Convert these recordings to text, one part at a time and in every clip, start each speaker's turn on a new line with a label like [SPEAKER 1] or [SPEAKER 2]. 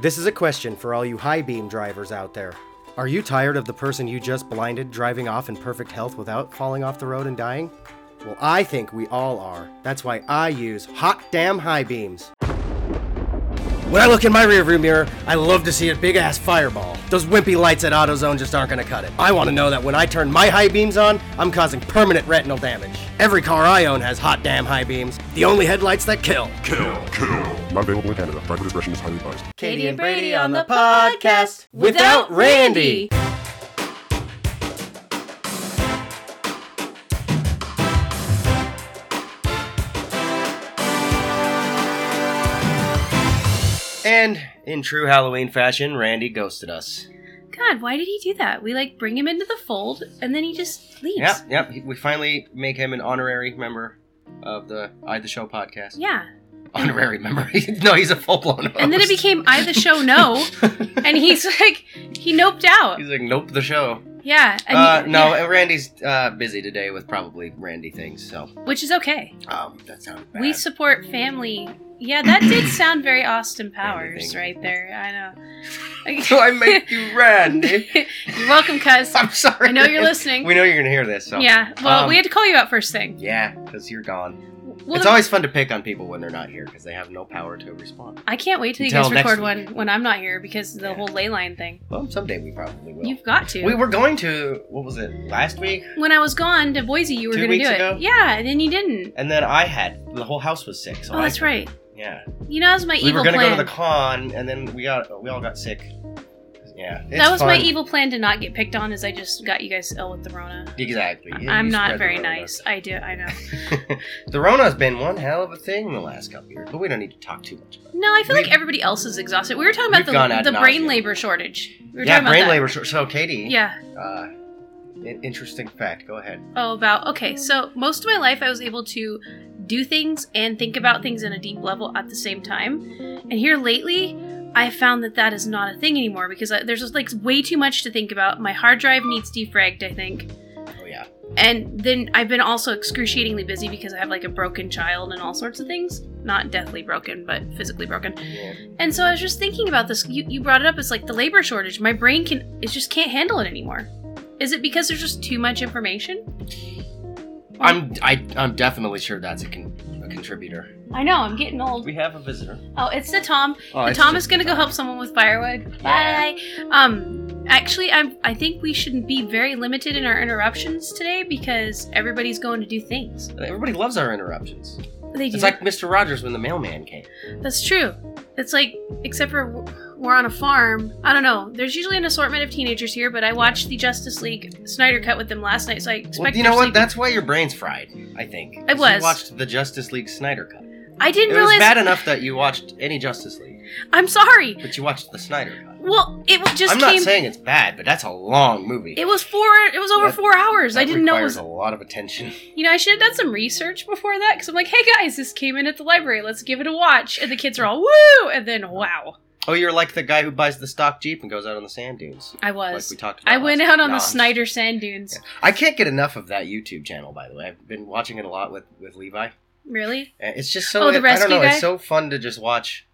[SPEAKER 1] This is a question for all you high beam drivers out there. Are you tired of the person you just blinded driving off in perfect health without falling off the road and dying? Well, I think we all are. That's why I use hot damn high beams. When I look in my rearview mirror, I love to see a big ass fireball. Those wimpy lights at AutoZone just aren't gonna cut it. I wanna know that when I turn my high beams on, I'm causing permanent retinal damage. Every car I own has hot damn high beams, the only headlights that kill.
[SPEAKER 2] Not available in Canada. Driver discretion is highly advised.
[SPEAKER 1] Katie and Brady on the podcast without Randy. And in true Halloween fashion, Randy ghosted us.
[SPEAKER 3] God, why did he do that? We like bring him into the fold and then he just leaves.
[SPEAKER 1] Yep, yep. We finally make him an honorary member of the I the Show podcast.
[SPEAKER 3] Yeah.
[SPEAKER 1] Honorary member. no, he's a full blown host.
[SPEAKER 3] And then it became I the show no, and he's like he noped out.
[SPEAKER 1] He's like, nope, the show.
[SPEAKER 3] Yeah. And
[SPEAKER 1] uh,
[SPEAKER 3] he-
[SPEAKER 1] no,
[SPEAKER 3] yeah,
[SPEAKER 1] Randy's uh, busy today with probably Randy things, so
[SPEAKER 3] which is okay.
[SPEAKER 1] um, that sounded bad.
[SPEAKER 3] We support family. Yeah, that did sound very Austin
[SPEAKER 1] Family
[SPEAKER 3] Powers
[SPEAKER 1] thing.
[SPEAKER 3] right there. I know.
[SPEAKER 1] so I make you Randy.
[SPEAKER 3] You're welcome, cuz.
[SPEAKER 1] I'm sorry.
[SPEAKER 3] I know you're listening.
[SPEAKER 1] We know you're gonna hear this. So
[SPEAKER 3] yeah. Well,
[SPEAKER 1] um,
[SPEAKER 3] we had to call you out first thing.
[SPEAKER 1] yeah, because you're gone.
[SPEAKER 3] Well,
[SPEAKER 1] it's
[SPEAKER 3] the-
[SPEAKER 1] always fun to pick on people when they're not here because they have no power to respond.
[SPEAKER 3] I can't wait till you
[SPEAKER 1] Until
[SPEAKER 3] guys
[SPEAKER 1] next
[SPEAKER 3] record
[SPEAKER 1] week.
[SPEAKER 3] one when I'm not here because of the
[SPEAKER 1] Yeah.
[SPEAKER 3] whole ley line thing.
[SPEAKER 1] Well, someday we probably will.
[SPEAKER 3] You've got to.
[SPEAKER 1] we were going to what was it last week,
[SPEAKER 3] when I was gone to Boise, you were
[SPEAKER 1] Two
[SPEAKER 3] going to
[SPEAKER 1] weeks
[SPEAKER 3] do it.
[SPEAKER 1] ago?
[SPEAKER 3] Yeah, and then you didn't.
[SPEAKER 1] and then I had the whole house was sick. So
[SPEAKER 3] oh,
[SPEAKER 1] I,
[SPEAKER 3] that's right.
[SPEAKER 1] Yeah,
[SPEAKER 3] You know, that was my
[SPEAKER 1] we
[SPEAKER 3] evil
[SPEAKER 1] were gonna
[SPEAKER 3] plan.
[SPEAKER 1] go to the con, and then we got we all got sick. Yeah, it's
[SPEAKER 3] that was my
[SPEAKER 1] fun.
[SPEAKER 3] evil plan to not get picked on, is I just got you guys ill with the Rona.
[SPEAKER 1] Exactly. You-
[SPEAKER 3] I'm
[SPEAKER 1] you
[SPEAKER 3] not
[SPEAKER 1] spread the
[SPEAKER 3] very
[SPEAKER 1] Rona.
[SPEAKER 3] nice. I do. I know.
[SPEAKER 1] the Rona's been one hell of a thing the last couple years, but we don't need to talk too much about it.
[SPEAKER 3] No, I feel
[SPEAKER 1] We've-
[SPEAKER 3] like everybody else is exhausted. We were talking
[SPEAKER 1] We've gone ad
[SPEAKER 3] about the, the brain
[SPEAKER 1] nauseam.
[SPEAKER 3] labor shortage. We were
[SPEAKER 1] yeah,
[SPEAKER 3] talking about
[SPEAKER 1] brain
[SPEAKER 3] that.
[SPEAKER 1] labor. shor- So, Katie,
[SPEAKER 3] Yeah.
[SPEAKER 1] uh, an interesting fact. Go ahead.
[SPEAKER 3] Oh, about okay. So most of my life, I was able to do things and think about things on a deep level at the same time. And here lately, I found that that is not a thing anymore because I, there's just like way too much to think about. My hard drive needs defragged, I think.
[SPEAKER 1] Oh yeah.
[SPEAKER 3] And then I've been also excruciatingly busy because I have like a broken child and all sorts of things. Not deathly broken, but physically broken.
[SPEAKER 1] Yeah.
[SPEAKER 3] And so I was just thinking about this. You, you brought it up. It's like the labor shortage. My brain can it just can't handle it anymore. Is it because there's just too much information?
[SPEAKER 1] I'm I, I'm definitely sure that's a, con- a contributor.
[SPEAKER 3] I know I'm getting old.
[SPEAKER 1] We have a visitor.
[SPEAKER 3] Oh, it's the Tom.
[SPEAKER 1] Oh,
[SPEAKER 3] the
[SPEAKER 1] it's
[SPEAKER 3] Tom
[SPEAKER 1] just-
[SPEAKER 3] is gonna go help someone with firewood. Bye. Um, actually, I I think we shouldn't be very limited in our interruptions today because everybody's going to do things.
[SPEAKER 1] Everybody loves our interruptions.
[SPEAKER 3] They do.
[SPEAKER 1] It's like Mr. Rogers when the mailman came.
[SPEAKER 3] That's true. It's like, except for w- we're on a farm. I don't know. There's usually an assortment of teenagers here, but I watched the Justice League Snyder cut with them last night, so I expect.
[SPEAKER 1] Well, you know
[SPEAKER 3] there's,
[SPEAKER 1] what?
[SPEAKER 3] like-
[SPEAKER 1] That's why your brain's fried. I think. 'Cause You
[SPEAKER 3] was.
[SPEAKER 1] watched the Justice League Snyder cut.
[SPEAKER 3] I
[SPEAKER 1] It
[SPEAKER 3] didn't
[SPEAKER 1] was
[SPEAKER 3] realize.
[SPEAKER 1] bad enough that you watched any Justice League,
[SPEAKER 3] I'm sorry.
[SPEAKER 1] but you watched the Snyder cut.
[SPEAKER 3] Well, it w- just
[SPEAKER 1] I'm
[SPEAKER 3] came.
[SPEAKER 1] not saying it's bad, but that's a long movie.
[SPEAKER 3] it was four. It was over
[SPEAKER 1] That-
[SPEAKER 3] four hours. I
[SPEAKER 1] That
[SPEAKER 3] didn't know it
[SPEAKER 1] requires
[SPEAKER 3] was.
[SPEAKER 1] a lot of attention.
[SPEAKER 3] You know, I should have done some research before that because I'm like, hey guys, this came in at the library. Let's give it a watch. And the kids are all woo, and then wow,
[SPEAKER 1] Oh, you're like the guy who buys the stock jeep and goes out on the sand dunes.
[SPEAKER 3] I
[SPEAKER 1] Like
[SPEAKER 3] was.
[SPEAKER 1] we talked about.
[SPEAKER 3] I went
[SPEAKER 1] last-
[SPEAKER 3] out on
[SPEAKER 1] No,
[SPEAKER 3] the
[SPEAKER 1] I'm-
[SPEAKER 3] Snyder sand dunes.
[SPEAKER 1] I can't get enough of that YouTube channel, by the way. I've been watching it a lot with with Levi.
[SPEAKER 3] Really?
[SPEAKER 1] And It's just so
[SPEAKER 3] Oh, the
[SPEAKER 1] I don't know.
[SPEAKER 3] rescue
[SPEAKER 1] It's
[SPEAKER 3] guy?
[SPEAKER 1] so fun to just watch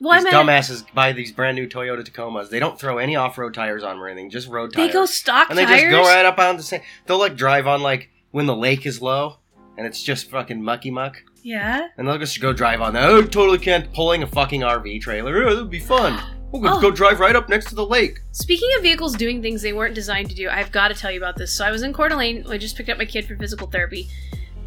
[SPEAKER 3] Well,
[SPEAKER 1] these
[SPEAKER 3] I meant
[SPEAKER 1] dumbasses buy these brand new Toyota Tacomas. They don't throw any off road tires on them or anything, just road
[SPEAKER 3] they
[SPEAKER 1] tires.
[SPEAKER 3] go stock
[SPEAKER 1] and they
[SPEAKER 3] tires.
[SPEAKER 1] just go right up on the sand. They'll like drive on like when the lake is low, and it's just fucking mucky muck.
[SPEAKER 3] Yeah.
[SPEAKER 1] And they'll just go drive on that. Oh, totally can't pulling a fucking RV trailer. Oh, that'd be fun. We'll
[SPEAKER 3] Oh.
[SPEAKER 1] go drive right up next to the lake.
[SPEAKER 3] Speaking of vehicles doing things they weren't designed to do, I've got to tell you about this. So I was in Coeur d'Alene. I just picked up my kid for physical therapy.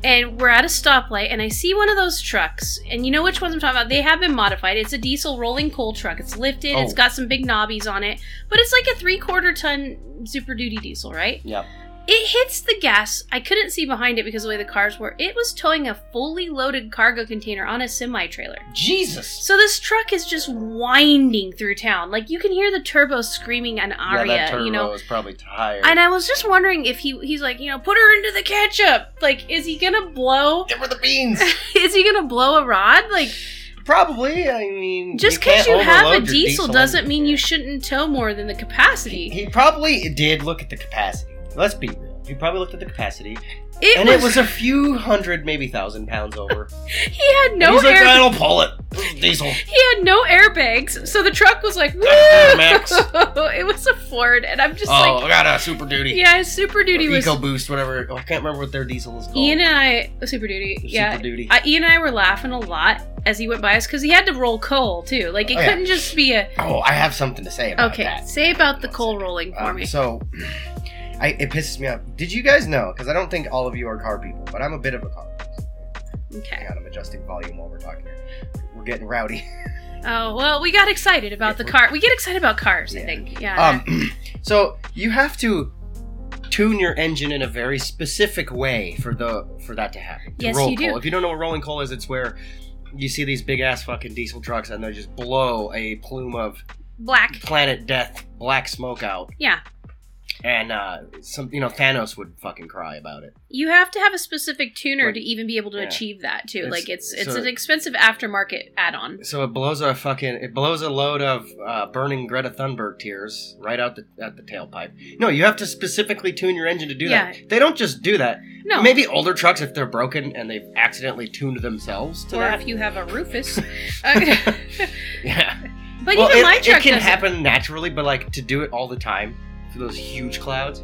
[SPEAKER 3] And we're at a stoplight, and I see one of those trucks. And you know which ones I'm talking about? They have been modified. It's a diesel rolling coal truck. It's lifted, it's
[SPEAKER 1] Oh.
[SPEAKER 3] got some big knobbies on it. But it's like a three quarter ton Super Duty diesel, right?
[SPEAKER 1] Yep.
[SPEAKER 3] It hits the gas. I couldn't see behind it because of the way the cars were. It was towing a fully loaded cargo container on a semi trailer.
[SPEAKER 1] Jesus.
[SPEAKER 3] So this truck is just winding through town. Like you can hear the turbo screaming an aria,
[SPEAKER 1] yeah, that turbo
[SPEAKER 3] you know.
[SPEAKER 1] is probably tired.
[SPEAKER 3] And I was just wondering if he he's like, you know, put her into the ketchup. Like is he going to blow
[SPEAKER 1] Give her the beans.
[SPEAKER 3] is he going to blow a rod? Like
[SPEAKER 1] probably. I mean,
[SPEAKER 3] just
[SPEAKER 1] because
[SPEAKER 3] cuz you have a diesel, doesn't mean you shouldn't tow more than the capacity.
[SPEAKER 1] He probably did look at the capacity. Let's be real. We probably looked at the capacity,
[SPEAKER 3] It
[SPEAKER 1] and
[SPEAKER 3] was,
[SPEAKER 1] it was a few hundred, maybe thousand pounds over.
[SPEAKER 3] he had
[SPEAKER 1] And
[SPEAKER 3] no
[SPEAKER 1] he's like,
[SPEAKER 3] air.
[SPEAKER 1] I'll pull it. This is Diesel.
[SPEAKER 3] he had no airbags, so the truck was like, woo!
[SPEAKER 1] Max.
[SPEAKER 3] it was a Ford, and I'm just
[SPEAKER 1] oh,
[SPEAKER 3] like,
[SPEAKER 1] I got a Super Duty.
[SPEAKER 3] yeah, Super Duty was.
[SPEAKER 1] Eco Boost, whatever. Oh, I can't remember what their diesel is called.
[SPEAKER 3] Ian and I, Super Duty,
[SPEAKER 1] Super
[SPEAKER 3] yeah.
[SPEAKER 1] Duty.
[SPEAKER 3] I, Ian and I were laughing a lot as he went by us because he had to roll coal too. Like it
[SPEAKER 1] Oh, yeah.
[SPEAKER 3] couldn't just be a
[SPEAKER 1] oh, I have something to say about
[SPEAKER 3] okay.
[SPEAKER 1] that.
[SPEAKER 3] Say about the coal rolling for
[SPEAKER 1] Um,
[SPEAKER 3] me.
[SPEAKER 1] So, I, it pisses me off. Did you guys know? Because I don't think all of you are car people, but I'm a bit of a car. person.
[SPEAKER 3] okay.
[SPEAKER 1] Hang on, I'm adjusting volume while we're talking here. We're getting rowdy.
[SPEAKER 3] Oh well, we got excited about the
[SPEAKER 1] Yeah.
[SPEAKER 3] car. We get excited about cars. I
[SPEAKER 1] Yeah.
[SPEAKER 3] think. Yeah.
[SPEAKER 1] Um, so you have to tune your engine in a very specific way for the for that to happen. to
[SPEAKER 3] Yes,
[SPEAKER 1] roll
[SPEAKER 3] you do.
[SPEAKER 1] coal. If you don't know what rolling coal is, it's where you see these big ass fucking diesel trucks and they just blow a plume of
[SPEAKER 3] Black.
[SPEAKER 1] planet death black smoke out.
[SPEAKER 3] Yeah.
[SPEAKER 1] And uh, some, you know, Thanos would fucking cry about it.
[SPEAKER 3] You have to have a specific tuner
[SPEAKER 1] Like,
[SPEAKER 3] to even be able to
[SPEAKER 1] yeah.
[SPEAKER 3] achieve that too.
[SPEAKER 1] It's-
[SPEAKER 3] like it's it's
[SPEAKER 1] so-
[SPEAKER 3] an expensive aftermarket add-on.
[SPEAKER 1] So it blows a fucking, it blows a load of uh, burning Greta Thunberg tears right out the at the tailpipe. No, you have to specifically tune your engine to do that. They don't just do that.
[SPEAKER 3] No.
[SPEAKER 1] Maybe older trucks if they're broken and they've accidentally tuned themselves to
[SPEAKER 3] or
[SPEAKER 1] that.
[SPEAKER 3] if you have a Rufus. Uh,
[SPEAKER 1] yeah.
[SPEAKER 3] but
[SPEAKER 1] well,
[SPEAKER 3] even
[SPEAKER 1] it,
[SPEAKER 3] my
[SPEAKER 1] it
[SPEAKER 3] truck
[SPEAKER 1] can
[SPEAKER 3] doesn't.
[SPEAKER 1] happen naturally, but like to do it all the time for those huge clouds,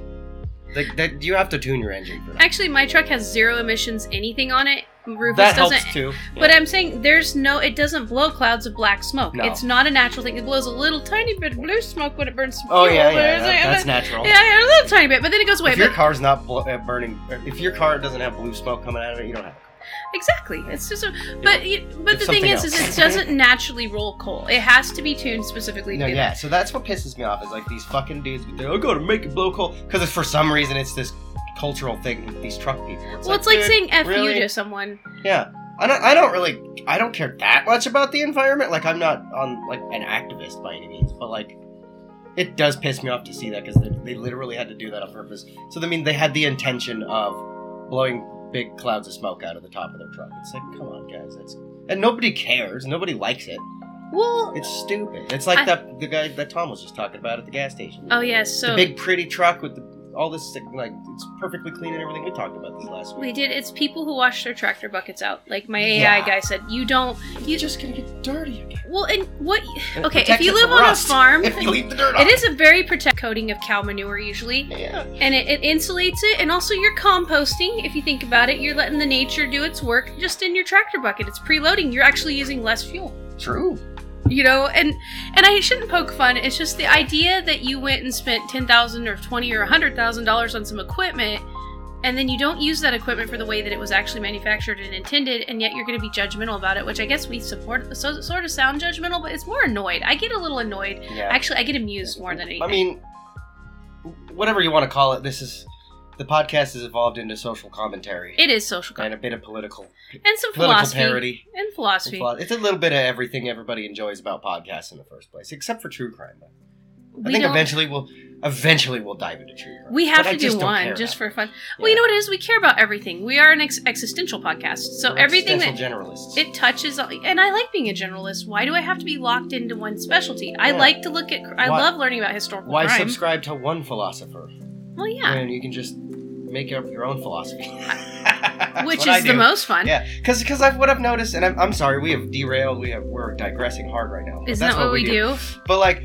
[SPEAKER 1] like that you have to tune your engine for that.
[SPEAKER 3] Actually, my truck has zero emissions anything on it. Rufus
[SPEAKER 1] that
[SPEAKER 3] doesn't.
[SPEAKER 1] helps too.
[SPEAKER 3] But
[SPEAKER 1] Yeah.
[SPEAKER 3] I'm saying there's no, it doesn't blow clouds of black smoke.
[SPEAKER 1] No.
[SPEAKER 3] It's not a natural thing. It blows a little tiny bit of blue smoke when it burns some
[SPEAKER 1] oh
[SPEAKER 3] fuel,
[SPEAKER 1] yeah, yeah,
[SPEAKER 3] but it's like-
[SPEAKER 1] that- that's natural.
[SPEAKER 3] yeah, yeah, a little tiny bit, but then it goes away.
[SPEAKER 1] if your
[SPEAKER 3] But
[SPEAKER 1] car's not bl- uh, burning, or if your car doesn't have blue smoke coming out of it, you don't have. it.
[SPEAKER 3] exactly, it's just. A, but you- but
[SPEAKER 1] It's
[SPEAKER 3] the thing
[SPEAKER 1] something
[SPEAKER 3] is, is
[SPEAKER 1] else.
[SPEAKER 3] it doesn't naturally roll coal. It has to be tuned specifically.
[SPEAKER 1] No,
[SPEAKER 3] to do
[SPEAKER 1] yeah. So that's what pisses me off is like these fucking dudes. with their, I gotta make it blow coal because for some reason it's this cultural thing with these truck people.
[SPEAKER 3] That. Well, it's like
[SPEAKER 1] dude,
[SPEAKER 3] saying "f
[SPEAKER 1] really?
[SPEAKER 3] you" to someone.
[SPEAKER 1] Yeah. I don't, I don't really I don't care that much about the environment. Like I'm not on like an activist by any means, but like it does piss me off to see that because they, they literally had to do that on purpose. So I mean, they had the intention of blowing big clouds of smoke out of the top of their truck. It's like, come on, guys, that's and nobody cares. Nobody likes it.
[SPEAKER 3] Well,
[SPEAKER 1] It's stupid. It's like
[SPEAKER 3] I-
[SPEAKER 1] that the guy that Tom was just talking about at the gas station.
[SPEAKER 3] oh yes, so
[SPEAKER 1] the big pretty truck with the, all this like it's perfectly clean and everything. We talked about this last week.
[SPEAKER 3] we did. It's people who wash their tractor buckets out. Like my AI
[SPEAKER 1] Yeah.
[SPEAKER 3] guy said, you don't. You
[SPEAKER 1] You're just gonna get dirty again.
[SPEAKER 3] well, and what?
[SPEAKER 1] It
[SPEAKER 3] Okay, if
[SPEAKER 1] protects
[SPEAKER 3] you
[SPEAKER 1] it
[SPEAKER 3] live
[SPEAKER 1] from
[SPEAKER 3] on a
[SPEAKER 1] rust.
[SPEAKER 3] farm,
[SPEAKER 1] If you leave the dirt on
[SPEAKER 3] it is a very protect coating of cow manure usually.
[SPEAKER 1] Yeah.
[SPEAKER 3] and it, it insulates it and also you're composting if you think about it you're letting the nature do its work just in your tractor bucket it's preloading you're actually using less fuel
[SPEAKER 1] True.
[SPEAKER 3] you know and and i shouldn't poke fun it's just the idea that you went and spent 10000 or 20 or 100000 dollars on some equipment and then you don't use that equipment for the way that it was actually manufactured and intended and yet you're going to be judgmental about it which i guess we support so sort of sound judgmental but it's more annoyed i get a little annoyed
[SPEAKER 1] Yeah.
[SPEAKER 3] actually i get amused more than anything
[SPEAKER 1] I mean, whatever you want to call it, this is the podcast has evolved into social commentary
[SPEAKER 3] it is social
[SPEAKER 1] and
[SPEAKER 3] con-
[SPEAKER 1] a bit of political
[SPEAKER 3] and some
[SPEAKER 1] political
[SPEAKER 3] philosophy
[SPEAKER 1] parody.
[SPEAKER 3] and philosophy
[SPEAKER 1] It's a lot- It's a little bit of everything everybody enjoys about podcasts in the first place, except for true crime. though. I
[SPEAKER 3] We
[SPEAKER 1] think
[SPEAKER 3] don't-
[SPEAKER 1] eventually we'll eventually we'll dive into true crime.
[SPEAKER 3] we have
[SPEAKER 1] But I
[SPEAKER 3] to do
[SPEAKER 1] just don't
[SPEAKER 3] one
[SPEAKER 1] care
[SPEAKER 3] just
[SPEAKER 1] about
[SPEAKER 3] for
[SPEAKER 1] it.
[SPEAKER 3] fun. Well, you know what it is? We care about everything. We are an ex- existential podcast, so
[SPEAKER 1] We're
[SPEAKER 3] everything that
[SPEAKER 1] existential generalists.
[SPEAKER 3] it touches, and I like being a generalist. Why do I have to be locked into one specialty? I
[SPEAKER 1] Yeah.
[SPEAKER 3] like to look at. I
[SPEAKER 1] Why-
[SPEAKER 3] love learning about historical
[SPEAKER 1] Why
[SPEAKER 3] crime.
[SPEAKER 1] subscribe to one philosopher
[SPEAKER 3] well, yeah,
[SPEAKER 1] when you can just make up your own philosophy? That's
[SPEAKER 3] which
[SPEAKER 1] what I
[SPEAKER 3] is the
[SPEAKER 1] do.
[SPEAKER 3] most fun.
[SPEAKER 1] Yeah, because because I've what I've noticed, and I'm, I'm sorry, we have derailed. We have we're digressing hard right now. but
[SPEAKER 3] Isn't
[SPEAKER 1] that's
[SPEAKER 3] that what, we do?
[SPEAKER 1] But like,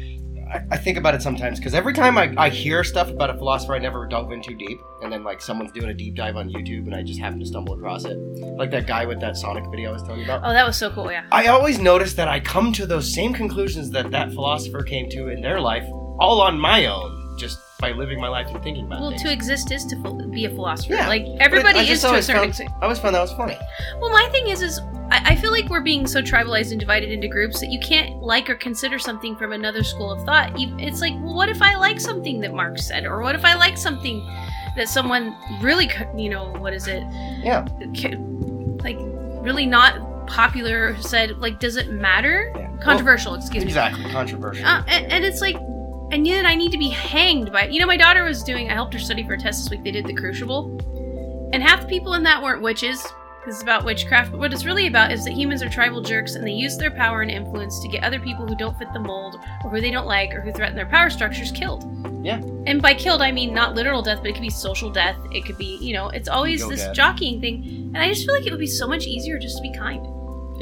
[SPEAKER 1] I, I think about it sometimes because every time I, I hear stuff about a philosopher, I never delve in too deep. And then like someone's doing a deep dive on YouTube, and I just happen to stumble across it, like that guy with that Sonic video I was telling you about.
[SPEAKER 3] Oh, that was so cool. Yeah.
[SPEAKER 1] I always notice that I come to those same conclusions that that philosopher came to in their life, all on my own, just by living my life and thinking about
[SPEAKER 3] Well,
[SPEAKER 1] things.
[SPEAKER 3] to exist is to phil- be a philosopher.
[SPEAKER 1] Yeah.
[SPEAKER 3] Like
[SPEAKER 1] But
[SPEAKER 3] everybody
[SPEAKER 1] I just
[SPEAKER 3] is to a
[SPEAKER 1] always
[SPEAKER 3] certain
[SPEAKER 1] found-
[SPEAKER 3] extent.
[SPEAKER 1] I always found that was funny.
[SPEAKER 3] Well, my thing is, is I, I feel like we're being so tribalized and divided into groups that you can't like or consider something from another school of thought. You- It's like, well, what if I like something that Marx said, or what if I like something that someone really, co- you know, what is it?
[SPEAKER 1] Yeah.
[SPEAKER 3] Ca- Like, really not popular said. Like, does it matter?
[SPEAKER 1] Yeah.
[SPEAKER 3] Controversial, excuse me.
[SPEAKER 1] Exactly controversial.
[SPEAKER 3] Uh, and, and it's like, and yet I need to be hanged by it. You know, my daughter was doing, I helped her study for a test this week. They did the Crucible. And half the people in that weren't witches. This is about witchcraft, but what it's really about is that humans are tribal jerks and they use their power and influence to get other people who don't fit the mold or who they don't like or who threaten their power structures killed.
[SPEAKER 1] Yeah.
[SPEAKER 3] And by killed, I mean not literal death, but it could be social death. It could be, you know, it's always
[SPEAKER 1] Ego
[SPEAKER 3] this
[SPEAKER 1] death.
[SPEAKER 3] jockeying thing. And I just feel like it would be so much easier just to be kind.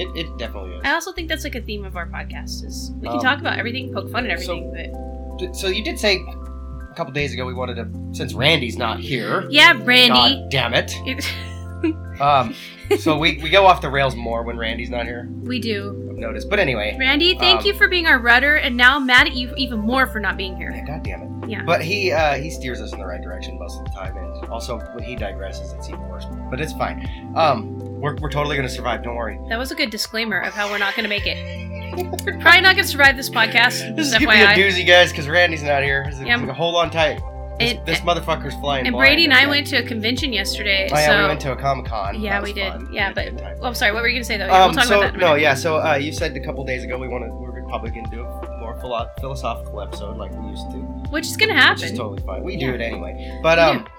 [SPEAKER 1] It, it definitely is.
[SPEAKER 3] I also think that's like a theme of our podcast is we can
[SPEAKER 1] Um,
[SPEAKER 3] talk about everything, poke fun at
[SPEAKER 1] so-
[SPEAKER 3] everything, but
[SPEAKER 1] D- So you did say a couple days ago we wanted to, since Randy's not here.
[SPEAKER 3] yeah, Brandy.
[SPEAKER 1] God damn it.
[SPEAKER 3] It-
[SPEAKER 1] Um, so we, we go off the rails more when Randy's not here.
[SPEAKER 3] we do.
[SPEAKER 1] I've noticed. But anyway,
[SPEAKER 3] Randy, thank
[SPEAKER 1] Um,
[SPEAKER 3] you for being our rudder, and now I'm mad at you even more for not being
[SPEAKER 1] yeah,
[SPEAKER 3] here.
[SPEAKER 1] God damn it.
[SPEAKER 3] Yeah.
[SPEAKER 1] But he uh, he steers us in the right direction most of the time, and also when he digresses, it's even worse. But it's fine. Um, we're, we're totally gonna survive. Don't worry.
[SPEAKER 3] That was a good disclaimer of how we're not going to make it. We're probably not going to survive this podcast.
[SPEAKER 1] This is
[SPEAKER 3] just
[SPEAKER 1] gonna be a
[SPEAKER 3] FYI.
[SPEAKER 1] doozy, guys, because Randy's not here. This is-
[SPEAKER 3] Yeah.
[SPEAKER 1] Hold on tight. This,
[SPEAKER 3] And-
[SPEAKER 1] this motherfucker's flying.
[SPEAKER 3] eh, and
[SPEAKER 1] blind.
[SPEAKER 3] Brady and I went to a convention yesterday,
[SPEAKER 1] Oh yeah,
[SPEAKER 3] so
[SPEAKER 1] we went to a comic con.
[SPEAKER 3] yeah, we did. Yeah, but well, I'm sorry. What were you going to say though? Yeah,
[SPEAKER 1] Um,
[SPEAKER 3] we'll talk
[SPEAKER 1] so
[SPEAKER 3] about that. In a
[SPEAKER 1] no,
[SPEAKER 3] minute.
[SPEAKER 1] yeah. So uh, you said a couple days ago we want to we're probably gonna do a more philo- philosophical episode like we used to.
[SPEAKER 3] Which is going to happen.
[SPEAKER 1] Which is totally fine. We
[SPEAKER 3] Yeah.
[SPEAKER 1] do it anyway. But
[SPEAKER 3] We
[SPEAKER 1] um,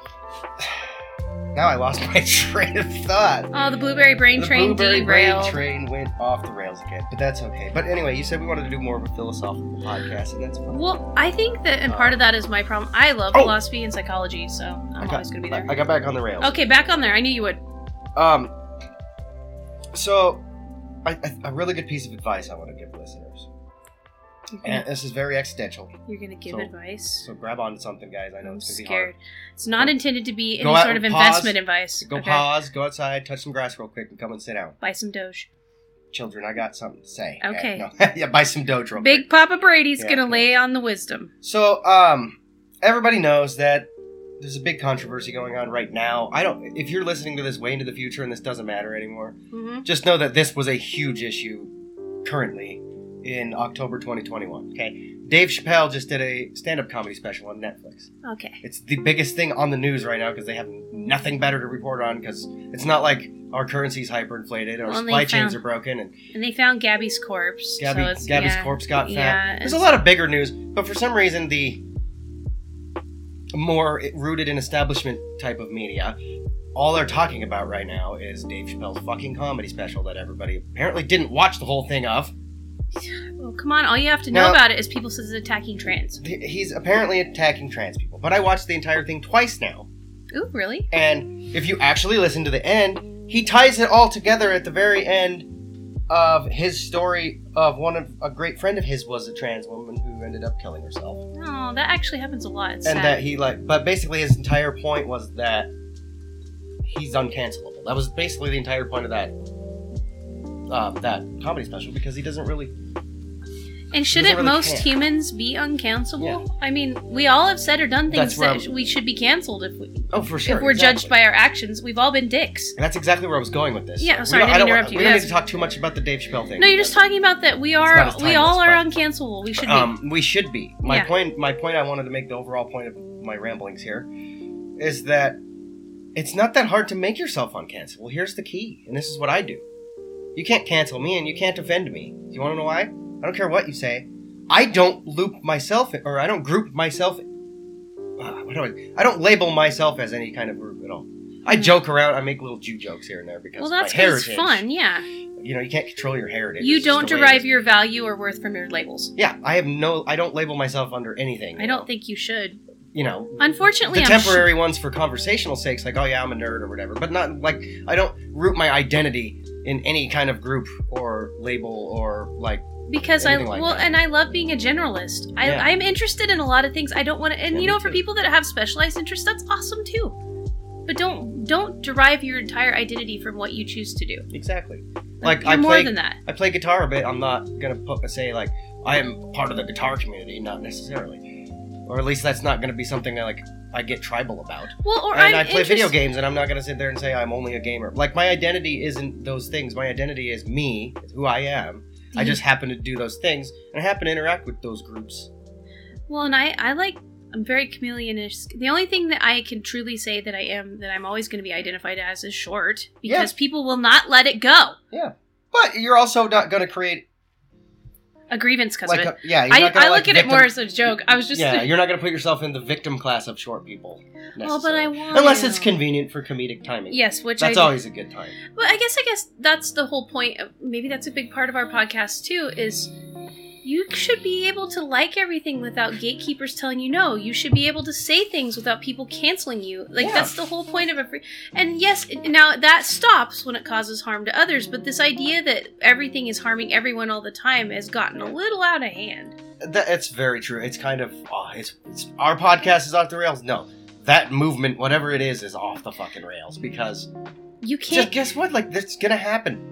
[SPEAKER 1] now I lost my train of thought.
[SPEAKER 3] oh, the blueberry brain
[SPEAKER 1] the
[SPEAKER 3] train
[SPEAKER 1] blueberry
[SPEAKER 3] derailed.
[SPEAKER 1] brain train went off the rails again, but that's okay. But anyway, you said we wanted to do more of a philosophical podcast, and that's fun.
[SPEAKER 3] Well, I think that, and part of that is my problem. I love
[SPEAKER 1] Oh.
[SPEAKER 3] philosophy and psychology, so I'm
[SPEAKER 1] got-
[SPEAKER 3] always going to be there.
[SPEAKER 1] I I got back on the rails.
[SPEAKER 3] Okay, back on there. I knew you would.
[SPEAKER 1] Um. So, I, I, a really good piece of advice I want to give listeners,
[SPEAKER 3] You're gonna,
[SPEAKER 1] and this is very existential.
[SPEAKER 3] you're gonna give
[SPEAKER 1] so-
[SPEAKER 3] advice.
[SPEAKER 1] So grab on to something, guys. I know
[SPEAKER 3] I'm
[SPEAKER 1] it's gonna
[SPEAKER 3] scared. It's not intended to be any
[SPEAKER 1] Go out
[SPEAKER 3] sort of
[SPEAKER 1] and pause.
[SPEAKER 3] investment advice.
[SPEAKER 1] be hard. Go
[SPEAKER 3] okay?
[SPEAKER 1] pause. Go outside. Touch some grass real quick, and come and sit down.
[SPEAKER 3] Buy some Doge.
[SPEAKER 1] Children, I got something to say.
[SPEAKER 3] Okay.
[SPEAKER 1] no. yeah, buy some dojo. real quick.
[SPEAKER 3] Big Papa Brady's
[SPEAKER 1] Yeah,
[SPEAKER 3] gonna
[SPEAKER 1] okay.
[SPEAKER 3] lay on the wisdom.
[SPEAKER 1] So, um, everybody knows that there's a big controversy going on right now. I don't. If you're listening to this way into the future and this doesn't matter anymore,
[SPEAKER 3] Mm-hmm.
[SPEAKER 1] just know that this was a huge issue currently in October 2021. Okay. Dave Chappelle just did a stand-up comedy special on Netflix.
[SPEAKER 3] Okay.
[SPEAKER 1] It's the biggest thing on the news right now because they have nothing better to report on because it's not like our currency's hyperinflated, our
[SPEAKER 3] Well, and they
[SPEAKER 1] supply chains
[SPEAKER 3] found-
[SPEAKER 1] are broken, and
[SPEAKER 3] And they found Gabby's corpse.
[SPEAKER 1] Gabby,
[SPEAKER 3] so it's,
[SPEAKER 1] Gabby's
[SPEAKER 3] yeah.
[SPEAKER 1] corpse got fat.
[SPEAKER 3] Yeah,
[SPEAKER 1] There's a
[SPEAKER 3] it's-
[SPEAKER 1] lot of bigger news, but for some reason, the more rooted in establishment type of media, all they're talking about right now is Dave Chappelle's fucking comedy special that everybody apparently didn't watch the whole thing of.
[SPEAKER 3] Well, come on, all you have to know
[SPEAKER 1] Now-
[SPEAKER 3] about it is people says it's attacking trans.
[SPEAKER 1] He's apparently attacking trans people, but I watched the entire thing twice now.
[SPEAKER 3] Ooh, really?
[SPEAKER 1] And if you actually listen to the end, he ties it all together at the very end of his story of one of a great friend of his was a trans woman who ended up killing herself.
[SPEAKER 3] Oh, that actually happens a lot. It's
[SPEAKER 1] and
[SPEAKER 3] sad.
[SPEAKER 1] that he like but basically his entire point was that he's uncancelable that was basically the entire point of that uh, that comedy special because he doesn't really
[SPEAKER 3] And shouldn't
[SPEAKER 1] really
[SPEAKER 3] most
[SPEAKER 1] care.
[SPEAKER 3] humans be uncancelable? I mean, we all have said or done things
[SPEAKER 1] That's where
[SPEAKER 3] that
[SPEAKER 1] I'm-
[SPEAKER 3] we should be canceled if we
[SPEAKER 1] oh for sure
[SPEAKER 3] if we're judged
[SPEAKER 1] exactly.
[SPEAKER 3] by our actions. We've all been dicks.
[SPEAKER 1] and that's exactly where I was going with this.
[SPEAKER 3] Yeah, I'm
[SPEAKER 1] We
[SPEAKER 3] sorry, I
[SPEAKER 1] don't-
[SPEAKER 3] didn't
[SPEAKER 1] don't-
[SPEAKER 3] interrupt you.
[SPEAKER 1] We don't
[SPEAKER 3] Yeah.
[SPEAKER 1] need to talk too much about the Dave Chappelle thing.
[SPEAKER 3] No, you're just talking about that we
[SPEAKER 1] not
[SPEAKER 3] are
[SPEAKER 1] as
[SPEAKER 3] we all are
[SPEAKER 1] timeless,
[SPEAKER 3] uncancelable. We should be.
[SPEAKER 1] Um, we should be. My
[SPEAKER 3] Yeah.
[SPEAKER 1] point. My point. I wanted to make the overall point of my ramblings here is that it's not that hard to make yourself uncancelable. Here's the key, and this is what I do. You can't cancel me, and you can't offend me. Do you want to know why? I don't care what you say. I don't loop myself, or I don't group myself. Uh, what do I? I don't label myself as any kind of group at all. I joke around. I make little Jew jokes here and there because
[SPEAKER 3] Hmm. Well,
[SPEAKER 1] my
[SPEAKER 3] that's 'cause
[SPEAKER 1] heritage.
[SPEAKER 3] it's fun. Yeah,
[SPEAKER 1] You know, you can't control your heritage.
[SPEAKER 3] you
[SPEAKER 1] It's just
[SPEAKER 3] don't
[SPEAKER 1] the way it
[SPEAKER 3] derive
[SPEAKER 1] is.
[SPEAKER 3] your value or worth from your labels.
[SPEAKER 1] Yeah, I have no. I don't label myself under anything.
[SPEAKER 3] I
[SPEAKER 1] you
[SPEAKER 3] don't
[SPEAKER 1] know?
[SPEAKER 3] think you should.
[SPEAKER 1] you know
[SPEAKER 3] Unfortunately,
[SPEAKER 1] the
[SPEAKER 3] I'm sh-
[SPEAKER 1] temporary ones for conversational sakes like oh yeah i'm a nerd or whatever but not like i don't root my identity in any kind of group or label or like
[SPEAKER 3] because I
[SPEAKER 1] anything like
[SPEAKER 3] well,
[SPEAKER 1] that.
[SPEAKER 3] and I love being a generalist. I,
[SPEAKER 1] Yeah.
[SPEAKER 3] I'm interested in a lot of things. I don't want to, and
[SPEAKER 1] Yeah,
[SPEAKER 3] you
[SPEAKER 1] me
[SPEAKER 3] know, for
[SPEAKER 1] too.
[SPEAKER 3] people that have specialized interests, that's awesome too. But don't don't derive your entire identity from what you choose to do.
[SPEAKER 1] exactly like
[SPEAKER 3] You're
[SPEAKER 1] i
[SPEAKER 3] more
[SPEAKER 1] play
[SPEAKER 3] than that.
[SPEAKER 1] i play guitar a bit i'm not gonna put, say like i am part of the guitar community not necessarily or at least that's not gonna be something that like i get tribal about
[SPEAKER 3] Well, or
[SPEAKER 1] and
[SPEAKER 3] I'm
[SPEAKER 1] I play video
[SPEAKER 3] interest-
[SPEAKER 1] games, and I'm not gonna sit there and say I'm only a gamer. Like my identity isn't those things. My identity is me, it's who I am. I
[SPEAKER 3] Mhm.
[SPEAKER 1] just happen to do those things, and I happen to interact with those groups.
[SPEAKER 3] Well, and I, I like, I'm very chameleonish. The only thing that I can truly say that I am, that I'm always going to be identified as, is short because people will not let it go.
[SPEAKER 1] But you're also not gonna create
[SPEAKER 3] a grievance because
[SPEAKER 1] Like,
[SPEAKER 3] of it.
[SPEAKER 1] uh, yeah, you're
[SPEAKER 3] I,
[SPEAKER 1] not gonna,
[SPEAKER 3] I look
[SPEAKER 1] like,
[SPEAKER 3] at it
[SPEAKER 1] victim-
[SPEAKER 3] more as a joke. I was just
[SPEAKER 1] yeah, you're not gonna put yourself in the victim class of short people.
[SPEAKER 3] well, but I
[SPEAKER 1] necessarily.
[SPEAKER 3] want
[SPEAKER 1] unless
[SPEAKER 3] to.
[SPEAKER 1] it's convenient for comedic timing.
[SPEAKER 3] Yes, which
[SPEAKER 1] that's
[SPEAKER 3] I do.
[SPEAKER 1] always a good time.
[SPEAKER 3] Well, I guess I guess that's the whole point. Of, maybe that's a big part of our podcast too. Is you should be able to like everything without gatekeepers telling you no. You should be able to say things without people canceling you. Like
[SPEAKER 1] Yeah.
[SPEAKER 3] that's the whole point of a free. And yes, now that stops when it causes harm to others. But this idea that everything is harming everyone all the time has gotten a little out of hand.
[SPEAKER 1] That, it's very true. It's kind of ah, it's, it's our podcast is off the rails. No, that movement, whatever it is, is off the fucking rails because
[SPEAKER 3] You
[SPEAKER 1] just
[SPEAKER 3] can't.
[SPEAKER 1] guess what? Like that's gonna happen.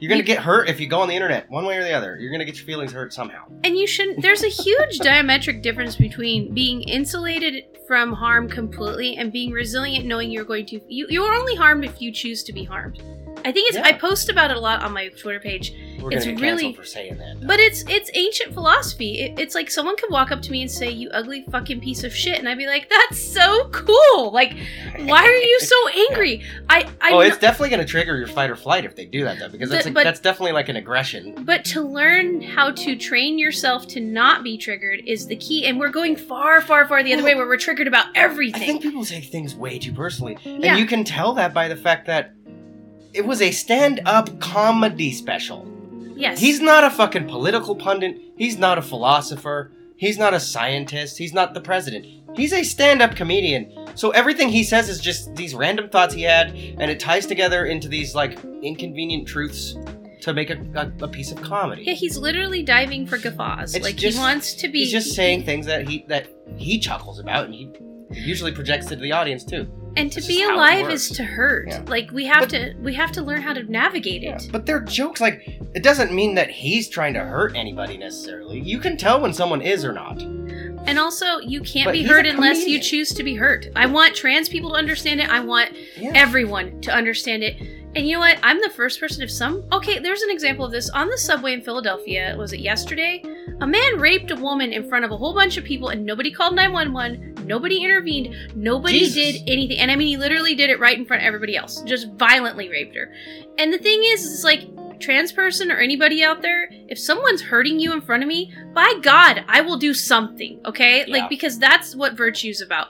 [SPEAKER 1] You're gonna
[SPEAKER 3] You-
[SPEAKER 1] get hurt if you go on the internet, one way or the other. You're gonna get your feelings hurt somehow.
[SPEAKER 3] And you shouldn't. There's a huge diametric difference between being insulated from harm completely and being resilient, knowing you're going to. You, you're only harmed if you choose to be harmed. I think it's. I
[SPEAKER 1] Yeah.
[SPEAKER 3] post about it a lot on my Twitter page,
[SPEAKER 1] We're
[SPEAKER 3] It's
[SPEAKER 1] gonna get
[SPEAKER 3] really-
[SPEAKER 1] canceled for saying that.
[SPEAKER 3] but it's it's ancient philosophy. It, it's like someone could walk up to me and say, "You ugly fucking piece of shit," and I'd be like, "That's so cool! Like, why are you so angry?" I I.
[SPEAKER 1] oh,
[SPEAKER 3] know-
[SPEAKER 1] it's definitely going to trigger your fight or flight if they do that, though, because that's,
[SPEAKER 3] But-
[SPEAKER 1] like,
[SPEAKER 3] but-
[SPEAKER 1] that's definitely like an aggression.
[SPEAKER 3] But to learn how to train yourself to not be triggered is the key. And we're going far, far, far the other way where we're triggered about
[SPEAKER 1] I
[SPEAKER 3] everything.
[SPEAKER 1] think people take things way too personally,
[SPEAKER 3] Yeah.
[SPEAKER 1] and you can tell that by the fact that it was a stand-up comedy special.
[SPEAKER 3] yes.
[SPEAKER 1] He's not a fucking political pundit. He's not a philosopher. He's not a scientist. He's not the president. He's a stand up comedian. So everything he says is just these random thoughts he had, and it ties together into these, like, inconvenient truths to make a, a, a piece of comedy.
[SPEAKER 3] yeah, he's literally diving for guffaws.
[SPEAKER 1] It's
[SPEAKER 3] like
[SPEAKER 1] just-
[SPEAKER 3] he wants to be
[SPEAKER 1] He's just saying things that he that he chuckles about, and he usually projects it to the audience too.
[SPEAKER 3] and to
[SPEAKER 1] that's
[SPEAKER 3] be
[SPEAKER 1] just how it
[SPEAKER 3] alive
[SPEAKER 1] works.
[SPEAKER 3] is to hurt.
[SPEAKER 1] Yeah.
[SPEAKER 3] Like we have
[SPEAKER 1] But-
[SPEAKER 3] to we have to learn how to navigate it.
[SPEAKER 1] But they're jokes. Like it doesn't mean that he's trying to hurt anybody necessarily. You can tell when someone is or not.
[SPEAKER 3] And also you can't
[SPEAKER 1] But
[SPEAKER 3] be
[SPEAKER 1] he's a
[SPEAKER 3] hurt unless you
[SPEAKER 1] comedian.
[SPEAKER 3] choose to be hurt. I want trans people to understand it. I want
[SPEAKER 1] Yeah.
[SPEAKER 3] everyone to understand it. And you know what? I'm the first person if some Okay, there's an example of this on the subway in Philadelphia. Was it yesterday? A man raped a woman in front of a whole bunch of people and nobody called 911. Nobody intervened. Nobody
[SPEAKER 1] Jesus.
[SPEAKER 3] did anything. And I mean, he literally did it right in front of everybody else. Just violently raped her. And the thing is, is like trans person or anybody out there, if someone's hurting you in front of me, by God, I will do something, okay?
[SPEAKER 1] Yeah.
[SPEAKER 3] Like because that's what virtue's about.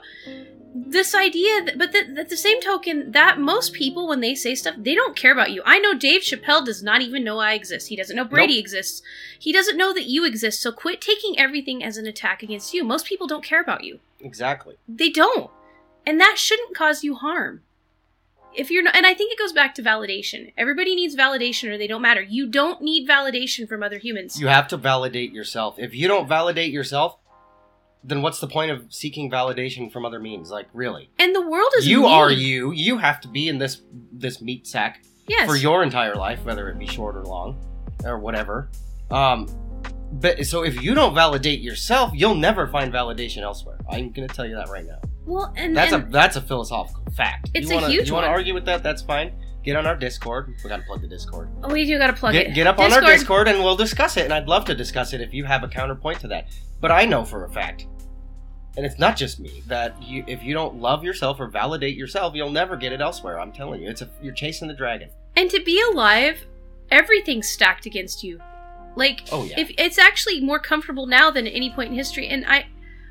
[SPEAKER 3] This idea that, but the, at the same token, that most people when they say stuff, they don't care about you. I know Dave Chappelle does not even know I exist. He doesn't know Brady exists. He doesn't know that you exist. So quit taking everything as an attack against you. Most people don't care about you.
[SPEAKER 1] Exactly.
[SPEAKER 3] They don't. And that shouldn't cause you harm. If you're not, and I think it goes back to validation. Everybody needs validation or they don't matter. You don't need validation from other humans.
[SPEAKER 1] You have to validate yourself. If you don't validate yourself, then what's the point of seeking validation from other means? Like really,
[SPEAKER 3] and the world is
[SPEAKER 1] you
[SPEAKER 3] mean.
[SPEAKER 1] are you. You have to be in this this meat sack
[SPEAKER 3] Yes.
[SPEAKER 1] for your entire life, whether it be short or long, or whatever. Um, but so if you don't validate yourself, you'll never find validation elsewhere. I'm gonna tell you that right now.
[SPEAKER 3] well, and,
[SPEAKER 1] That's
[SPEAKER 3] and
[SPEAKER 1] a that's a philosophical fact. you
[SPEAKER 3] It's a
[SPEAKER 1] wanna,
[SPEAKER 3] huge
[SPEAKER 1] You want to
[SPEAKER 3] one.
[SPEAKER 1] argue with that? That's fine. Get on our Discord. We gotta plug the Discord.
[SPEAKER 3] oh, we do gotta plug
[SPEAKER 1] Get,
[SPEAKER 3] it.
[SPEAKER 1] get up on our Discord and we'll discuss it. And I'd love to discuss it if you have a counterpoint to that. But I know for a fact, and it's not just me, that you if you don't love yourself or validate yourself, you'll never get it elsewhere. I'm telling you, it's a, you're chasing the dragon.
[SPEAKER 3] And to be alive, everything's stacked against you. Like
[SPEAKER 1] Oh yeah.
[SPEAKER 3] if it's actually more comfortable now than at any point in history and i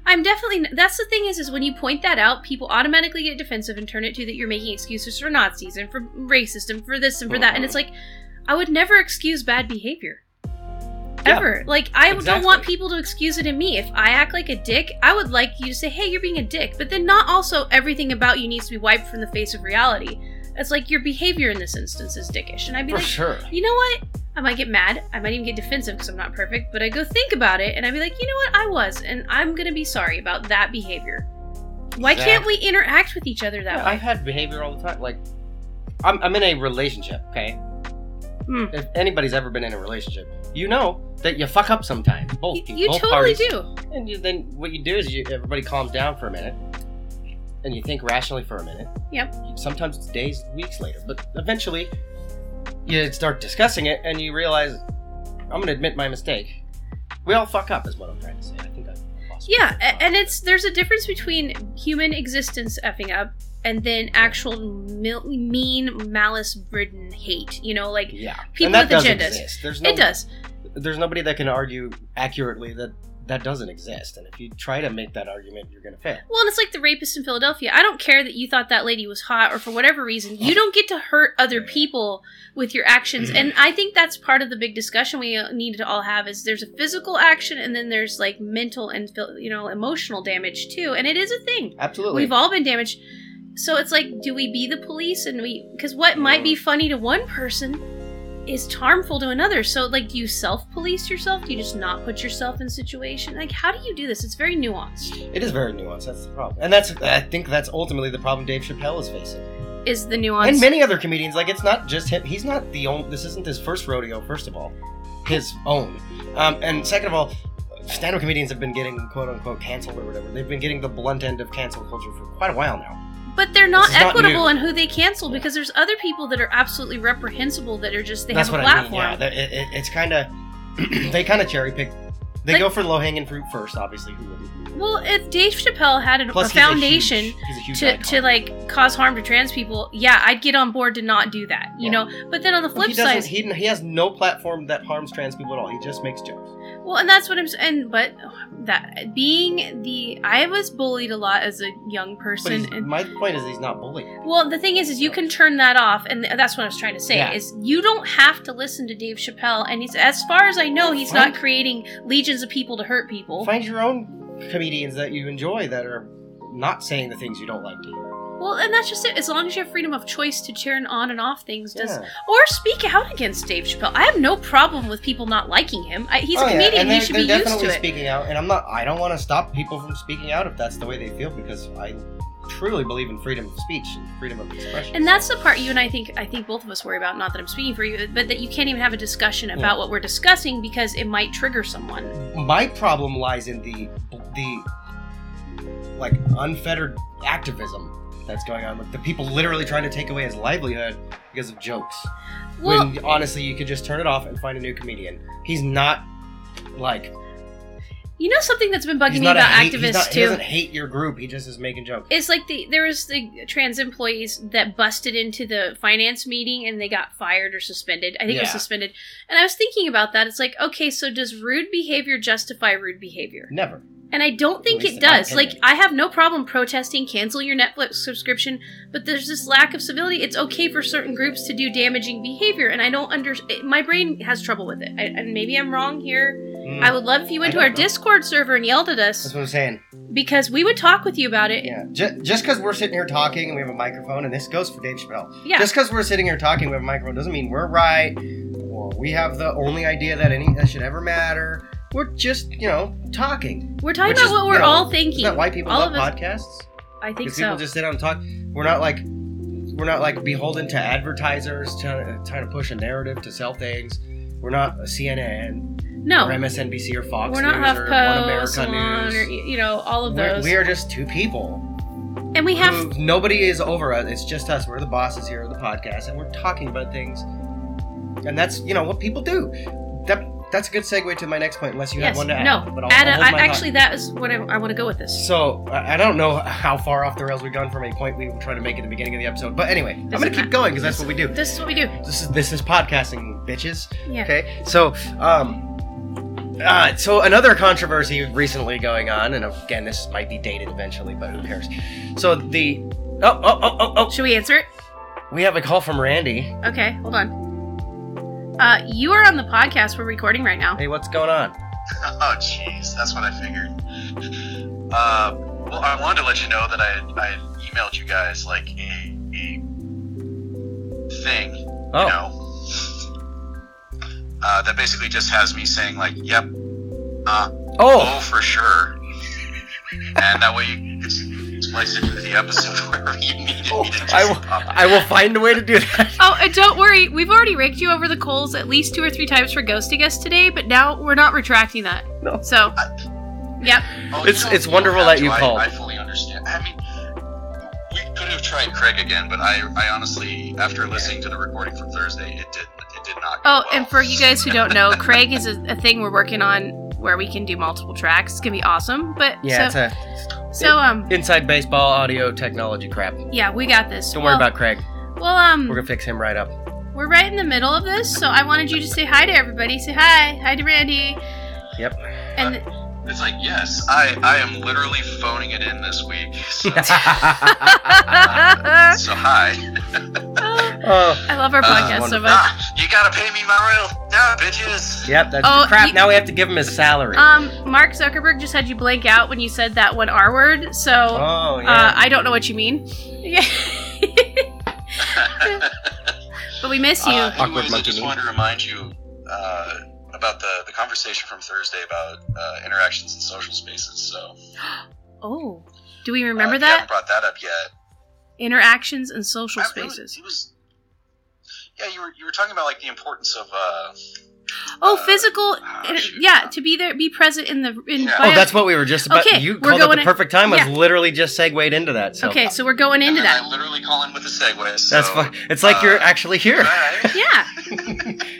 [SPEAKER 3] i'm definitely that's the thing is is when you point that out people automatically get defensive and turn it to that you're making excuses for nazis and for racist and for this and for that and
[SPEAKER 1] Uh-huh.
[SPEAKER 3] it's like i would never excuse bad behavior
[SPEAKER 1] Yeah.
[SPEAKER 3] ever like i don't
[SPEAKER 1] Exactly.
[SPEAKER 3] want people to excuse it in me if i act like a dick i would like you to say hey you're being a dick but then not also everything about you needs to be wiped from the face of reality it's like your behavior in this instance is dickish and i'd be
[SPEAKER 1] for
[SPEAKER 3] like
[SPEAKER 1] sure.
[SPEAKER 3] you know what? I might get mad. I might even get defensive because I'm not perfect, but I go think about it and I'd be like, you know what? I was, and I'm going to be sorry about that behavior. Why can't we interact with each other that
[SPEAKER 1] Yeah,
[SPEAKER 3] way?
[SPEAKER 1] I've had behavior all the time. Like, I'm, I'm in a relationship, okay?
[SPEAKER 3] Mm.
[SPEAKER 1] If anybody's ever been in a relationship, you know that you fuck up sometimes. Both
[SPEAKER 3] You,
[SPEAKER 1] people,
[SPEAKER 3] you
[SPEAKER 1] both
[SPEAKER 3] totally
[SPEAKER 1] parties.
[SPEAKER 3] do.
[SPEAKER 1] And you, then what you do is you, everybody calms down for a minute, and you think rationally for a minute.
[SPEAKER 3] Yep.
[SPEAKER 1] Sometimes it's days, weeks later, but eventually you start discussing it, and you realize I'm gonna admit my mistake. We all fuck up, is what I'm trying to say. I think I. lost my
[SPEAKER 3] Yeah,
[SPEAKER 1] thought.
[SPEAKER 3] a- and it's there's a difference between human existence effing up and then actual mil- mean, malice ridden hate. You know, like
[SPEAKER 1] yeah,
[SPEAKER 3] people
[SPEAKER 1] and that does
[SPEAKER 3] with agendas.
[SPEAKER 1] Exist. There's no
[SPEAKER 3] it does.
[SPEAKER 1] there's nobody that can argue accurately that that doesn't exist. And if you try to make that argument, you're going to fail.
[SPEAKER 3] Well, and it's like the rapist in Philadelphia. I don't care that you thought that lady was hot or for whatever reason. You don't get to hurt other people with your actions. And
[SPEAKER 1] Mm-hmm.
[SPEAKER 3] I think that's part of the big discussion we uh, need to all have is there's a physical action and then there's like mental and phil- you know emotional damage too. And it is a thing.
[SPEAKER 1] Absolutely.
[SPEAKER 3] We've all been damaged. So it's like do we be the police and we cuz what might be funny to one person is harmful to another. So like do you self-police yourself? Do you just not put yourself in situation? Like how do you do this? It's very nuanced.
[SPEAKER 1] it is very nuanced. That's the problem. And that's I think that's ultimately the problem Dave Chappelle is facing.
[SPEAKER 3] Is the nuance
[SPEAKER 1] and many other comedians. Like it's not just him. He's not the only. This isn't his first rodeo. First of all, his own. Um, and second of all, stand-up comedians have been getting quote unquote canceled or whatever. They've been getting the blunt end of cancel culture for quite a while now.
[SPEAKER 3] But they're not
[SPEAKER 1] This is not
[SPEAKER 3] equitable
[SPEAKER 1] new.
[SPEAKER 3] in who they cancel because there's other people that are absolutely reprehensible that are just they
[SPEAKER 1] That's
[SPEAKER 3] have a
[SPEAKER 1] what
[SPEAKER 3] platform.
[SPEAKER 1] I mean. Yeah, They- it- it- it's kind of they kind of cherry pick. They
[SPEAKER 3] But-
[SPEAKER 1] go for low-hanging fruit first, obviously. Who wouldn't?
[SPEAKER 3] Well, if Dave Chappelle had an, a
[SPEAKER 1] Plus, he's a huge-
[SPEAKER 3] foundation
[SPEAKER 1] he's a huge
[SPEAKER 3] to,
[SPEAKER 1] icon.
[SPEAKER 3] to like cause harm to trans people, yeah, I'd get on board to not do that, you
[SPEAKER 1] Yeah.
[SPEAKER 3] know. But then on the
[SPEAKER 1] Well,
[SPEAKER 3] flip
[SPEAKER 1] he
[SPEAKER 3] side,
[SPEAKER 1] doesn't. He, he has no platform that harms trans people at all. He just makes jokes.
[SPEAKER 3] Well, and that's what I'm saying. But that being the, I was bullied a lot as a young
[SPEAKER 1] But
[SPEAKER 3] person.
[SPEAKER 1] he's,
[SPEAKER 3] And,
[SPEAKER 1] my point is, he's not bullied.
[SPEAKER 3] well, the thing is, is you can turn that off, and that's what I was trying to say.
[SPEAKER 1] Yeah.
[SPEAKER 3] Is you don't have to listen to Dave Chappelle, and he's as far as I know, he's not
[SPEAKER 1] Fine.
[SPEAKER 3] creating legions of people to hurt people.
[SPEAKER 1] Find your own comedians that you enjoy that are not saying the things you don't like to hear.
[SPEAKER 3] Well, and that's just it. As long as you have freedom of choice to turn on and off things, does
[SPEAKER 1] Yeah.
[SPEAKER 3] or speak out against Dave Chappelle. I have no problem with people not liking him. I, he's
[SPEAKER 1] Oh,
[SPEAKER 3] a
[SPEAKER 1] yeah,
[SPEAKER 3] comedian;
[SPEAKER 1] and they're,
[SPEAKER 3] he should
[SPEAKER 1] they're
[SPEAKER 3] be used
[SPEAKER 1] definitely
[SPEAKER 3] to it.
[SPEAKER 1] speaking out. And I'm not. I don't want to stop people from speaking out if that's the way they feel because I truly believe in freedom of speech and freedom of expression.
[SPEAKER 3] And that's the part you and I think I think both of us worry about. Not that I'm speaking for you, but that you can't even have a discussion about what we're discussing because it might trigger someone.
[SPEAKER 1] my problem lies in the the like unfettered activism that's going on. Like the people literally trying to take away his livelihood because of jokes.
[SPEAKER 3] Well,
[SPEAKER 1] when honestly, you could just turn it off and find a new comedian. He's not like
[SPEAKER 3] you know something that's been bugging
[SPEAKER 1] he's
[SPEAKER 3] me
[SPEAKER 1] not a
[SPEAKER 3] about
[SPEAKER 1] hate- he's
[SPEAKER 3] activists
[SPEAKER 1] not- He
[SPEAKER 3] too.
[SPEAKER 1] doesn't hate your group. He just is making jokes.
[SPEAKER 3] It's like the there was the trans employees that busted into the finance meeting and they got fired or suspended. I think it was
[SPEAKER 1] Yeah.
[SPEAKER 3] suspended. And I was thinking about that. It's like, okay, so does rude behavior justify rude behavior?
[SPEAKER 1] Never.
[SPEAKER 3] And I don't think
[SPEAKER 1] At least
[SPEAKER 3] it
[SPEAKER 1] in my
[SPEAKER 3] does. Like,
[SPEAKER 1] opinion.
[SPEAKER 3] I have no problem protesting, cancel your Netflix subscription, but there's this lack of civility. It's okay for certain groups to do damaging behavior, and I don't under. It, my brain has trouble with it. I, and maybe I'm wrong here.
[SPEAKER 1] Mm.
[SPEAKER 3] I would love if you went
[SPEAKER 1] I
[SPEAKER 3] to
[SPEAKER 1] don't
[SPEAKER 3] our
[SPEAKER 1] know.
[SPEAKER 3] Discord server and yelled at
[SPEAKER 1] That's
[SPEAKER 3] us
[SPEAKER 1] what I'm saying.
[SPEAKER 3] because we would talk with you about it. Yeah.
[SPEAKER 1] Yeah. Ju- Just because we're sitting here talking and we have a microphone, and this goes for Dave Chappelle. Just because we're sitting here talking with a microphone doesn't mean we're right or we have the only idea that any that should ever matter. We're just, you know, talking.
[SPEAKER 3] we're talking
[SPEAKER 1] Which
[SPEAKER 3] about
[SPEAKER 1] is,
[SPEAKER 3] what we're
[SPEAKER 1] you know,
[SPEAKER 3] all thinking.
[SPEAKER 1] Is that why people
[SPEAKER 3] all
[SPEAKER 1] love
[SPEAKER 3] of us.
[SPEAKER 1] podcasts?
[SPEAKER 3] I think
[SPEAKER 1] Because
[SPEAKER 3] so.
[SPEAKER 1] people just sit down and talk. We're not like we're not like beholden to advertisers trying to, trying to push a narrative to sell things. We're not CNN
[SPEAKER 3] no,
[SPEAKER 1] or MSNBC or Fox
[SPEAKER 3] we're not
[SPEAKER 1] News or One
[SPEAKER 3] HuffPo,
[SPEAKER 1] America
[SPEAKER 3] Salon,
[SPEAKER 1] News.
[SPEAKER 3] or y- you know all of
[SPEAKER 1] We're-
[SPEAKER 3] those.
[SPEAKER 1] we are just two people.
[SPEAKER 3] and we have
[SPEAKER 1] Who- nobody is over us. It's just us. We're the bosses here of the podcast, and we're talking about things. And that's you know what people do. That that's a good segue to my next point. Unless you have
[SPEAKER 3] yes,
[SPEAKER 1] one to add,
[SPEAKER 3] no.
[SPEAKER 1] but I'll,
[SPEAKER 3] Add a-
[SPEAKER 1] I'll hold
[SPEAKER 3] I-
[SPEAKER 1] my thought.
[SPEAKER 3] actually, that is what I, I want to go with this.
[SPEAKER 1] So I I don't know how far off the rails we've gone from a point we were trying to make at the beginning of the episode, but anyway, I'm
[SPEAKER 3] Doesn't
[SPEAKER 1] gonna keep
[SPEAKER 3] ma-
[SPEAKER 1] going because that's what we do.
[SPEAKER 3] This is what we do.
[SPEAKER 1] This is this is podcasting, bitches.
[SPEAKER 3] Yeah.
[SPEAKER 1] Okay, so um, uh, so another controversy recently going on, and again, this might be dated eventually, but who cares? So the oh oh oh oh oh,
[SPEAKER 3] Should we answer it?
[SPEAKER 1] we have a call from Randy.
[SPEAKER 3] Okay, hold on. Uh, you are on the podcast. We're recording right now.
[SPEAKER 1] Hey, what's going on?
[SPEAKER 4] Oh, jeez, that's what I figured. Uh, well, I wanted to let you know that I had, I had emailed you guys like a, a thing, you
[SPEAKER 1] Oh,
[SPEAKER 4] know, uh, that basically just has me saying like, "Yep, uh,
[SPEAKER 1] oh,
[SPEAKER 4] oh for sure," and that way you could splice it into the episode wherever you needed me to
[SPEAKER 1] Oh,
[SPEAKER 4] just
[SPEAKER 1] I will-
[SPEAKER 4] pop it.
[SPEAKER 1] I will find a way to do that.
[SPEAKER 3] Oh, and don't worry. We've already raked you over the coals at least two or three times for ghosting us today, but now we're not retracting that.
[SPEAKER 1] No.
[SPEAKER 3] So, yep.
[SPEAKER 4] Oh, you
[SPEAKER 1] It's-
[SPEAKER 4] don't-
[SPEAKER 1] it's
[SPEAKER 4] you don't
[SPEAKER 1] wonderful
[SPEAKER 4] have
[SPEAKER 1] that
[SPEAKER 4] to.
[SPEAKER 1] you
[SPEAKER 4] I-
[SPEAKER 1] called.
[SPEAKER 4] I fully understand. I mean, we could have tried Craig again, but I, I honestly, after listening to the recording from Thursday, it did, it did not. Go
[SPEAKER 3] Oh,
[SPEAKER 4] well.
[SPEAKER 3] and for you guys who don't know, Craig is a, a thing we're working on where we can do multiple tracks. It's gonna be awesome. But
[SPEAKER 1] Yeah,
[SPEAKER 3] so,
[SPEAKER 1] it's
[SPEAKER 3] so um,
[SPEAKER 1] a inside baseball audio technology crap.
[SPEAKER 3] yeah, we got this.
[SPEAKER 1] Don't worry
[SPEAKER 3] Well-
[SPEAKER 1] about Craig.
[SPEAKER 3] Well, um,
[SPEAKER 1] We're gonna fix him right up.
[SPEAKER 3] We're right in the middle of this, so I wanted you to say hi to everybody. Say hi. Hi to Randy.
[SPEAKER 1] Yep.
[SPEAKER 3] And
[SPEAKER 4] It's like, yes, I, I am literally phoning it in this week. So, so hi.
[SPEAKER 3] I
[SPEAKER 1] oh,
[SPEAKER 3] love our podcast so much.
[SPEAKER 4] Ah, you gotta pay me my real now, bitches.
[SPEAKER 1] yep. That's
[SPEAKER 3] Oh,
[SPEAKER 1] the crap.
[SPEAKER 3] you-
[SPEAKER 1] now we have to give him his salary.
[SPEAKER 3] Um, Mark Zuckerberg just had you blank out when you said that one R word, so
[SPEAKER 1] oh
[SPEAKER 3] uh,
[SPEAKER 1] yeah.
[SPEAKER 3] I don't know what you mean. but we miss you.
[SPEAKER 4] Uh,
[SPEAKER 1] Awkward
[SPEAKER 4] anyways, I
[SPEAKER 1] monkey
[SPEAKER 4] just
[SPEAKER 1] meme.
[SPEAKER 4] wanted to remind you uh, about the, the conversation from Thursday about uh, interactions in social spaces. So
[SPEAKER 3] oh, do we
[SPEAKER 4] uh,
[SPEAKER 3] remember
[SPEAKER 4] if you
[SPEAKER 3] that?
[SPEAKER 4] haven't brought that up yet.
[SPEAKER 3] Interactions and social
[SPEAKER 4] I- it was-
[SPEAKER 3] spaces.
[SPEAKER 4] It was, yeah, you were you were talking about like the importance of uh,
[SPEAKER 3] Oh,
[SPEAKER 4] uh,
[SPEAKER 3] physical.
[SPEAKER 4] oh,
[SPEAKER 3] inter-
[SPEAKER 4] shoot.
[SPEAKER 3] yeah, to be there, be present in the. In
[SPEAKER 4] Yeah.
[SPEAKER 1] oh,
[SPEAKER 3] bio-
[SPEAKER 1] that's what we were just about.
[SPEAKER 3] Okay,
[SPEAKER 1] you
[SPEAKER 3] we're
[SPEAKER 1] called it
[SPEAKER 3] going
[SPEAKER 1] the
[SPEAKER 3] in-
[SPEAKER 1] perfect time.
[SPEAKER 3] yeah.
[SPEAKER 1] Was literally just segued into that. So
[SPEAKER 3] okay, so we're going
[SPEAKER 4] and
[SPEAKER 3] into
[SPEAKER 4] then
[SPEAKER 3] that.
[SPEAKER 4] I literally call in with a segue. So,
[SPEAKER 1] that's fun. It's like you're actually here.
[SPEAKER 4] Alright.
[SPEAKER 3] Yeah.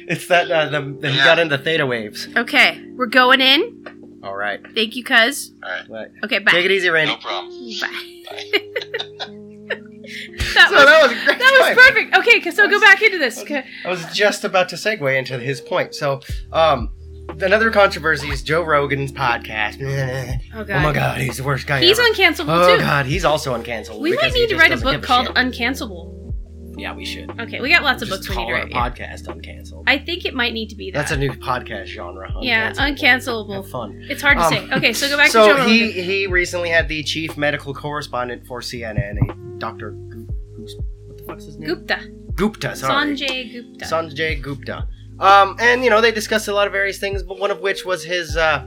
[SPEAKER 1] It's that uh, the, the, he
[SPEAKER 4] Yeah.
[SPEAKER 1] got into theta waves.
[SPEAKER 3] Okay, we're going in.
[SPEAKER 1] All right.
[SPEAKER 3] Thank you, cuz.
[SPEAKER 4] Alright.
[SPEAKER 1] Right.
[SPEAKER 3] Okay, bye.
[SPEAKER 1] Take it easy, Randy.
[SPEAKER 4] No problem.
[SPEAKER 3] Bye.
[SPEAKER 4] Bye.
[SPEAKER 3] that
[SPEAKER 1] So
[SPEAKER 3] was
[SPEAKER 1] that was a great
[SPEAKER 3] that was
[SPEAKER 1] time.
[SPEAKER 3] perfect. Okay, 'cause so go back into this. 'Kay.
[SPEAKER 1] I was just about to segue into his point. So, um, another controversy is Joe Rogan's podcast.
[SPEAKER 3] Oh god.
[SPEAKER 1] Oh my god, he's the worst guy
[SPEAKER 3] He's
[SPEAKER 1] ever.
[SPEAKER 3] uncancelable
[SPEAKER 1] Oh
[SPEAKER 3] too.
[SPEAKER 1] god, he's also uncanceled.
[SPEAKER 3] We might
[SPEAKER 1] because he
[SPEAKER 3] need to
[SPEAKER 1] just
[SPEAKER 3] write a
[SPEAKER 1] doesn't
[SPEAKER 3] book
[SPEAKER 1] give
[SPEAKER 3] called
[SPEAKER 1] shit.
[SPEAKER 3] Uncancelable.
[SPEAKER 1] yeah, we should.
[SPEAKER 3] Okay, we got lots of
[SPEAKER 1] Just
[SPEAKER 3] books we need
[SPEAKER 1] call
[SPEAKER 3] to
[SPEAKER 1] our
[SPEAKER 3] write. yeah.
[SPEAKER 1] podcast uncanceled.
[SPEAKER 3] I think it might need to be that.
[SPEAKER 1] That's a new podcast genre.
[SPEAKER 3] yeah,
[SPEAKER 1] Have
[SPEAKER 3] uncancelable.
[SPEAKER 1] fun.
[SPEAKER 3] It's hard to
[SPEAKER 1] Um,
[SPEAKER 3] say. Okay, so go back to
[SPEAKER 1] so
[SPEAKER 3] Joe
[SPEAKER 1] he
[SPEAKER 3] Rogan.
[SPEAKER 1] he recently had the chief medical correspondent for CNN, a Doctor Goop, Goose- what the fuck's his name?
[SPEAKER 3] Gupta.
[SPEAKER 1] Gupta. Sorry.
[SPEAKER 3] Sanjay Gupta.
[SPEAKER 1] Sanjay Gupta. Um, and you know they discussed a lot of various things, but one of which was his uh,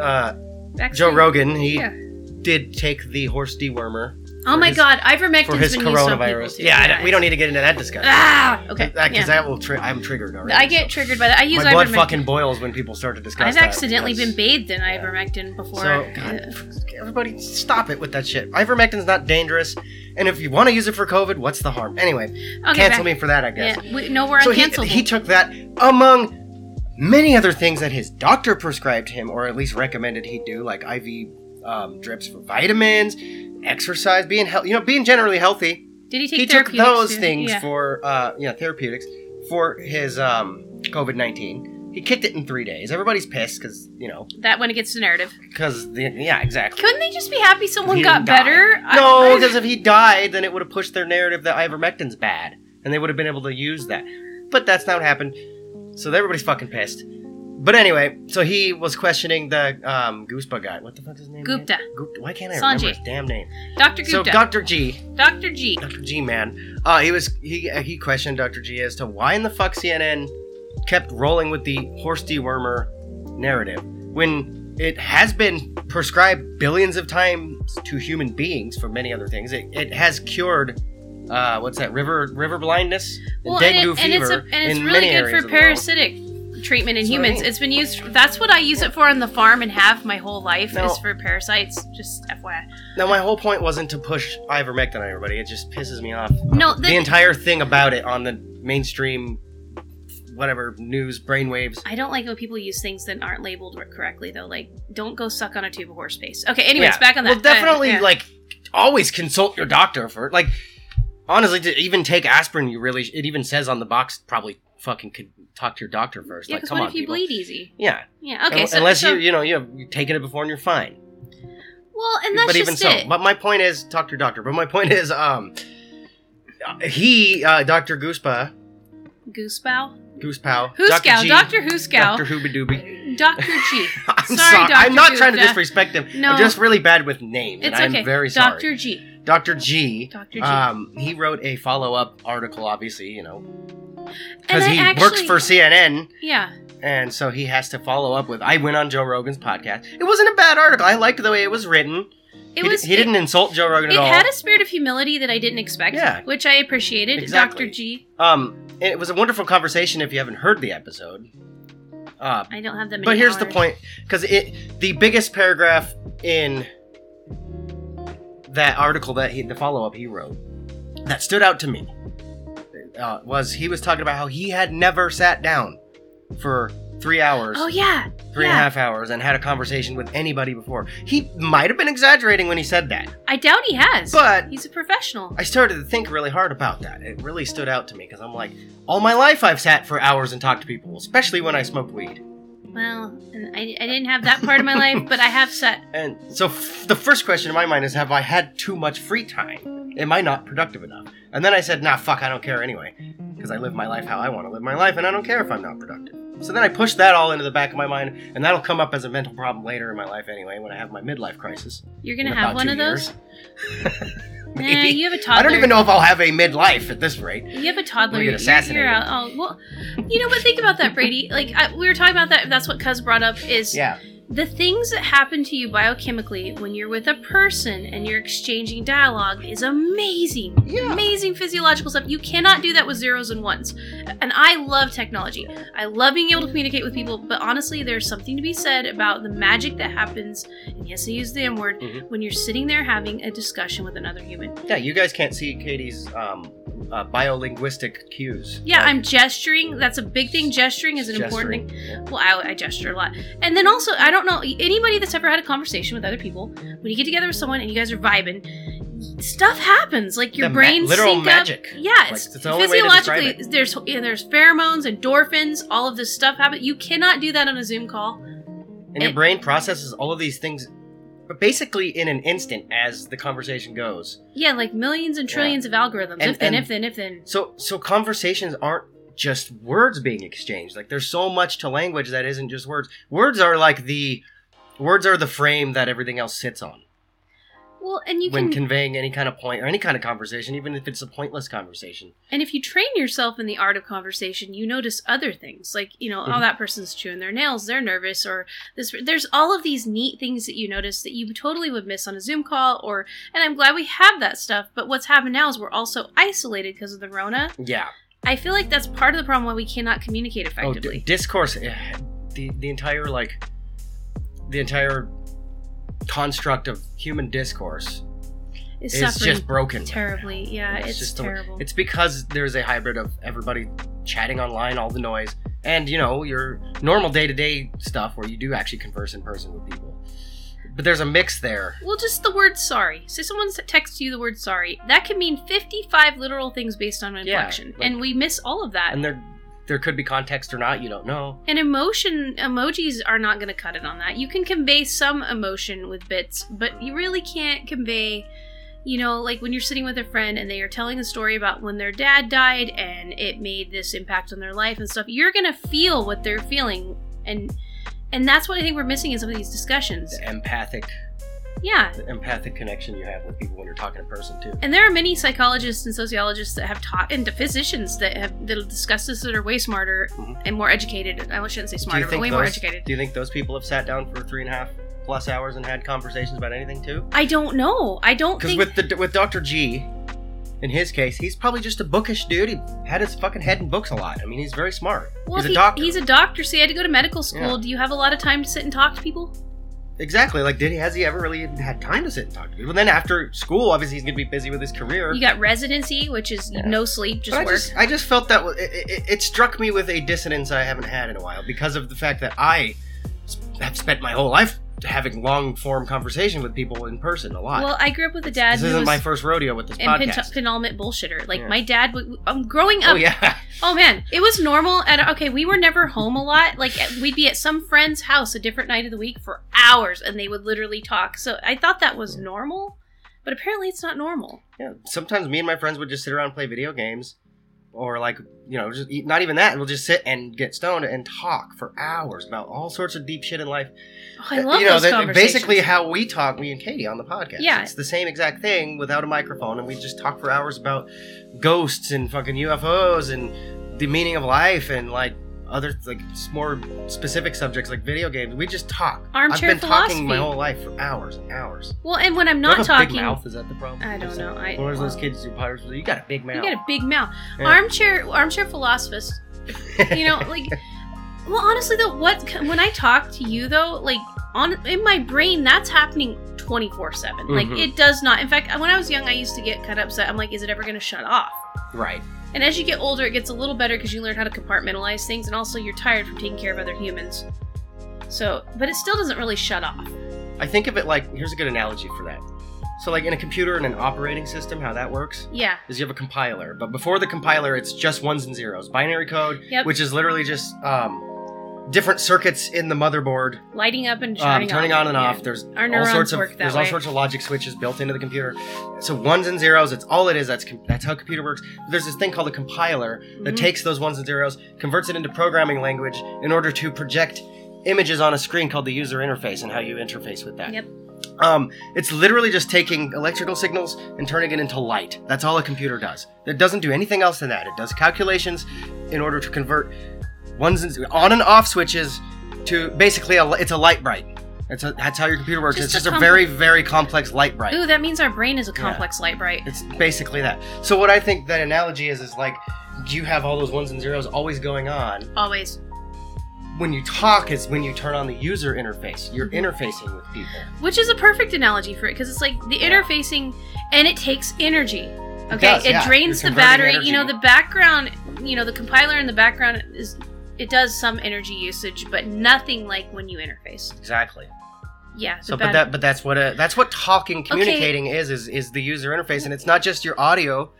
[SPEAKER 1] uh,
[SPEAKER 3] Back
[SPEAKER 1] Joe
[SPEAKER 3] to-
[SPEAKER 1] Rogan. He
[SPEAKER 3] Yeah.
[SPEAKER 1] did take the horse dewormer
[SPEAKER 3] Oh
[SPEAKER 1] for
[SPEAKER 3] my
[SPEAKER 1] his-
[SPEAKER 3] god,
[SPEAKER 1] for
[SPEAKER 3] ivermectin's
[SPEAKER 1] his
[SPEAKER 3] been used on people
[SPEAKER 1] coronavirus.
[SPEAKER 3] too.
[SPEAKER 1] Yeah, I don't- we don't need to get into that discussion.
[SPEAKER 3] Ah, okay.
[SPEAKER 1] Because
[SPEAKER 3] yeah.
[SPEAKER 1] that will tri- I'm triggered already.
[SPEAKER 3] I get
[SPEAKER 1] so.
[SPEAKER 3] triggered by that. I use
[SPEAKER 1] my blood
[SPEAKER 3] ivermectin.
[SPEAKER 1] fucking boils when people start to discuss.
[SPEAKER 3] I've
[SPEAKER 1] that.
[SPEAKER 3] accidentally been
[SPEAKER 1] That's-
[SPEAKER 3] bathed in
[SPEAKER 1] Yeah.
[SPEAKER 3] ivermectin before.
[SPEAKER 1] So, God, everybody, stop it with that shit. Ivermectin's not dangerous, and if you want to use it for COVID, what's the harm? Anyway,
[SPEAKER 3] okay,
[SPEAKER 1] cancel
[SPEAKER 3] back.
[SPEAKER 1] me for that, I guess.
[SPEAKER 3] Yeah, we, no, we're
[SPEAKER 1] so he,
[SPEAKER 3] uncancelable.
[SPEAKER 1] he took that among many other things that his doctor prescribed him or at least recommended he do like iv um, drips for vitamins exercise being healthy you know being generally healthy
[SPEAKER 3] Did he take
[SPEAKER 1] he took
[SPEAKER 3] therapeutics
[SPEAKER 1] those
[SPEAKER 3] too?
[SPEAKER 1] things
[SPEAKER 3] Yeah.
[SPEAKER 1] for uh, you know therapeutics for his um, covid-19 he kicked it in three days everybody's pissed because you know
[SPEAKER 3] that when it gets to narrative.
[SPEAKER 1] because yeah exactly
[SPEAKER 3] Couldn't they just be happy someone
[SPEAKER 1] He
[SPEAKER 3] got
[SPEAKER 1] didn't die.
[SPEAKER 3] better? I-
[SPEAKER 1] no
[SPEAKER 3] I-
[SPEAKER 1] because if he died then it would have pushed their narrative that ivermectin's bad and they would have been able to use that but that's not what happened so everybody's fucking pissed but anyway so he was questioning the um gooseba guy what the fuck's his name again?
[SPEAKER 3] Gupta.
[SPEAKER 1] Gupta. why can't i
[SPEAKER 3] Sanjay.
[SPEAKER 1] remember his damn name
[SPEAKER 3] Dr.
[SPEAKER 1] so
[SPEAKER 3] Gupta.
[SPEAKER 1] dr g
[SPEAKER 3] Dr. G.
[SPEAKER 1] Dr. G, man. Uh, he was he he questioned Dr. G as to why in the fuck CNN kept rolling with the horse dewormer narrative when it has been prescribed billions of times to human beings for many other things. It, it has cured uh, what's that river river blindness,
[SPEAKER 3] Well, and,
[SPEAKER 1] dengue
[SPEAKER 3] it- and it's,
[SPEAKER 1] fever,
[SPEAKER 3] a, and it's
[SPEAKER 1] in
[SPEAKER 3] really
[SPEAKER 1] many
[SPEAKER 3] good
[SPEAKER 1] areas
[SPEAKER 3] for
[SPEAKER 1] of the world.
[SPEAKER 3] parasitic treatment in
[SPEAKER 1] That's what I
[SPEAKER 3] humans.
[SPEAKER 1] mean.
[SPEAKER 3] It's been used. That's what I use it for on the farm and have my whole life
[SPEAKER 1] No.
[SPEAKER 3] is for parasites. Just FYI.
[SPEAKER 1] Now, my whole point wasn't to push ivermectin on everybody. It just pisses me off.
[SPEAKER 3] No,
[SPEAKER 1] the
[SPEAKER 3] the,
[SPEAKER 1] entire thing about it on the mainstream, whatever news brainwaves.
[SPEAKER 3] I don't like when people use things that aren't labeled correctly though. Like, don't go suck on a tube of horse face. Okay. Anyways,
[SPEAKER 1] Yeah.
[SPEAKER 3] back on that.
[SPEAKER 1] Well, definitely,
[SPEAKER 3] Uh, yeah.
[SPEAKER 1] like, always consult your doctor for like. Honestly, to even take aspirin, you really it even says on the box probably fucking could talk to your doctor first.
[SPEAKER 3] yeah,
[SPEAKER 1] like,
[SPEAKER 3] because
[SPEAKER 1] come
[SPEAKER 3] what
[SPEAKER 1] on,
[SPEAKER 3] if you
[SPEAKER 1] people.
[SPEAKER 3] bleed easy?
[SPEAKER 1] Yeah.
[SPEAKER 3] Yeah. Okay.
[SPEAKER 1] Un-
[SPEAKER 3] so,
[SPEAKER 1] unless
[SPEAKER 3] so-
[SPEAKER 1] you you know you have, you've taken it before and you're fine.
[SPEAKER 3] Well, and that's
[SPEAKER 1] but even
[SPEAKER 3] just
[SPEAKER 1] so,
[SPEAKER 3] it.
[SPEAKER 1] but my point is talk to your doctor. But my point is, um, he uh, Doctor Goospa
[SPEAKER 3] Goose bow.
[SPEAKER 1] Goosepow
[SPEAKER 3] Hooscow.
[SPEAKER 1] Doctor
[SPEAKER 3] Doctor Hooscow.
[SPEAKER 1] Doctor Hooba Dooby.
[SPEAKER 3] Dr. G.
[SPEAKER 1] I'm
[SPEAKER 3] Sorry,
[SPEAKER 1] sorry. I'm
[SPEAKER 3] Dr.
[SPEAKER 1] not trying to
[SPEAKER 3] Gupta.
[SPEAKER 1] disrespect him.
[SPEAKER 3] No.
[SPEAKER 1] I'm just really bad with names.
[SPEAKER 3] It's
[SPEAKER 1] and
[SPEAKER 3] okay.
[SPEAKER 1] I'm very sorry.
[SPEAKER 3] Dr. G.
[SPEAKER 1] Dr. G.
[SPEAKER 3] Dr. G.
[SPEAKER 1] Um, he wrote a follow up article, obviously, you know,
[SPEAKER 3] And
[SPEAKER 1] because
[SPEAKER 3] I
[SPEAKER 1] he
[SPEAKER 3] actually,
[SPEAKER 1] works for CNN,
[SPEAKER 3] Yeah.
[SPEAKER 1] and so he has to follow up with. I went on Joe Rogan's podcast. It wasn't a bad article. I liked the way it was written.
[SPEAKER 3] It
[SPEAKER 1] he,
[SPEAKER 3] was.
[SPEAKER 1] di- he didn't insult Joe Rogan
[SPEAKER 3] It, it
[SPEAKER 1] at all.
[SPEAKER 3] had a spirit of humility that I didn't expect,
[SPEAKER 1] Yeah.
[SPEAKER 3] which I appreciated.
[SPEAKER 1] Exactly.
[SPEAKER 3] Dr. G.
[SPEAKER 1] um, and it was a wonderful conversation. If you haven't heard the episode, uh,
[SPEAKER 3] I don't have that many.
[SPEAKER 1] but here's the
[SPEAKER 3] hours.
[SPEAKER 1] point because it the biggest paragraph in that article that he the follow-up he wrote that stood out to me uh, was he was talking about how he had never sat down for three hours,
[SPEAKER 3] Oh yeah.
[SPEAKER 1] three and a
[SPEAKER 3] yeah.
[SPEAKER 1] half hours, and had a conversation with anybody before. He might have been exaggerating when he said that,
[SPEAKER 3] I doubt he has.
[SPEAKER 1] but
[SPEAKER 3] he's a professional.
[SPEAKER 1] I started to think really hard about that. It really stood out to me because I'm like, all my life I've sat for hours and talked to people, especially when I smoked weed.
[SPEAKER 3] Well, and I, I didn't have that part of my life, but I have set.
[SPEAKER 1] And so f- the first question in my mind is, have I had too much free time? Am I not productive enough? And then I said, nah, fuck, I don't care anyway, because I live my life how I want to live my life, and I don't care if I'm not productive. So then I pushed that all into the back of my mind, and that'll come up as a mental problem later in my life anyway when I have my midlife crisis.
[SPEAKER 3] You're gonna
[SPEAKER 1] in
[SPEAKER 3] have
[SPEAKER 1] about
[SPEAKER 3] one
[SPEAKER 1] two
[SPEAKER 3] of those.
[SPEAKER 1] years.
[SPEAKER 3] Nah,
[SPEAKER 1] Maybe.
[SPEAKER 3] you have a toddler.
[SPEAKER 1] I don't even know if I'll have a midlife at this rate.
[SPEAKER 3] You have a
[SPEAKER 1] We'll
[SPEAKER 3] toddler.
[SPEAKER 1] get
[SPEAKER 3] you're-
[SPEAKER 1] assassinated.
[SPEAKER 3] You're out. Oh well, you know what? Think about that, Brady. Like I, we were talking about that. That's what Cuz brought up. Is
[SPEAKER 1] Yeah.
[SPEAKER 3] the things that happen to you biochemically when you're with a person and you're exchanging dialogue is amazing.
[SPEAKER 1] Yeah.
[SPEAKER 3] Amazing physiological stuff. You cannot do that with zeros and ones. And I love technology. I love being able to communicate with people, but honestly, there's something to be said about the magic that happens, and yes, I use the M word,
[SPEAKER 1] Mhm.
[SPEAKER 3] when you're sitting there having a discussion with another human.
[SPEAKER 1] Yeah, you guys can't see Katie's um, uh, biolinguistic cues. Uh,
[SPEAKER 3] Yeah, I'm gesturing. That's a big thing. Gesturing is an important thing.
[SPEAKER 1] Gesturing. Yeah.
[SPEAKER 3] Well, I, I gesture a lot. And then also, I don't know anybody that's ever had a conversation with other people. When you get together with someone and you guys are vibing, stuff happens. Like your
[SPEAKER 1] The ma-
[SPEAKER 3] brain
[SPEAKER 1] literal
[SPEAKER 3] sync up.
[SPEAKER 1] magic.
[SPEAKER 3] Yeah,
[SPEAKER 1] Like,
[SPEAKER 3] it's,
[SPEAKER 1] it's the only way to describe
[SPEAKER 3] physiologically. There's yeah, there's pheromones, endorphins, all of this stuff happens. You cannot do that on a Zoom call.
[SPEAKER 1] And your
[SPEAKER 3] It-
[SPEAKER 1] brain processes all of these things but basically in an instant as the conversation goes.
[SPEAKER 3] Yeah, like millions and
[SPEAKER 1] Yeah.
[SPEAKER 3] trillions of algorithms.
[SPEAKER 1] And-
[SPEAKER 3] if then,
[SPEAKER 1] and-
[SPEAKER 3] if then, if then.
[SPEAKER 1] So so conversations aren't just words being exchanged. Like there's so much to language that isn't just words. Words are like the words are the frame that everything else sits on
[SPEAKER 3] Well, and you
[SPEAKER 1] when
[SPEAKER 3] can
[SPEAKER 1] conveying any kind of point or any kind of conversation, even if it's a pointless conversation.
[SPEAKER 3] And if you train yourself in the art of conversation, you notice other things, like you know, oh,
[SPEAKER 1] Mhm.
[SPEAKER 3] that person's chewing their nails, they're nervous, or this. There's all of these neat things that you notice that you totally would miss on a Zoom call, or. And I'm glad we have that stuff. But what's happened now is we're also isolated because of the Rona.
[SPEAKER 1] Yeah.
[SPEAKER 3] I feel like that's part of the problem why we cannot communicate
[SPEAKER 1] Oh, d-
[SPEAKER 3] effectively.
[SPEAKER 1] discourse. eh, The the entire like the entire construct of human discourse
[SPEAKER 3] it's
[SPEAKER 1] is
[SPEAKER 3] suffering
[SPEAKER 1] just broken.
[SPEAKER 3] terribly. Yeah, it's,
[SPEAKER 1] It's just the way-
[SPEAKER 3] terrible.
[SPEAKER 1] It's because there's a hybrid of everybody chatting online, all the noise, and you know your normal day to day stuff where you do actually converse in person with people. But there's a mix there.
[SPEAKER 3] Well, just the word sorry. So someone s- texts you the word sorry. That can mean 55 literal things based on inflection.
[SPEAKER 1] like-
[SPEAKER 3] and we miss all of that.
[SPEAKER 1] And there there could be context or not, you don't know.
[SPEAKER 3] And emotion emojis are not going to cut it on that. You can convey some emotion with bits, but you really can't convey, you know, like when you're sitting with a friend and they are telling a story about when their dad died and it made this impact on their life and stuff. You're going to feel what they're feeling and and that's what I think we're missing in some of these discussions.
[SPEAKER 1] The empathic
[SPEAKER 3] Yeah.
[SPEAKER 1] the empathic connection you have with people when you're talking in person too.
[SPEAKER 3] And there are many psychologists and sociologists that have taught, and physicians that have that'll discuss this that are way smarter
[SPEAKER 1] Mhm.
[SPEAKER 3] and more educated. I shouldn't say
[SPEAKER 1] Do you
[SPEAKER 3] smarter, but
[SPEAKER 1] think
[SPEAKER 3] way
[SPEAKER 1] those,
[SPEAKER 3] more educated.
[SPEAKER 1] Do you think those people have sat down for three and a half plus hours and had conversations about anything too?
[SPEAKER 3] I don't know. I don't
[SPEAKER 1] Because
[SPEAKER 3] think
[SPEAKER 1] with the with Doctor G, in his case, he's probably just a bookish dude. He had his fucking head in books a lot. I mean, he's very smart.
[SPEAKER 3] Well,
[SPEAKER 1] he's
[SPEAKER 3] he-
[SPEAKER 1] a doctor.
[SPEAKER 3] He's a doctor, so he had to go to medical school.
[SPEAKER 1] Yeah.
[SPEAKER 3] Do you have a lot of time to sit and talk to people?
[SPEAKER 1] exactly. Like, did he has he ever really even had time to sit and talk to people? Then after school, obviously, he's gonna be busy with his career.
[SPEAKER 3] You got residency, which is
[SPEAKER 1] Yeah.
[SPEAKER 3] no sleep,
[SPEAKER 1] But
[SPEAKER 3] just
[SPEAKER 1] I
[SPEAKER 3] work.
[SPEAKER 1] just I just felt that wa- it, it, it struck me with a dissonance I haven't had in a while because of the fact that I s- have spent my whole life having long form conversation with people in person a lot.
[SPEAKER 3] Well, I grew up with a dad
[SPEAKER 1] this
[SPEAKER 3] who
[SPEAKER 1] isn't
[SPEAKER 3] was
[SPEAKER 1] my first rodeo with this
[SPEAKER 3] and pin-
[SPEAKER 1] podcast.
[SPEAKER 3] penultimate bullshitter. Like
[SPEAKER 1] Yeah.
[SPEAKER 3] my dad, would, um, growing up.
[SPEAKER 1] oh yeah.
[SPEAKER 3] Oh man, it was normal. And okay, we were never home a lot. Like at- we'd be at some friend's house a different night of the week for hours, and they would literally talk. So I thought that was normal, but apparently it's not normal.
[SPEAKER 1] Yeah, sometimes me and my friends would just sit around and play video games, or like you know, just not even that. We'll just sit and get stoned and talk for hours about all sorts of deep shit in life.
[SPEAKER 3] Oh, I love
[SPEAKER 1] Uh, you know,
[SPEAKER 3] those
[SPEAKER 1] that,
[SPEAKER 3] conversations.
[SPEAKER 1] basically how we talk, me and Katie on the podcast.
[SPEAKER 3] Yeah.
[SPEAKER 1] it's the same exact thing without a microphone, and we just talk for hours about ghosts and fucking UFOs and the meaning of life and like other like s- more specific subjects like video games. We just talk.
[SPEAKER 3] Armchair
[SPEAKER 1] I've been talking my
[SPEAKER 3] philosophy.
[SPEAKER 1] whole life for hours and hours.
[SPEAKER 3] well, and when I'm
[SPEAKER 1] Do I
[SPEAKER 3] not
[SPEAKER 1] have a
[SPEAKER 3] talking,
[SPEAKER 1] Big mouth is that the problem?
[SPEAKER 3] I don't
[SPEAKER 1] Is
[SPEAKER 3] know.
[SPEAKER 1] that-
[SPEAKER 3] I
[SPEAKER 1] One of those kids who pirates. You got a big mouth.
[SPEAKER 3] You got a big mouth.
[SPEAKER 1] Yeah.
[SPEAKER 3] Armchair, armchair philosophist. You know, like, well, honestly though, what when I talk to you though, like on in my brain, that's happening twenty four seven. Like
[SPEAKER 1] Mhm.
[SPEAKER 3] it does not. In fact, when I was young, I used to get kind of upset. I'm like, is it ever going to shut off?
[SPEAKER 1] Right.
[SPEAKER 3] And as you get older, it gets a little better because you learn how to compartmentalize things, and also you're tired from taking care of other humans. So, but it still doesn't really shut off.
[SPEAKER 1] I think of it like here's a good analogy for that. So like in a computer and an operating system, how that works
[SPEAKER 3] Yeah.
[SPEAKER 1] is you have a compiler, but before the compiler, it's just ones and zeros, binary code,
[SPEAKER 3] Yep.
[SPEAKER 1] which is literally just um, different circuits in the motherboard
[SPEAKER 3] Lighting up and
[SPEAKER 1] um,
[SPEAKER 3] turning,
[SPEAKER 1] turning
[SPEAKER 3] off.
[SPEAKER 1] on and
[SPEAKER 3] Yeah.
[SPEAKER 1] off. There's
[SPEAKER 3] Our
[SPEAKER 1] all
[SPEAKER 3] neurons
[SPEAKER 1] sorts of
[SPEAKER 3] work that
[SPEAKER 1] there's
[SPEAKER 3] way.
[SPEAKER 1] all sorts of logic switches built into the computer. So ones and zeros, it's all it is. That's com- that's how computer works. There's this thing called a compiler that
[SPEAKER 3] Mhm.
[SPEAKER 1] takes those ones and zeros, converts it into programming language in order to project images on a screen called the user interface and how you interface with that.
[SPEAKER 3] Yep.
[SPEAKER 1] Um, it's literally just taking electrical signals and turning it into light. That's all a computer does. It doesn't do anything else than that. It does calculations in order to convert ones and on and off switches to basically a, it's a light bright. That's, a, that's how your computer works.
[SPEAKER 3] Just
[SPEAKER 1] it's
[SPEAKER 3] a
[SPEAKER 1] just a
[SPEAKER 3] complex-
[SPEAKER 1] very, very complex light bright.
[SPEAKER 3] Ooh, that means our brain is a
[SPEAKER 1] Yeah.
[SPEAKER 3] complex light bright.
[SPEAKER 1] It's basically that. So what I think that analogy is is like you have all those ones and zeros always going on.
[SPEAKER 3] Always.
[SPEAKER 1] When you talk is when you turn on the user interface. You're
[SPEAKER 3] Mhm.
[SPEAKER 1] interfacing with people.
[SPEAKER 3] Which is a perfect analogy for it because it's like the
[SPEAKER 1] Yeah. interfacing
[SPEAKER 3] interfacing and it takes energy.
[SPEAKER 1] It
[SPEAKER 3] Okay,
[SPEAKER 1] does,
[SPEAKER 3] it
[SPEAKER 1] yeah.
[SPEAKER 3] drains
[SPEAKER 1] You're
[SPEAKER 3] the
[SPEAKER 1] converting
[SPEAKER 3] battery.
[SPEAKER 1] energy.
[SPEAKER 3] You know, the background, you know, the compiler in the background is it does some energy usage, but nothing like when you interface.
[SPEAKER 1] Exactly.
[SPEAKER 3] Yeah. the
[SPEAKER 1] So, but
[SPEAKER 3] bat-
[SPEAKER 1] that, but that's what a, that's what talking, communicating is, is is the user interface, and it's not just your audio.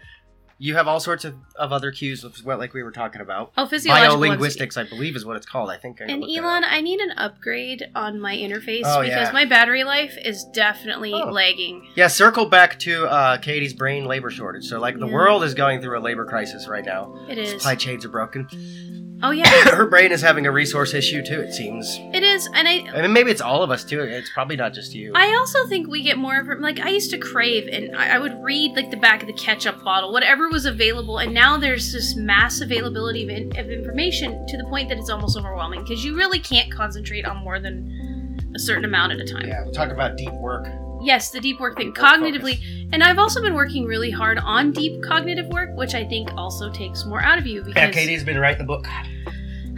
[SPEAKER 1] You have all sorts of, of other cues, of what like we were talking about.
[SPEAKER 3] oh, physiological ones.
[SPEAKER 1] Biolinguistics, I believe, is what it's called. I think. I
[SPEAKER 3] And
[SPEAKER 1] looked that
[SPEAKER 3] Elon,
[SPEAKER 1] up.
[SPEAKER 3] I need an upgrade on my interface
[SPEAKER 1] Oh,
[SPEAKER 3] because
[SPEAKER 1] yeah.
[SPEAKER 3] my battery life is definitely
[SPEAKER 1] Oh.
[SPEAKER 3] lagging.
[SPEAKER 1] Yeah, circle back to uh, Katie's brain labor shortage. So, like, the
[SPEAKER 3] Yeah.
[SPEAKER 1] world is going through a labor crisis right now.
[SPEAKER 3] It is.
[SPEAKER 1] Supply chains are broken.
[SPEAKER 3] Oh yeah,
[SPEAKER 1] Her brain is having a resource issue too. It seems.
[SPEAKER 3] it is. And I
[SPEAKER 1] I mean, maybe it's all of us too. It's probably not just you.
[SPEAKER 3] I also think we get more of like I used to crave, and I, I would read like the back of the ketchup bottle, whatever was available, and now there's this mass availability of, in, of information to the point that it's almost overwhelming because you really can't concentrate on more than a certain amount at a time.
[SPEAKER 1] yeah, we'll talk about deep work.
[SPEAKER 3] Yes, the deep work thing,
[SPEAKER 1] Deep work focus.
[SPEAKER 3] cognitively, and I've also been working really hard on deep cognitive work, which I think also takes more out of you because
[SPEAKER 1] Yeah, Katie's been writing the book,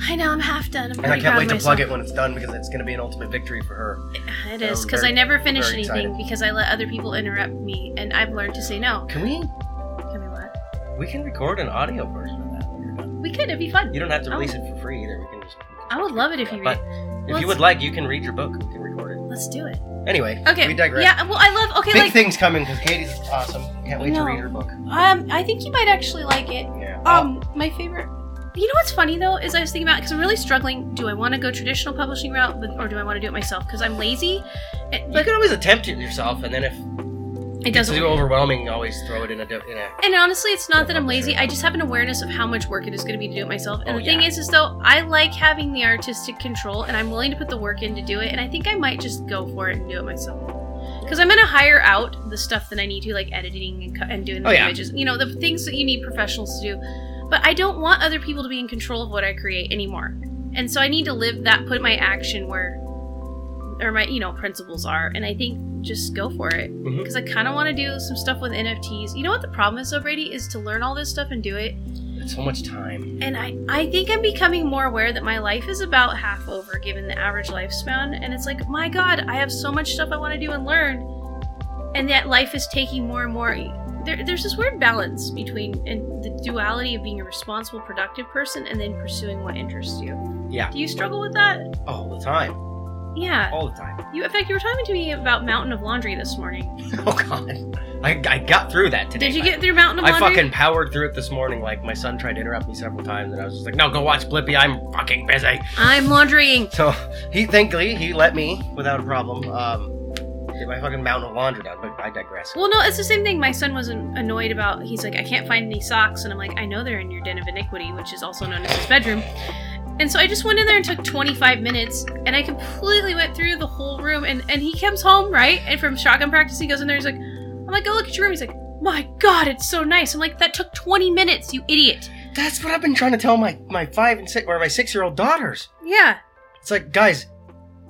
[SPEAKER 3] I know I'm half done. I'm
[SPEAKER 1] and I
[SPEAKER 3] pretty
[SPEAKER 1] can't
[SPEAKER 3] proud
[SPEAKER 1] wait
[SPEAKER 3] of
[SPEAKER 1] to plug
[SPEAKER 3] myself.
[SPEAKER 1] it when it's done because it's going to be an ultimate victory for her.
[SPEAKER 3] It
[SPEAKER 1] I'm
[SPEAKER 3] is because
[SPEAKER 1] very-
[SPEAKER 3] I never finish
[SPEAKER 1] very
[SPEAKER 3] anything
[SPEAKER 1] excited.
[SPEAKER 3] because I let other people interrupt me, and I've learned to say no.
[SPEAKER 1] Can we?
[SPEAKER 3] Can I what?
[SPEAKER 1] We can record an audio version of that. when you're done.
[SPEAKER 3] We could. It'd be fun.
[SPEAKER 1] You don't have to
[SPEAKER 3] Oh.
[SPEAKER 1] release it for free either. We can just.
[SPEAKER 3] I would love it if you
[SPEAKER 1] But
[SPEAKER 3] read.
[SPEAKER 1] if you
[SPEAKER 3] let's-
[SPEAKER 1] would like, you can read your book. We can record
[SPEAKER 3] Let's do it.
[SPEAKER 1] it. Anyway,
[SPEAKER 3] Okay.
[SPEAKER 1] we digress.
[SPEAKER 3] Yeah. Well, I love. Okay,
[SPEAKER 1] Big
[SPEAKER 3] like
[SPEAKER 1] things coming because Katie's awesome. Can't wait to
[SPEAKER 3] No.
[SPEAKER 1] read her book.
[SPEAKER 3] um, I think you might actually like it.
[SPEAKER 1] Yeah.
[SPEAKER 3] Um, my favorite. You know what's funny though is I was thinking about because I'm really struggling. Do I want to go traditional publishing route, but, or do I want to do it myself? Because I'm lazy. It,
[SPEAKER 1] you
[SPEAKER 3] but
[SPEAKER 1] can always attempt it yourself, and then if
[SPEAKER 3] it
[SPEAKER 1] it's
[SPEAKER 3] doesn't.
[SPEAKER 1] too overwhelming, always throw it in a. di- In a
[SPEAKER 3] And honestly, it's not that I'm
[SPEAKER 1] Publisher.
[SPEAKER 3] lazy. I just have an awareness of how much work it is going to be to do it myself. And
[SPEAKER 1] Oh,
[SPEAKER 3] the thing
[SPEAKER 1] yeah.
[SPEAKER 3] is, is though, I like having the artistic control, and I'm willing to put the work in to do it. And I think I might just go for it and do it myself. Because I'm going to hire out the stuff that I need to, like editing and, cu- and doing the
[SPEAKER 1] Oh, yeah.
[SPEAKER 3] images. You know, the things that you need professionals to do. But I don't want other people to be in control of what I create anymore. And so I need to live that, put my action where, or my, you know, principles are. And I think just go for it
[SPEAKER 1] Mhm.
[SPEAKER 3] because I kind of want to do some stuff with NFTs. You know what the problem is though, Brady, is to learn all this stuff and do it.
[SPEAKER 1] It's so much time.
[SPEAKER 3] And I, I think I'm becoming more aware that my life is about half over given the average lifespan. And it's like, my God, I have so much stuff I want to do and learn, and that life is taking more and more. There, there's this weird balance between and the duality of being a responsible, productive person and then pursuing what interests you.
[SPEAKER 1] Yeah.
[SPEAKER 3] Do you struggle with that?
[SPEAKER 1] All the time.
[SPEAKER 3] Yeah.
[SPEAKER 1] All the time.
[SPEAKER 3] You, in fact, you were talking to me about mountain of laundry this morning.
[SPEAKER 1] Oh god. I, I got through that today.
[SPEAKER 3] Did you
[SPEAKER 1] man.
[SPEAKER 3] get through mountain of
[SPEAKER 1] I
[SPEAKER 3] laundry?
[SPEAKER 1] fucking powered through it this morning. Like my son tried to interrupt me several times, and I was just like, "No, go watch Blippi. I'm fucking busy."
[SPEAKER 3] I'm laundering.
[SPEAKER 1] So he, thankfully, he let me without a problem. Um, get my fucking mountain of laundry done. But I digress.
[SPEAKER 3] Well, no, it's the same thing. My son was an- annoyed about. He's like, I can't find any socks, and I'm like, I know they're in your den of iniquity, which is also known as his bedroom. And so I just went in there and took 25 minutes, and I completely went through the whole room. And and he comes home right, and from shotgun practice, he goes in there. He's like, I'm like, go look at your room. He's like, my God, it's so nice. I'm like, that took 20 minutes, you idiot.
[SPEAKER 1] That's what I've been trying to tell my my five and six or my six year old daughters.
[SPEAKER 3] Yeah,
[SPEAKER 1] It's like, guys,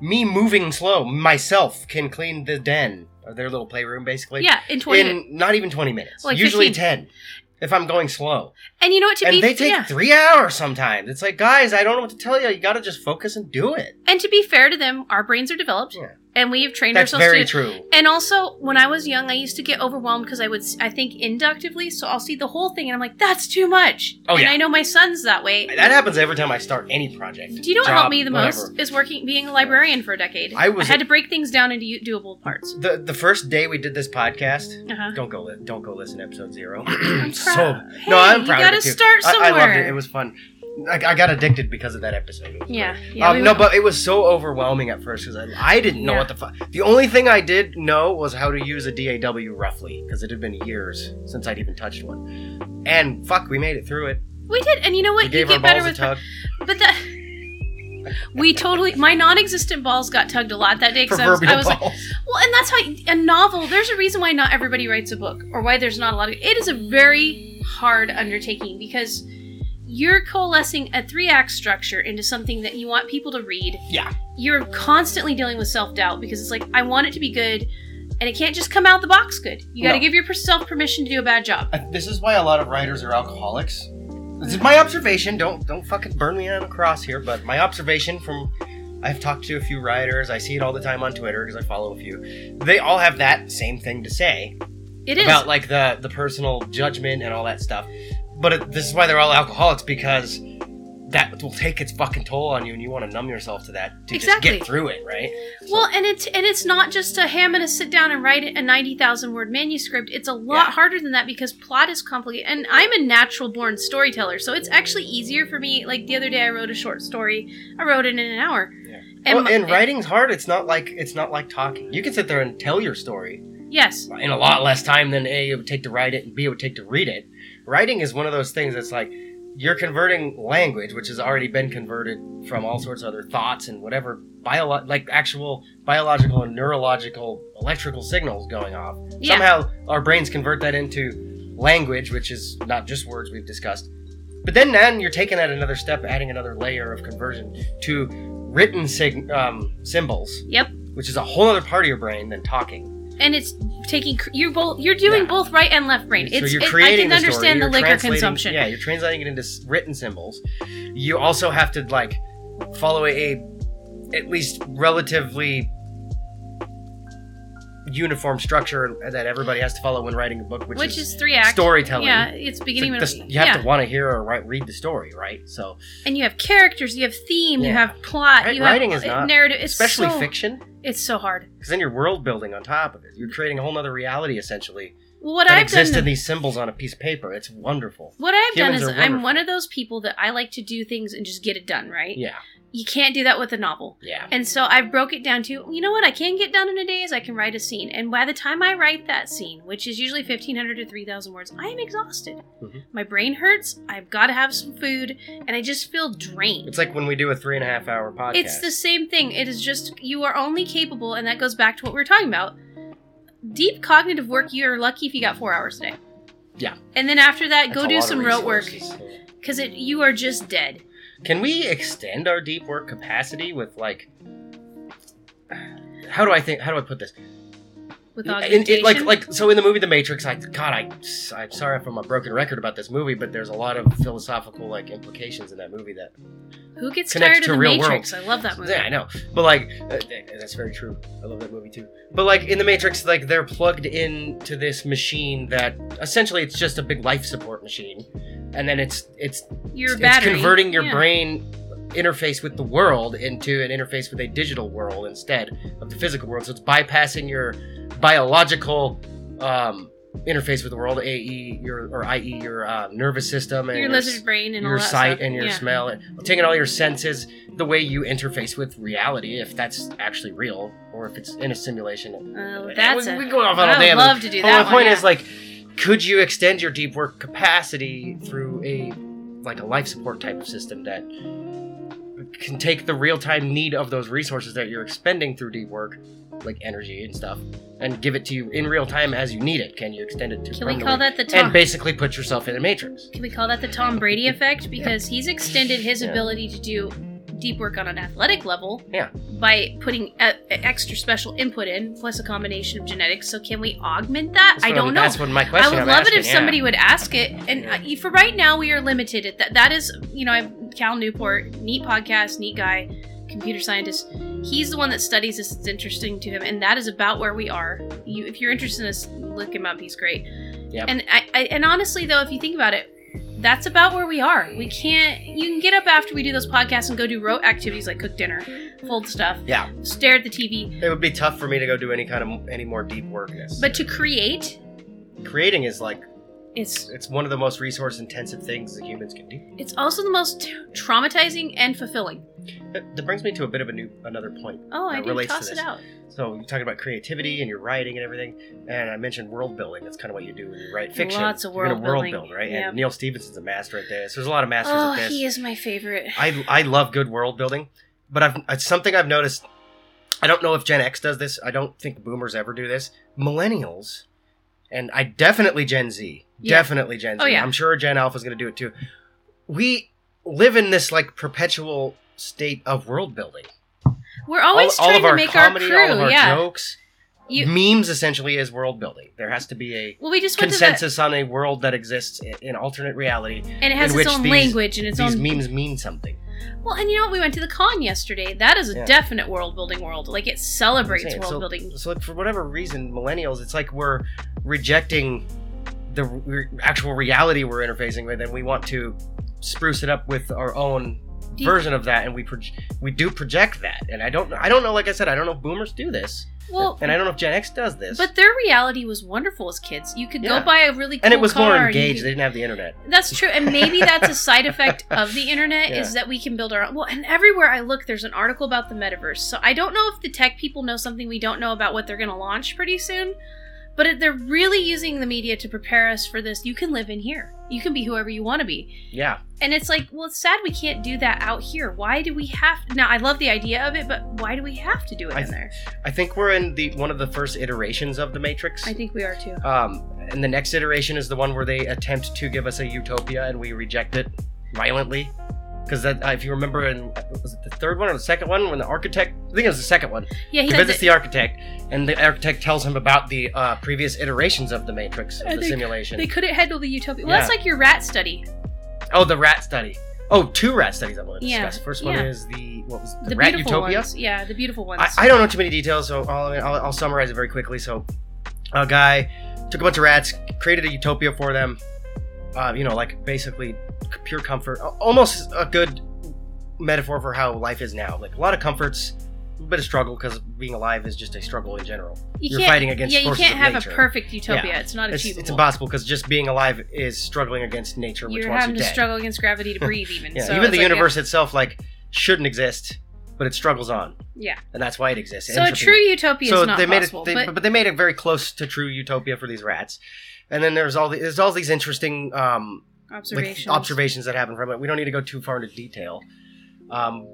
[SPEAKER 1] me moving slow myself can clean the den or their little playroom, basically.
[SPEAKER 3] yeah, in 20. minutes.
[SPEAKER 1] in not even twenty minutes.
[SPEAKER 3] Like
[SPEAKER 1] Usually
[SPEAKER 3] 15.
[SPEAKER 1] ten, if I'm going slow.
[SPEAKER 3] and you know what? To be
[SPEAKER 1] and they take
[SPEAKER 3] yeah.
[SPEAKER 1] three hours sometimes. It's like, guys, I don't know what to tell you. You gotta just focus and do it.
[SPEAKER 3] And to be fair to them, our brains are developed.
[SPEAKER 1] Yeah.
[SPEAKER 3] and we have trained
[SPEAKER 1] That's
[SPEAKER 3] ourselves
[SPEAKER 1] very
[SPEAKER 3] to
[SPEAKER 1] true.
[SPEAKER 3] and also, when I was young, I used to get overwhelmed because I would, I think, inductively. So I'll see the whole thing, and I'm like, "That's too much."
[SPEAKER 1] Oh,
[SPEAKER 3] and
[SPEAKER 1] yeah.
[SPEAKER 3] I know my son's that way.
[SPEAKER 1] That happens every time I start any project.
[SPEAKER 3] Do you know what
[SPEAKER 1] job,
[SPEAKER 3] helped me the
[SPEAKER 1] whatever.
[SPEAKER 3] most is working, being a librarian for a decade.
[SPEAKER 1] I was-
[SPEAKER 3] had to break things down into u- doable parts.
[SPEAKER 1] The the first day we did this podcast,
[SPEAKER 3] Uh-huh.
[SPEAKER 1] don't go li- don't go listen to episode zero.
[SPEAKER 3] I'm
[SPEAKER 1] so
[SPEAKER 3] proud. Hey,
[SPEAKER 1] no, I'm
[SPEAKER 3] you
[SPEAKER 1] proud
[SPEAKER 3] gotta
[SPEAKER 1] of it too.
[SPEAKER 3] start
[SPEAKER 1] I- I, loved
[SPEAKER 3] somewhere.
[SPEAKER 1] it. It was fun. I, I got addicted because of that episode. It was
[SPEAKER 3] Yeah.
[SPEAKER 1] great.
[SPEAKER 3] yeah
[SPEAKER 1] um,
[SPEAKER 3] we
[SPEAKER 1] no,
[SPEAKER 3] were-
[SPEAKER 1] but it was so overwhelming at first because I, I didn't know
[SPEAKER 3] Yeah.
[SPEAKER 1] what the fuck. The only thing I did know was how to use a DAW roughly because it had been years since I'd even touched one. And fuck, we made it through it.
[SPEAKER 3] we did, and you know
[SPEAKER 1] we
[SPEAKER 3] what? You
[SPEAKER 1] gave our
[SPEAKER 3] get better
[SPEAKER 1] balls a tug.
[SPEAKER 3] with, but that. We totally my non-existent balls got tugged a lot that day because I was,
[SPEAKER 1] Proverbial
[SPEAKER 3] I was like,
[SPEAKER 1] balls.
[SPEAKER 3] well, and that's how a novel. There's a reason why not everybody writes a book, or why there's not a lot of. It is a very hard undertaking because you're coalescing a three-act structure into something that you want people to read.
[SPEAKER 1] Yeah.
[SPEAKER 3] You're constantly dealing with self-doubt because it's like I want it to be good, and it can't just come out the box good. You got to
[SPEAKER 1] No.
[SPEAKER 3] give yourself permission to do a bad job.
[SPEAKER 1] I- This is why a lot of writers are alcoholics. This is my observation. Don't don't fucking burn me on the cross here, but my observation from I've talked to a few writers. I see it all the time on Twitter because I follow a few. They all have that same thing to say
[SPEAKER 3] It is.
[SPEAKER 1] about like the the personal judgment and all that stuff. But it, this is why they're all alcoholics because that will take its fucking toll on you, and you want to numb yourself to that to just
[SPEAKER 3] Exactly.
[SPEAKER 1] get through it, right?
[SPEAKER 3] Well, and it's and it's not just a ham and a sit down and write a ninety thousand word manuscript. It's a lot
[SPEAKER 1] Yeah.
[SPEAKER 3] harder than that because plot is complicated. And I'm a natural born storyteller, so it's actually easier for me. Like the other day, I wrote a short story. I wrote it in an hour.
[SPEAKER 1] Yeah.
[SPEAKER 3] And,
[SPEAKER 1] well,
[SPEAKER 3] my-
[SPEAKER 1] and writing's hard. It's not like it's not like talking. You can sit there and tell your story,
[SPEAKER 3] Yes.
[SPEAKER 1] in a lot less time than A it would take to write it and B it would take to read it. Writing is one of those things that's like you're converting language, which has already been converted from all sorts of other thoughts and whatever bio like actual biological and neurological electrical signals going off.
[SPEAKER 3] Yeah.
[SPEAKER 1] Somehow our brains convert that into language, which is not just words we've discussed. But then then you're taking that another step, adding another layer of conversion to written sig- um, symbols,
[SPEAKER 3] Yep.
[SPEAKER 1] which is a whole other part of your brain than talking.
[SPEAKER 3] And it's taking cr- you're both you're doing
[SPEAKER 1] Yeah.
[SPEAKER 3] both right and left brain.
[SPEAKER 1] So
[SPEAKER 3] It's
[SPEAKER 1] you're
[SPEAKER 3] it- I
[SPEAKER 1] creating
[SPEAKER 3] can
[SPEAKER 1] the story,
[SPEAKER 3] understand the
[SPEAKER 1] you're
[SPEAKER 3] liquor
[SPEAKER 1] translating-
[SPEAKER 3] consumption.
[SPEAKER 1] Yeah, you're translating it into s- written symbols. You also have to like follow a at least relatively uniform structure that everybody has to follow when writing a book, which,
[SPEAKER 3] Which, is three acts.
[SPEAKER 1] storytelling.
[SPEAKER 3] Yeah, it's
[SPEAKER 1] It's
[SPEAKER 3] beginning.
[SPEAKER 1] like
[SPEAKER 3] middle-
[SPEAKER 1] this- you have
[SPEAKER 3] yeah.
[SPEAKER 1] to want to hear or write, read the story, right? So,
[SPEAKER 3] and you have characters, you have theme, you
[SPEAKER 1] Yeah.
[SPEAKER 3] have plot,
[SPEAKER 1] Right-
[SPEAKER 3] you have
[SPEAKER 1] writing is
[SPEAKER 3] uh,
[SPEAKER 1] not-
[SPEAKER 3] narrative. It's
[SPEAKER 1] especially
[SPEAKER 3] so,
[SPEAKER 1] fiction,
[SPEAKER 3] It's so hard.
[SPEAKER 1] because then you're world building on top of it. You're creating a whole other reality essentially
[SPEAKER 3] Well, what
[SPEAKER 1] that
[SPEAKER 3] I've
[SPEAKER 1] exists
[SPEAKER 3] done
[SPEAKER 1] in these symbols on a piece of paper. It's wonderful.
[SPEAKER 3] What I've
[SPEAKER 1] Humans
[SPEAKER 3] done
[SPEAKER 1] are
[SPEAKER 3] is I'm
[SPEAKER 1] wonderful.
[SPEAKER 3] one of those people that I like to do things and just get it done, right?
[SPEAKER 1] Yeah,
[SPEAKER 3] You can't do that with a novel.
[SPEAKER 1] yeah.
[SPEAKER 3] And so I've broke it down to, you know what I can get done in a day is I can write a scene. And by the time I write that scene, which is usually 1500 to 3000 words, I am exhausted.
[SPEAKER 1] Mhm.
[SPEAKER 3] My brain hurts, I've got to have some food, and I just feel drained.
[SPEAKER 1] It's like when we do a three and a half hour podcast.
[SPEAKER 3] It's the same thing. It is just you are only capable, and that goes back to what we were talking about. Deep cognitive work. You are lucky if you got four hours a day.
[SPEAKER 1] Yeah.
[SPEAKER 3] And then after that,
[SPEAKER 1] That's
[SPEAKER 3] go
[SPEAKER 1] a
[SPEAKER 3] do
[SPEAKER 1] lot of
[SPEAKER 3] some rote work
[SPEAKER 1] resources.
[SPEAKER 3] because it you are just dead.
[SPEAKER 1] Can we extend our deep work capacity with like? How do I think? How do I put this?
[SPEAKER 3] with
[SPEAKER 1] In- in-
[SPEAKER 3] augmentation.
[SPEAKER 1] like, like, so in the movie The Matrix, I God, I, I'm sorry if I'm a broken record about this movie, but there's a lot of philosophical like implications in that movie that
[SPEAKER 3] who gets
[SPEAKER 1] connect
[SPEAKER 3] tired
[SPEAKER 1] to
[SPEAKER 3] of the
[SPEAKER 1] real
[SPEAKER 3] Matrix? I love that movie.
[SPEAKER 1] Yeah, I know. But like, uh, th- that's very true. I love that movie too. But like in the Matrix, like they're plugged into this machine that essentially it's just a big life support machine, and then it's it's
[SPEAKER 3] Your
[SPEAKER 1] it's
[SPEAKER 3] battery.
[SPEAKER 1] converting your
[SPEAKER 3] Yeah.
[SPEAKER 1] brain interface with the world into an interface with a digital world instead of the physical world. So it's bypassing your biological um, interface with the world, AE your or IE your uh, nervous system and
[SPEAKER 3] Your lizard brain and
[SPEAKER 1] your
[SPEAKER 3] all that
[SPEAKER 1] sight
[SPEAKER 3] stuff.
[SPEAKER 1] and your
[SPEAKER 3] yeah.
[SPEAKER 1] smell and taking all your senses the way you interface with reality if that's actually real or if it's in a simulation
[SPEAKER 3] Oh, that's
[SPEAKER 1] we,
[SPEAKER 3] a,
[SPEAKER 1] we go off on all
[SPEAKER 3] I
[SPEAKER 1] day
[SPEAKER 3] would
[SPEAKER 1] on
[SPEAKER 3] love to
[SPEAKER 1] this.
[SPEAKER 3] do
[SPEAKER 1] but
[SPEAKER 3] that.
[SPEAKER 1] my point
[SPEAKER 3] one,
[SPEAKER 1] is like could you extend your deep work capacity through a like a life support type of system that can take the real-time need of those resources that you're expending through deep work like energy and stuff and give it to you in real time as you need it can you extend it to
[SPEAKER 3] yeah. can we
[SPEAKER 1] permanently?
[SPEAKER 3] call that the
[SPEAKER 1] and
[SPEAKER 3] Tom?
[SPEAKER 1] basically put yourself in a matrix
[SPEAKER 3] can we call that the Tom Brady effect? Because he's extended his
[SPEAKER 1] Yeah.
[SPEAKER 3] ability to do deep work on an athletic level.
[SPEAKER 1] Yeah.
[SPEAKER 3] By putting a, a extra special input in, plus a combination of genetics. So can we augment that?
[SPEAKER 1] That's
[SPEAKER 3] I
[SPEAKER 1] what
[SPEAKER 3] don't know.
[SPEAKER 1] That's what my
[SPEAKER 3] I
[SPEAKER 1] question.
[SPEAKER 3] would
[SPEAKER 1] I'm
[SPEAKER 3] love it if
[SPEAKER 1] asking, yeah.
[SPEAKER 3] somebody would ask it. And uh, for right now, we are limited. At that that is, you know, I'm Cal Newport, neat podcast, neat guy, computer scientist. He's the one that studies this. It's interesting to him, and that is about where we are. You, if you're interested in this, look him up. He's great.
[SPEAKER 1] Yep.
[SPEAKER 3] And I, I, and honestly though, if you think about it, that's about where we are. We can't. You can get up after we do those podcasts and go do rote activities like cook dinner, fold stuff,
[SPEAKER 1] Yeah.
[SPEAKER 3] stare at the TV.
[SPEAKER 1] It would be tough for me to go do any kind of any more deep work.
[SPEAKER 3] But to create,
[SPEAKER 1] creating is like
[SPEAKER 3] it's
[SPEAKER 1] it's one of the most resource intensive things that humans can do.
[SPEAKER 3] it's also the most t- traumatizing and fulfilling.
[SPEAKER 1] That that brings me to a bit of a new another point.
[SPEAKER 3] Oh, I
[SPEAKER 1] That
[SPEAKER 3] didn't
[SPEAKER 1] relates to
[SPEAKER 3] toss it
[SPEAKER 1] this.
[SPEAKER 3] out.
[SPEAKER 1] So you're talking about creativity and your writing and everything, and I mentioned world building. That's kind of what you do when you write fiction.
[SPEAKER 3] Lots of
[SPEAKER 1] You're gonna
[SPEAKER 3] world
[SPEAKER 1] world
[SPEAKER 3] building.
[SPEAKER 1] build, right?
[SPEAKER 3] Yeah.
[SPEAKER 1] And Neil Stevenson's a master at this. There's a lot of masters
[SPEAKER 3] Oh,
[SPEAKER 1] at this.
[SPEAKER 3] he is my favorite.
[SPEAKER 1] I I love good world building, but I've it's something I've noticed. I don't know if Gen X does this. I don't think Boomers ever do this. Millennials, and I definitely Gen Z,
[SPEAKER 3] Yeah.
[SPEAKER 1] definitely Gen Z.
[SPEAKER 3] Oh, yeah.
[SPEAKER 1] am sure Gen Alpha is going to do it too. We live in this like perpetual state of world building.
[SPEAKER 3] We're always
[SPEAKER 1] all, all
[SPEAKER 3] Oh,
[SPEAKER 1] of
[SPEAKER 3] trying
[SPEAKER 1] our
[SPEAKER 3] to make
[SPEAKER 1] comedy,
[SPEAKER 3] our crew.
[SPEAKER 1] all of our
[SPEAKER 3] yeah.
[SPEAKER 1] jokes,
[SPEAKER 3] You-
[SPEAKER 1] memes essentially is world building. There has to be a
[SPEAKER 3] Well, we just went to
[SPEAKER 1] consensus on a world that exists in, in alternate reality.
[SPEAKER 3] the and it has
[SPEAKER 1] in
[SPEAKER 3] its
[SPEAKER 1] which
[SPEAKER 3] own
[SPEAKER 1] these-
[SPEAKER 3] language and its
[SPEAKER 1] These
[SPEAKER 3] own.
[SPEAKER 1] memes mean something.
[SPEAKER 3] well, and you know what? We went to the con yesterday. That is a
[SPEAKER 1] Yeah.
[SPEAKER 3] definite world building world. Like it celebrates
[SPEAKER 1] saying,
[SPEAKER 3] world
[SPEAKER 1] so-
[SPEAKER 3] building.
[SPEAKER 1] So, like, for whatever reason, millennials, it's like we're rejecting the re- actual reality we're interfacing with, and we want to spruce it up with our own
[SPEAKER 3] Do you-
[SPEAKER 1] version of that, and we proj- we do project that. And I don't, I don't know. Like I said, I don't know if Boomers do this,
[SPEAKER 3] Well,
[SPEAKER 1] and I don't know if Gen X does this.
[SPEAKER 3] but their reality was wonderful as kids. You could
[SPEAKER 1] Yeah.
[SPEAKER 3] go buy a really cool
[SPEAKER 1] and it was
[SPEAKER 3] car.
[SPEAKER 1] more
[SPEAKER 3] you
[SPEAKER 1] engaged.
[SPEAKER 3] could-
[SPEAKER 1] They didn't have the internet.
[SPEAKER 3] That's true, and maybe that's a side effect of the internet
[SPEAKER 1] Yeah.
[SPEAKER 3] is that we can build our own. Well, and everywhere I look, there's an article about the metaverse. So I don't know if the tech people know something we don't know about what they're going to launch pretty soon, but it- they're really using the media to prepare us for this. You can live in here. You can be whoever you want to be,
[SPEAKER 1] Yeah,
[SPEAKER 3] and it's like, well, it's sad we can't do that out here. Why do we have? Now I love the idea of it, but why do we have to do it
[SPEAKER 1] I
[SPEAKER 3] in there?
[SPEAKER 1] I think we're in the one of the first iterations of the Matrix.
[SPEAKER 3] I think we are too.
[SPEAKER 1] Um, and the next iteration is the one where they attempt to give us a utopia and we reject it violently. Because that, uh, if you remember, in was it the third one or the second one when the architect? I think it was the second one.
[SPEAKER 3] Yeah, he
[SPEAKER 1] He
[SPEAKER 3] says
[SPEAKER 1] visits
[SPEAKER 3] it.
[SPEAKER 1] the architect, and the architect tells him about the uh, previous iterations of the Matrix, of
[SPEAKER 3] And
[SPEAKER 1] the
[SPEAKER 3] they-
[SPEAKER 1] simulation.
[SPEAKER 3] they couldn't handle the utopia. Well,
[SPEAKER 1] Yeah.
[SPEAKER 3] that's like your rat study.
[SPEAKER 1] Oh, the rat study. Oh, two rat studies I want to
[SPEAKER 3] Yeah,
[SPEAKER 1] discuss. First one
[SPEAKER 3] yeah.
[SPEAKER 1] is the what was it, the,
[SPEAKER 3] The
[SPEAKER 1] rat
[SPEAKER 3] beautiful
[SPEAKER 1] utopia.
[SPEAKER 3] ones. Yeah, the beautiful ones.
[SPEAKER 1] I, I don't know too many details, so I'll, I'll, I'll summarize it very quickly. So, a guy took a bunch of rats, created a utopia for them. Uh, you know, like basically pure comfort, Al- almost a good metaphor for how life is now. Like a lot of comforts, a bit of struggle because being alive is just a struggle in general.
[SPEAKER 3] you
[SPEAKER 1] You're
[SPEAKER 3] can't-
[SPEAKER 1] fighting against
[SPEAKER 3] yeah you
[SPEAKER 1] forces
[SPEAKER 3] can't
[SPEAKER 1] of
[SPEAKER 3] have
[SPEAKER 1] nature.
[SPEAKER 3] a perfect utopia it's not
[SPEAKER 1] It's,
[SPEAKER 3] achievable
[SPEAKER 1] it's impossible because just being alive is struggling against nature, which
[SPEAKER 3] you're
[SPEAKER 1] wants
[SPEAKER 3] having
[SPEAKER 1] you
[SPEAKER 3] to
[SPEAKER 1] dead.
[SPEAKER 3] struggle against gravity to breathe even
[SPEAKER 1] Yeah,
[SPEAKER 3] so
[SPEAKER 1] even
[SPEAKER 3] it's
[SPEAKER 1] the
[SPEAKER 3] like a-
[SPEAKER 1] universe itself, like, shouldn't exist, but it struggles on,
[SPEAKER 3] yeah
[SPEAKER 1] and that's why it exists.
[SPEAKER 3] so a
[SPEAKER 1] Entropy
[SPEAKER 3] true utopia is not
[SPEAKER 1] they made
[SPEAKER 3] possible
[SPEAKER 1] it, they,
[SPEAKER 3] but,
[SPEAKER 1] but, they made it very close to true utopia for these rats. And then there's all the, there's all these interesting um, like,
[SPEAKER 3] observations
[SPEAKER 1] observations that happen from it. We don't need to go too far into detail, um,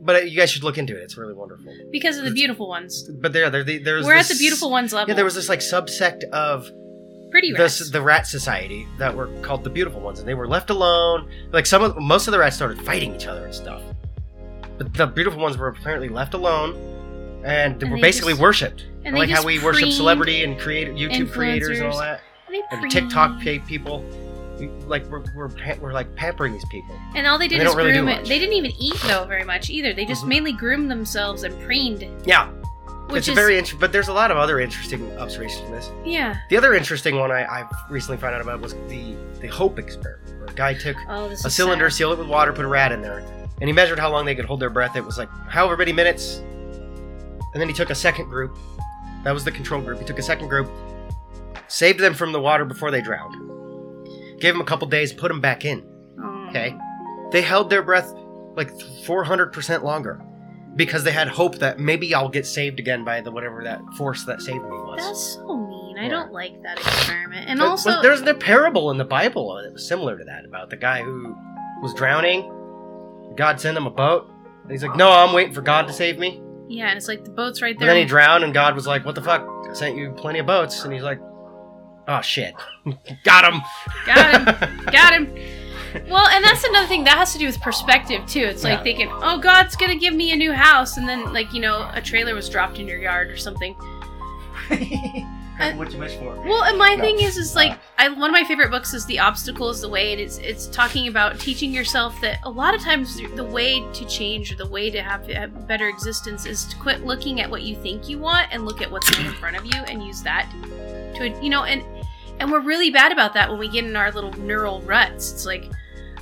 [SPEAKER 1] but you guys should look into it. It's really wonderful.
[SPEAKER 3] because of the beautiful ones
[SPEAKER 1] But there, there there's
[SPEAKER 3] we're
[SPEAKER 1] this,
[SPEAKER 3] at the beautiful ones level
[SPEAKER 1] Yeah, there was this like subsect of
[SPEAKER 3] pretty
[SPEAKER 1] the,
[SPEAKER 3] rats.
[SPEAKER 1] s- the rat society that were called the beautiful ones, and they were left alone. Like some of most of the rats started fighting each other and stuff, but the beautiful ones were apparently left alone, and,
[SPEAKER 3] And
[SPEAKER 1] were
[SPEAKER 3] they
[SPEAKER 1] basically
[SPEAKER 3] just-
[SPEAKER 1] worshipped.
[SPEAKER 3] and they
[SPEAKER 1] like how
[SPEAKER 3] just
[SPEAKER 1] we worship
[SPEAKER 3] preened-
[SPEAKER 1] celebrity and create YouTube creators and all
[SPEAKER 3] influencers.
[SPEAKER 1] that,
[SPEAKER 3] they
[SPEAKER 1] and
[SPEAKER 3] preened.
[SPEAKER 1] TikTok pay people. We- Like we're we're, pa- we're like pampering these people.
[SPEAKER 3] and all they did
[SPEAKER 1] They
[SPEAKER 3] is
[SPEAKER 1] don't really do
[SPEAKER 3] groom it
[SPEAKER 1] much.
[SPEAKER 3] they didn't even eat though very much either they just
[SPEAKER 1] Mhm.
[SPEAKER 3] mainly groomed themselves and preened
[SPEAKER 1] Yeah,
[SPEAKER 3] which
[SPEAKER 1] it's
[SPEAKER 3] is
[SPEAKER 1] very interesting. But there's a lot of other interesting observations from this.
[SPEAKER 3] yeah
[SPEAKER 1] The other interesting one I, I recently found out about was the the hope experiment, where a guy took
[SPEAKER 3] oh this
[SPEAKER 1] a
[SPEAKER 3] is
[SPEAKER 1] cylinder,
[SPEAKER 3] sad.
[SPEAKER 1] sealed it with water, put a rat in there, and he measured how long they could hold their breath. It was like however many minutes. And then he took a second group. That was the control group. He took a second group, saved them from the water before they drowned, gave them a couple days, put them back in.
[SPEAKER 3] Oh.
[SPEAKER 1] Okay. They held their breath like 400% longer because they had hope that maybe I'll get saved again by the whatever that force that saved me was.
[SPEAKER 3] that's so mean i
[SPEAKER 1] Yeah.
[SPEAKER 3] don't like that experiment and
[SPEAKER 1] But- but
[SPEAKER 3] also
[SPEAKER 1] there's the parable in the Bible that was similar to that about the guy who was drowning. God sent him a boat. And he's like, "No, I'm waiting for God to save me."
[SPEAKER 3] yeah and it's like the boat's right
[SPEAKER 1] But
[SPEAKER 3] there
[SPEAKER 1] then he drowned, and God was like, "What the fuck? I sent you plenty of boats." And he's like, "Oh shit, got him."
[SPEAKER 3] got him Got him. Well, and that's another thing that has to do with perspective too. It's like
[SPEAKER 1] Yeah.
[SPEAKER 3] thinking, "Oh, God's gonna give me a new house," and then like you know, a trailer was dropped in your yard or something.
[SPEAKER 1] Careful what you wish for.
[SPEAKER 3] Well, and my
[SPEAKER 1] No.
[SPEAKER 3] thing is, is like
[SPEAKER 1] Uh,
[SPEAKER 3] I, one of my favorite books is "The Obstacle Is the Way," and it's it's talking about teaching yourself that a lot of times the way to change or the way to have a better existence is to quit looking at what you think you want and look at what's right in front of you and use that to you know and and we're really bad about that when we get in our little neural ruts. It's like,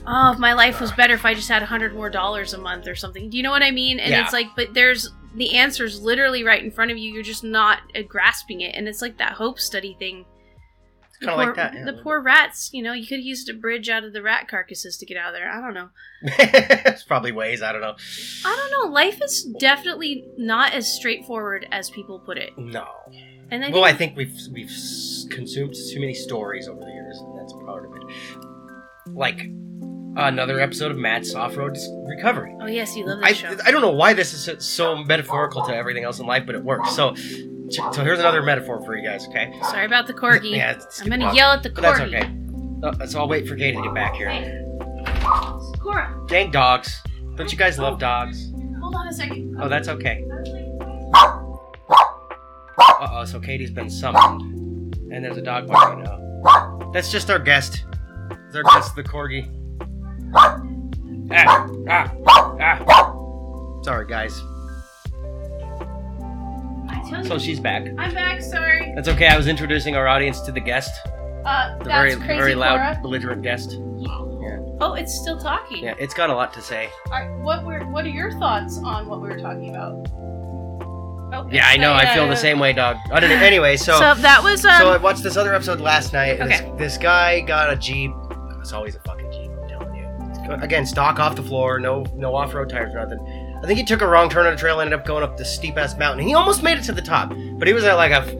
[SPEAKER 3] oh, if my life was better if I just had a hundred more dollars a month or something. Do you know what I mean? And
[SPEAKER 1] Yeah.
[SPEAKER 3] it's like, but there's the answer's literally right in front of you. You're just not uh, grasping it, and it's like that hope study thing. The
[SPEAKER 1] kinda
[SPEAKER 3] poor,
[SPEAKER 1] like that, yeah.
[SPEAKER 3] the poor rats. You know, you could have used a bridge out of the rat carcasses to get out of there. I don't know.
[SPEAKER 1] it's probably ways. I don't know.
[SPEAKER 3] I don't know. Life is definitely not as straightforward as people put it.
[SPEAKER 1] No.
[SPEAKER 3] And I think,
[SPEAKER 1] Well, I think we've we've s- consumed too many stories over the years, and that's part of it. Like another episode of Matt's Off Road Recovery.
[SPEAKER 3] oh yes, you love that
[SPEAKER 1] I,
[SPEAKER 3] show.
[SPEAKER 1] I don't know why this is so- so metaphorical to everything else in life, but it works. So, ch- so here's another metaphor for you guys, okay?
[SPEAKER 3] Sorry about the corgi.
[SPEAKER 1] Yeah, it's-
[SPEAKER 3] I'm gonna yell at the
[SPEAKER 1] But
[SPEAKER 3] corgi.
[SPEAKER 1] that's okay. Uh, so I'll wait for Gay to get back here.
[SPEAKER 3] Hey. Cora,
[SPEAKER 1] Dang dogs. Don't you guys love dogs?
[SPEAKER 3] hold on a second.
[SPEAKER 1] Oh, that's okay. Uh oh, so Katie's been summoned. And there's a dog barking now. That's just our guest. It's our guest, the corgi. Ah, ah, ah. Sorry, guys.
[SPEAKER 3] I tell you,
[SPEAKER 1] So she's back.
[SPEAKER 3] I'm back. Sorry.
[SPEAKER 1] That's okay. I was introducing our audience to the guest,
[SPEAKER 3] Uh,
[SPEAKER 1] the
[SPEAKER 3] that's
[SPEAKER 1] very,
[SPEAKER 3] crazy,
[SPEAKER 1] very loud,
[SPEAKER 3] Cora.
[SPEAKER 1] belligerent guest.
[SPEAKER 3] Oh, it's still talking.
[SPEAKER 1] Yeah, it's got a lot to say.
[SPEAKER 3] Are- what were What are your thoughts on what we were talking about? Oh,
[SPEAKER 1] Yeah, I know. I feel the same way, dog. I don't know. Anyway, so
[SPEAKER 3] that was um,
[SPEAKER 1] so I watched this other episode last night. and
[SPEAKER 3] Okay.
[SPEAKER 1] This, this guy got a jeep. It's always a fucking jeep. I'm telling you. Again, stock off the floor. No, no off road tires or nothing. I think he took a wrong turn on a trail. Ended up going up the steep ass mountain. He almost made it to the top, but he was at like a f-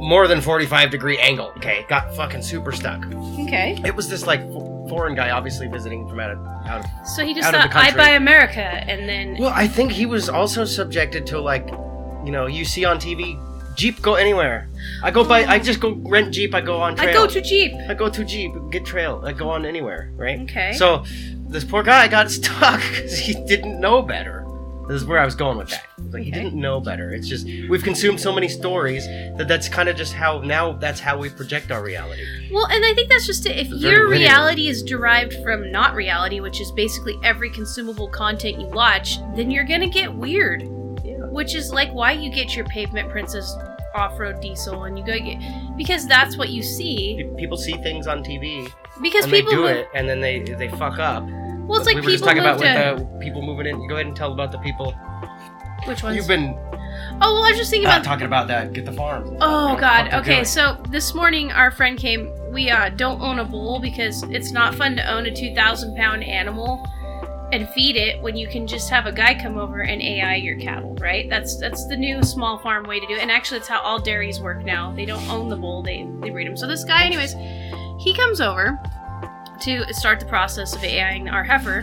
[SPEAKER 1] more than 45 degree angle. Okay, got fucking super stuck.
[SPEAKER 3] okay.
[SPEAKER 1] It was this like f- foreign guy, obviously visiting from out of out of
[SPEAKER 3] So he just
[SPEAKER 1] Out of
[SPEAKER 3] thought,
[SPEAKER 1] the
[SPEAKER 3] "I
[SPEAKER 1] country.
[SPEAKER 3] buy America," and then
[SPEAKER 1] Well, I think he was also subjected to like, you know, you see on TV, Jeep go anywhere. I go by, I just go rent Jeep. I go on trail.
[SPEAKER 3] I go to Jeep.
[SPEAKER 1] I go to Jeep, get trail. I go on anywhere, right?
[SPEAKER 3] Okay.
[SPEAKER 1] So, this poor guy got stuck because he didn't know better. This is where I was going with that. It's Like he
[SPEAKER 3] Okay.
[SPEAKER 1] didn't know better. It's just we've consumed so many stories that that's kind of just how now that's how we project our reality.
[SPEAKER 3] Well, and I think that's just it. If
[SPEAKER 1] It's
[SPEAKER 3] your
[SPEAKER 1] very linear.
[SPEAKER 3] reality is derived from not reality, which is basically every consumable content you watch, then you're gonna get weird. Which is like why you get your pavement princess off-road diesel, and you go get because that's what you see.
[SPEAKER 1] People see things on TV
[SPEAKER 3] Because
[SPEAKER 1] and they
[SPEAKER 3] people
[SPEAKER 1] do
[SPEAKER 3] move,
[SPEAKER 1] it, and then they they fuck up.
[SPEAKER 3] well, it's like
[SPEAKER 1] we were just
[SPEAKER 3] people
[SPEAKER 1] talking about
[SPEAKER 3] move to
[SPEAKER 1] with the people moving in. Go ahead and tell about the people.
[SPEAKER 3] which ones?
[SPEAKER 1] You've been
[SPEAKER 3] oh well, I was just thinking about
[SPEAKER 1] talking about that. Get the farm.
[SPEAKER 3] Oh
[SPEAKER 1] Fucking
[SPEAKER 3] God.
[SPEAKER 1] do
[SPEAKER 3] Okay,
[SPEAKER 1] it.
[SPEAKER 3] so this morning our friend came. We uh, don't own a bull because it's not fun to own a two thousand pound animal and feed it when you can just have a guy come over and AI your cattle. Right? That's that's the new small farm way to do it. And actually, it's how all dairies work now. They don't own the bull; they they breed them. So this guy, anyways, he comes over to start the process of AIing our heifer.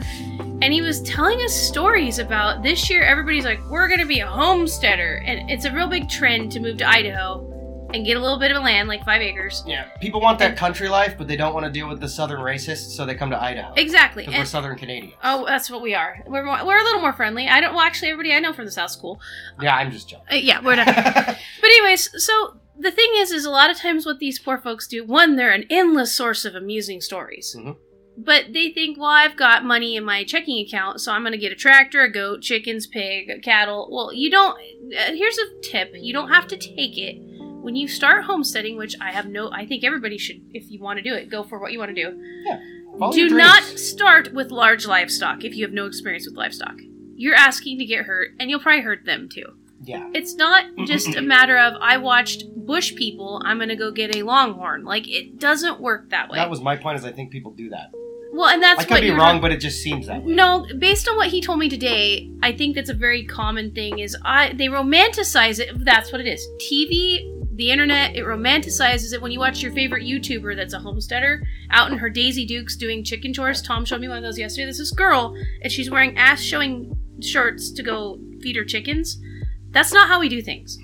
[SPEAKER 3] And he was telling us stories about this year. Everybody's like, we're going to be a homesteader. And it's a real big trend to move to Idaho and get a little bit of land, like five acres.
[SPEAKER 1] Yeah, people want that country life, but they don't want to deal with the southern racists, so they come to Idaho
[SPEAKER 3] Exactly.
[SPEAKER 1] because we're
[SPEAKER 3] And,
[SPEAKER 1] southern Canadians.
[SPEAKER 3] oh, that's what we are. We're, more, we're a little more friendly. I don't, well, actually, everybody I know from the South School.
[SPEAKER 1] yeah, I'm just joking.
[SPEAKER 3] Uh, yeah, we're not. But anyways, so the thing is, is a lot of times what these poor folks do. One, they're an endless source of amusing stories.
[SPEAKER 1] Mhm.
[SPEAKER 3] But they think, well, I've got money in my checking account, so I'm going to get a tractor, a goat, chickens, pig, cattle. Well, you don't. Uh, here's a tip: you don't have to take it when you start homesteading, which I have no. I think everybody should, if you want to do it, go for what you want to do.
[SPEAKER 1] Follow your
[SPEAKER 3] Do
[SPEAKER 1] dreams.
[SPEAKER 3] not start with large livestock if you have no experience with livestock. You're asking to get hurt, and you'll probably hurt them too.
[SPEAKER 1] Yeah,
[SPEAKER 3] It's not just a matter of I watched bush people, I'm gonna go get a longhorn. Like it doesn't work that way.
[SPEAKER 1] that was my point. Is I think people do that.
[SPEAKER 3] well, and that's
[SPEAKER 1] I
[SPEAKER 3] what
[SPEAKER 1] could be
[SPEAKER 3] you're
[SPEAKER 1] wrong, but it just seems that way.
[SPEAKER 3] no, based on what he told me today, I think that's a very common thing. Is I they romanticize it. That's what it is. TV, the internet, it romanticizes it. When you watch your favorite YouTuber that's a homesteader out in her Daisy Dukes doing chicken chores. Tom showed me one of those yesterday. This is girl, and she's wearing ass showing shorts to go feed her chickens. That's not how we do things.